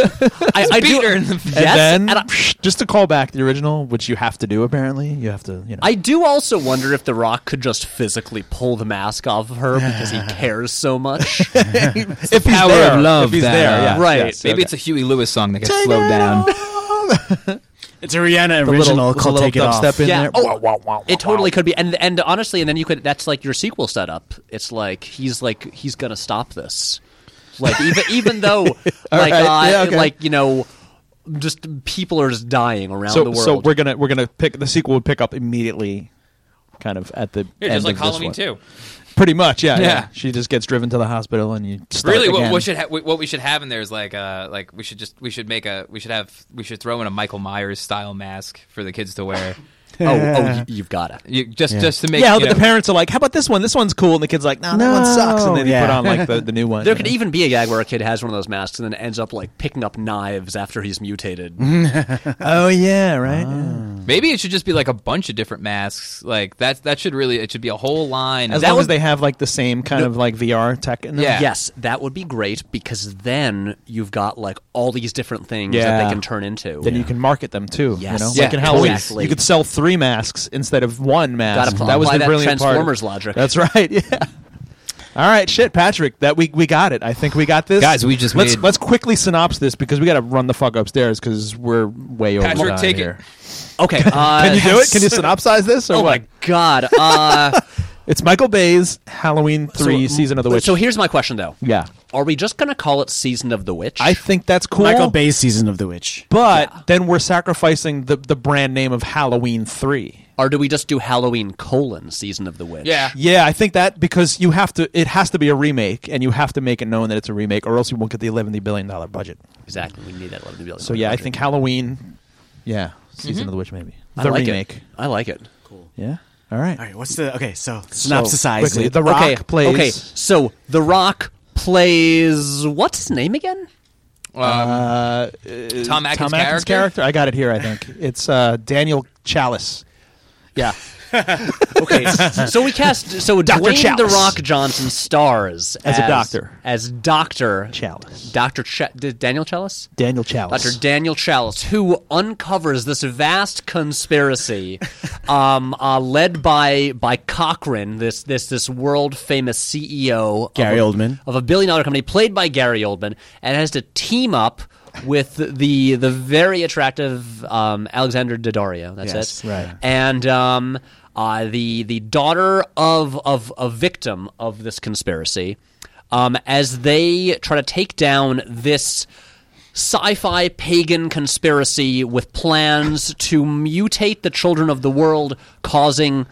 I, I do, Beat her in the yes, face. And then, and I- just to call back to the original, which you have to do apparently, you have to, you know, I do also wonder if The Rock could just physically pull the mask off of her because he cares so much. if he's power there, of love if he's that, there, uh, yes, right. yes, Maybe okay. it's a Huey Lewis song that gets slowed down. It's a Rihanna The original little, called the little "Take It Off." dubstep in Yeah. there. Oh, Wah, wah, wah, It wah, wah. totally could be, and and honestly, and then you could. That's like your sequel setup. It's like he's like he's gonna stop this. Like even even though like right. uh, Yeah, okay. like you know, just people are just dying around so, the world. So we're gonna we're gonna pick the sequel would pick up immediately, kind of at the Yeah, end just like of this Halloween one. too. Pretty much, yeah, yeah, Yeah. She just gets driven to the hospital, and you start Really, again. what, what should ha- what we should have in there is like uh like we should just we should make a we should have we should throw in a Michael Myers style mask for the kids to wear. oh, oh, you, you've got it. You, just just to make yeah, you but the know- parents are like, "How about this one? This one's cool," and the kid's like, "No, that one sucks," and then No. you put Yeah. on like the, the new one. There could even be a gag where a kid has one of those masks and then ends up like picking up knives after he's mutated. oh yeah, right. Maybe it should just be like a bunch of different masks. Like that's that should really it should be a whole line. As That long would- as they have like the same kind of like VR tech in them. Yeah. Yes, that would be great because then you've got like all these different things that Yeah. they can turn into. Then you can market them too. Yes. You know? Yeah, like in Halloween, exactly. you could sell three masks instead of one mask. apply- that was apply the that brilliant part. Transformers logic. That's right. Yeah. All right, shit, Patrick. That we we got it. I think we got this, Guys, we just let's made- let's quickly synopsis this because we got to run the fuck upstairs because we're way over. Patrick, time take it. here. Okay, uh, Can you do it? Can you synopsize this or Oh what? my god! Uh, It's Michael Bay's Halloween three so- season of the witch. So here's my question though: yeah, Are we just gonna call it season of the witch? I think that's cool. Michael Bay's season of the witch. but then we're sacrificing the the brand name of Halloween three. or do we just do Halloween colon season of the witch? yeah. Yeah, I think that because you have to, it has to be a remake, and you have to make it known that it's a remake, or else you won't get the eleven billion dollar budget. exactly. We need that eleven billion. So yeah, I think Halloween, yeah, season of the witch maybe the Mm-hmm. I like remake. It. I like it. Yeah, all right. All right, what's the okay? So So, synopsisize quickly, it. The Rock okay, plays. Okay, so The Rock plays what's his name again? Um, Uh, Tom Atkins' Tom Atkins character? I got it here. I think it's uh, Daniel Chalice. Yeah, Okay, so we cast so Dr. Dwayne The Uh, Chalice. Rock Johnson stars As a doctor. as Doctor Chalice. Doctor Ch- D- Daniel Chalice. Daniel Chalice. Dr. Daniel Chalice, who uncovers this vast conspiracy um, uh, led by by Cochrane, this this this world famous CEO Gary of a, Oldman. of a billion dollar company played by Gary Oldman, and has to team up with the the very attractive um, Alexander Daddario. That's Yes, it, right. And um, uh, the the daughter of of a victim of this conspiracy, um, as they try to take down this sci-fi pagan conspiracy with plans to mutate the children of the world, causing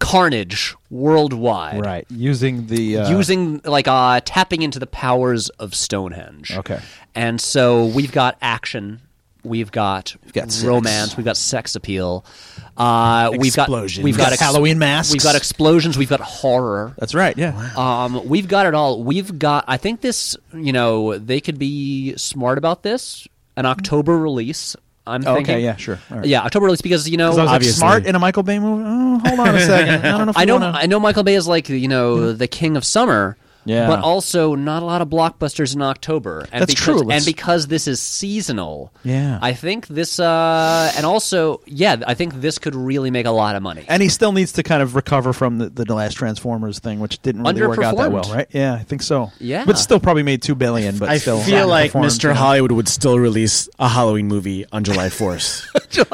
carnage worldwide. right, using the uh, Using like uh, tapping into the powers of Stonehenge. Okay. and so we've got action, we've got, got sex. romance, we've got sex appeal, uh, we've got Explosions. we've got ex- Halloween masks. we've got explosions, we've got horror. That's right. Yeah. Um, we've got it all. We've got. I think this. You know, they could be smart about this. An October release. I'm Oh, okay, thinking. yeah, sure. All right. Yeah, October release because you know. I was like, Obviously. smart in a Michael Bay movie. Oh, hold on a second. I don't know. If I we know. wanna- I know. Michael Bay is like you know the king of summer. Yeah. But also not a lot of blockbusters in October. And That's because, true. And Let's- because this is seasonal. Yeah. I think this. Uh, and also, yeah, I think this could really make a lot of money. and he still needs to kind of recover from the, the last Transformers thing, which didn't really work out that well, Underperformed. right? Yeah, I think so. Yeah. but still probably made two billion. But I still, feel like underperformed, Mr. you know? Hollywood would still release a Halloween movie on July Fourth.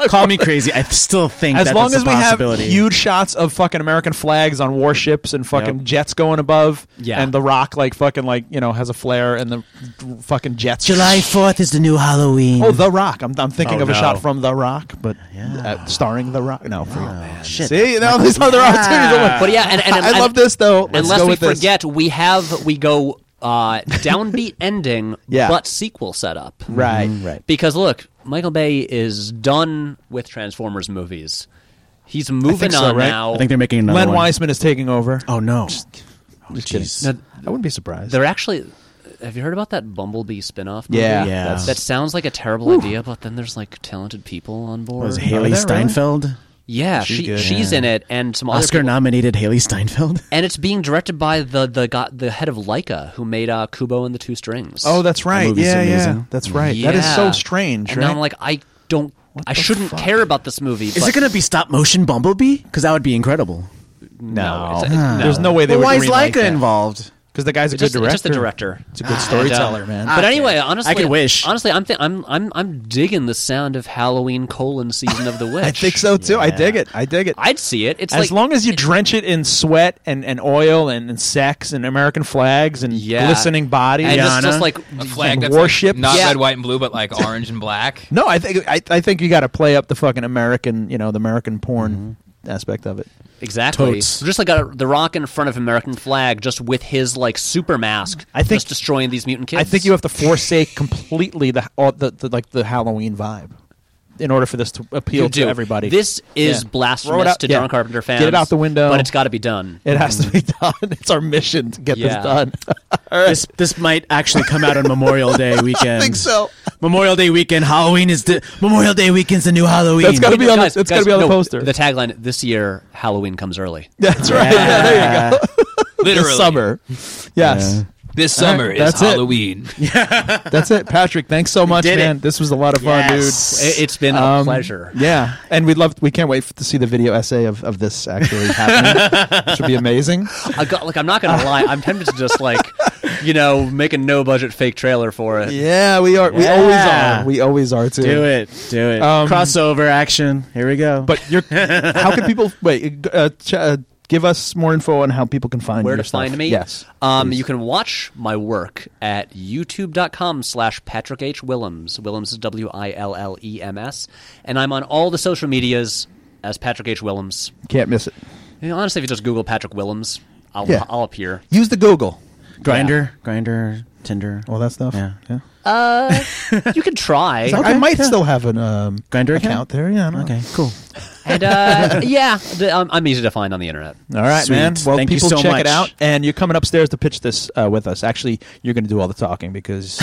Call me crazy. I still think As that long that's as a we have possibility. huge shots of fucking American flags on warships and fucking Yep. jets going above, Yeah. and the Rock like fucking like you know has a flare and the fucking jets. Fourth is the new Halloween. Oh, The Rock. I'm, I'm thinking Oh, of a no. shot from The Rock, but uh, starring The Rock. No, Oh, forget it. shit! See, now there's other opportunities. I'm like, But yeah, and, and, I and- love this though. Let's unless go we with this. forget, we have we go uh, downbeat ending, Yeah. but sequel setup. Right, Mm, right. Because look, Michael Bay is done with Transformers movies. He's moving so, on right? now. I think they're making another Len one. Weisman is taking over. Oh no! Oh, kidding. jeez. No, I wouldn't be surprised. they're actually. Have you heard about that Bumblebee spinoff? Movie? yeah, Yeah. that's- That sounds like a terrible idea, but then there's like talented people on board. Was Haley really? Steinfeld Yeah, She's she, good. she's in it, and some other people, Oscar-nominated Haley Steinfeld? and it's being directed by the the guy, the head of Leica who made uh, Kubo and the Two Strings. Oh, that's right. movie's yeah, yeah. amazing. That's right. That is so Yeah. strange, And right? I'm like, I don't, I shouldn't care about this movie. Is it going to be stop motion Bumblebee? Because that would be incredible. no? It's, There's no way they Well, would why is greenlight Leica that. involved? Because the guy's a just, good it's director. just the director. It's a good storyteller, and, uh, man. But anyway, honestly, could wish. Honestly, I'm, th- I'm I'm I'm digging the sound of Halloween colon season of the witch. I think so too. I dig it. I dig it. I'd see it. It's like, as long as you drench it in sweat and, and oil and, and sex and American flags and Yeah. glistening bodies. and it's just Rihanna. like a flag And that's like, warships. not Yeah. red, white, and blue, but like orange and black. no, I think I, I think you got to play up the fucking American, you know, the American porn aspect of it. exactly Totes. just like a, the Rock in front of American flag, just with his like super mask. I think- just destroying these mutant kids. I think you have to forsake completely the, all the, the like the Halloween vibe. in order for this to appeal You to do. everybody. This is Yeah. Throw it blasphemous out- to yeah. John Carpenter fans. Get it out the window. But it's got to be done. it has to be done. It's our mission to get Yeah. this done. This this might actually come out on Memorial Day weekend. I think so. Memorial Day weekend. Halloween is the Memorial Day weekend's the new Halloween. That's gotta be on the- Guys, that's gotta guys, be on the no, poster. The tagline this year: Halloween comes early. That's right. Yeah, there you go. Literally, This summer. Yes. This summer is that's it. Halloween. That's it, Patrick. Thanks so much, did man. it. This was a lot of fun, dude. Yes. It, has been a Um, pleasure. Yeah, and we'd love. We can't wait to see the video essay of, of this actually happening. Which would be amazing. I got, like I'm not gonna lie. I'm tempted to just like, you know, make a no budget fake trailer for it. Yeah, we are. We always Yeah. are. We always are too. Do it. Do it. Um, Crossover action. Here we go. But you're. how can people wait? Uh, ch- uh, give us more info on how people can find Where your to stuff. find me? Yes. Um, you can watch my work at youtube.com slash Patrick H. Willems. Willems is W I L L E M S. And I'm on all the social medias as Patrick H. Willems. Can't miss it. You know, honestly, if you just Google Patrick Willems, I'll, Yeah. I'll appear. Use the Google. grinder, grinder, Tinder, All that stuff. Yeah. yeah. You can try. I might still have an um, Grindr account account? there. Yeah. I don't know. Okay, cool. And, uh, yeah, the- I'm, I'm easy to find on the internet. All right, Sweet. man. Well, Thank you people so check it much. out, and you're coming upstairs to pitch this uh, with us. Actually, you're going to do all the talking because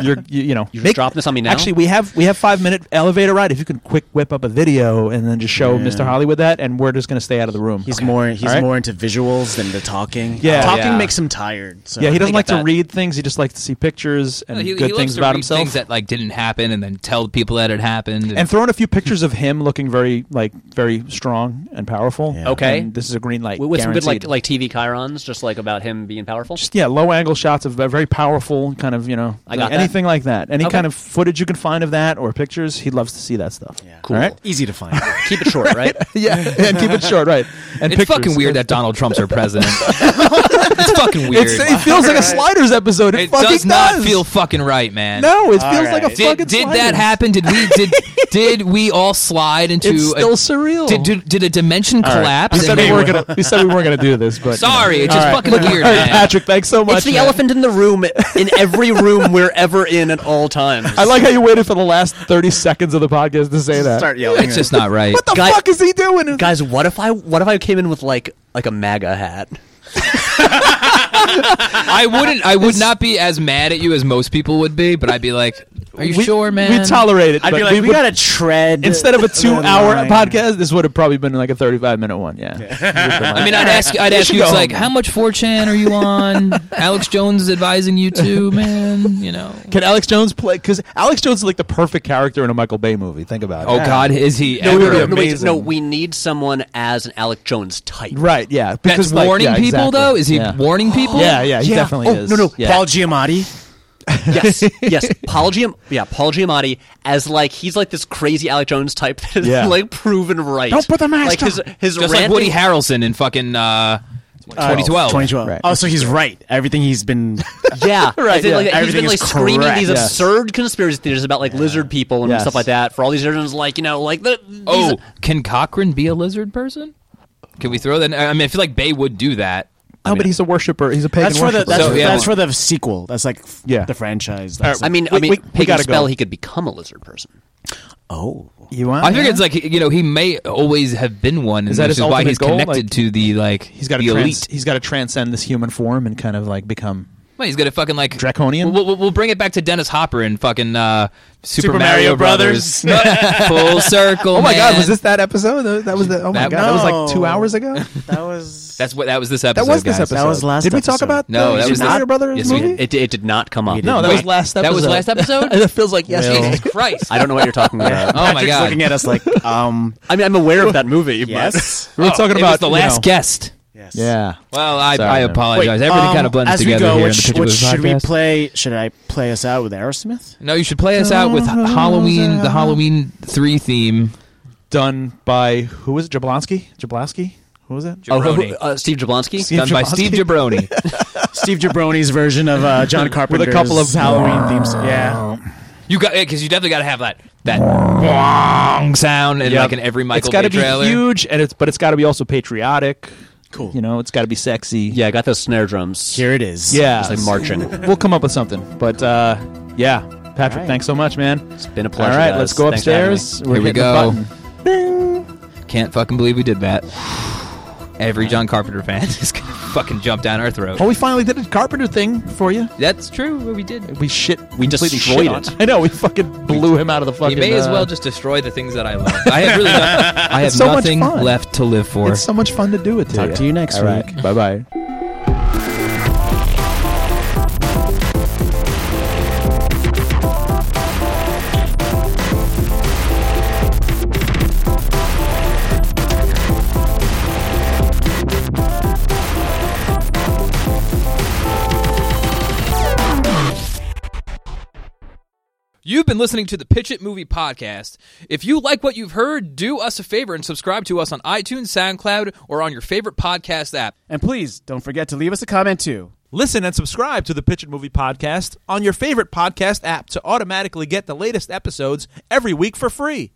you're you, you know just dropping this on me now? Actually, we have we have five minute elevator ride. If you can quick whip up a video and then just show Mr. Hollywood that, and we're just going to stay out of the room. He's more he's All right. more into visuals than the talking. Yeah. talking Yeah. makes him tired. So. yeah, he doesn't I like get to that. read things. He just likes to see pictures and he, he good loves things to about read himself. things that like didn't happen, and then tell people that it happened. and- and throw in a few pictures of him looking very like very strong and powerful. Okay. And this is a green light. With, with some good like, guaranteed. like TV chirons, just like about him being powerful. just yeah, low angle shots of a very powerful kind of you know I got like anything like that. Any Okay. kind of footage you can find of that or pictures, he loves to see that stuff. Yeah, Cool. Easy to find. Keep it short, right? yeah, and keep it short, right? And it's pictures. fucking weird that Donald Trump's our president. it's fucking weird. It's, it feels like a sliders episode. It, it fucking does not feel fucking right, man. no, it feels like a fucking. Did, did that Sliders. happen? Did we did did we all slide into? It's still a, surreal. Did, did did a dimension collapse? we said and we we weren't gonna. We said we weren't gonna do this, but Sorry, it's All just right. fucking weird, All right, man. Patrick, thanks so much. It's the man. elephant in the room in every room we're ever in at all times. I like how you waited for the last thirty seconds of the podcast to say that. Start yelling. it's just not right. What the Guy- fuck is he doing? Guys, what if I what if I came in with like like a MAGA hat? I wouldn't. I would not be as mad at you as most people would be, but I'd be like, "Are you we, sure, man?" We tolerate it. I'd be but like, we, would- gotta tread instead of a the two-hour line." podcast, this would have probably been like a thirty-five minute one. Yeah. I mean, I'd ask. I'd ask should you. go It's home, like, man. how much 4chan are you on? Alex Jones is advising you too, man. You know. Can Alex Jones play? Because Alex Jones is like the perfect character in a Michael Bay movie. Think about it. Oh God, is he we ever? were- No, wait, Amazing. no, we need someone as an Alec Jones type. Right. Yeah. That's Because like, warning yeah, people exactly. though. Is he Yeah. warning people? Yeah. Yeah. He definitely oh, is. No, no. Yeah. Paul Giamatti. Yes, yes. Paul Giam- yeah, Paul Giamatti as like he's like this crazy Alec Jones type that is Yeah. like proven right. Don't put the mask like his, on. his Just like ranting- Woody Harrelson in fucking uh, 2012. 2012. Right. Oh, so he's right. Everything he's been. Yeah, right. yeah. Like, he's Everything been like is screaming correct. these Yes. absurd conspiracy theories about like lizard people and Yes. stuff like that. For all these reasons, like you know, like the these- oh, can Cochran be a lizard person? Can we throw that? in? I mean, I feel like Bay would do that. Oh, but he's a worshiper. He's a pagan That's for the worshiper. that's, So, yeah. that's for the sequel. That's like f- Yeah. the franchise. That's I mean, We- I mean, we- we pagan gotta go. spell. He could become a lizard person. oh, you want? I figure it's like you know he may always have been one, and Is that which his is why ultimate he's goal? connected Like, to the like he's got to the trans- elite. he's got to transcend this human form and kind of like become. Well, he's gonna fucking like Draconian? We'll, we'll, we'll bring it back to Dennis Hopper in fucking uh, Super, Super Mario Mario Brothers. Full circle. Oh my God! Was man. this that episode? That that was the. Oh my That- God! That was like No. two hours ago. that was That's what that was this episode. That was this guys. episode. was last Did we talk episode. about No, the that was Super Mario not- Brothers Yes, we movie? It, it did not come up. No, that was Wait, last episode. that was last episode? it feels like yesterday. Jesus Christ! I don't know what you're talking about. Oh my Patrick's god! looking at us like um I mean, I'm aware of that movie. but- yes We were talking Oh, it about was the you last know- guest. yes Yeah. Well, I, Sorry, I man. apologize. Everything um, kind of blends as together we go, here what, in the sh- Pitcher what Boys should we podcast. play? Should I play us out with Aerosmith? No, you should play us out with Halloween, the Halloween three theme. done by who was it? Jablonski? Jablonski? Who was that? Oh, who- Jabroni. uh, Steve Jablonsky. Steve done by Jablonski. Steve Jabroni. Steve Jabroni's version of uh, John Carpenter's couple of- Halloween themes. Yeah, you got because you definitely got to have that that wong sound and Yep. like in every Michael it's got Bay to be trailer. huge, and it's but it's got to be also patriotic. Cool. You know, it's got to be sexy. Yeah, I got those snare drums. here it is. yeah. It's like marching. We'll come up with something, but uh, yeah, Patrick, thanks so much, man. It's been a pleasure, All right, guys. let's go Thanks for having upstairs. We're Here we hitting go. The button. Can't fucking believe we did that. Every John Carpenter fan is gonna fucking jump down our throat. Oh, we finally did a carpenter thing for you. That's true. We did. We shit. We completely destroyed shit on- it. I know. We fucking blew him out of the You fucking. may as uh, well just destroy the things that I love. I have really, no- I have It's so much Nothing fun. left to live for. It's so much fun to do it. To Talk to you next All right. week. Bye bye. You've been listening to the Pitch It Movie Podcast. If you like what you've heard, do us a favor and subscribe to us on iTunes, SoundCloud, or on your favorite podcast app. And please don't forget to leave us a comment too. Listen and subscribe to the Pitch It Movie Podcast on your favorite podcast app to automatically get the latest episodes every week for free.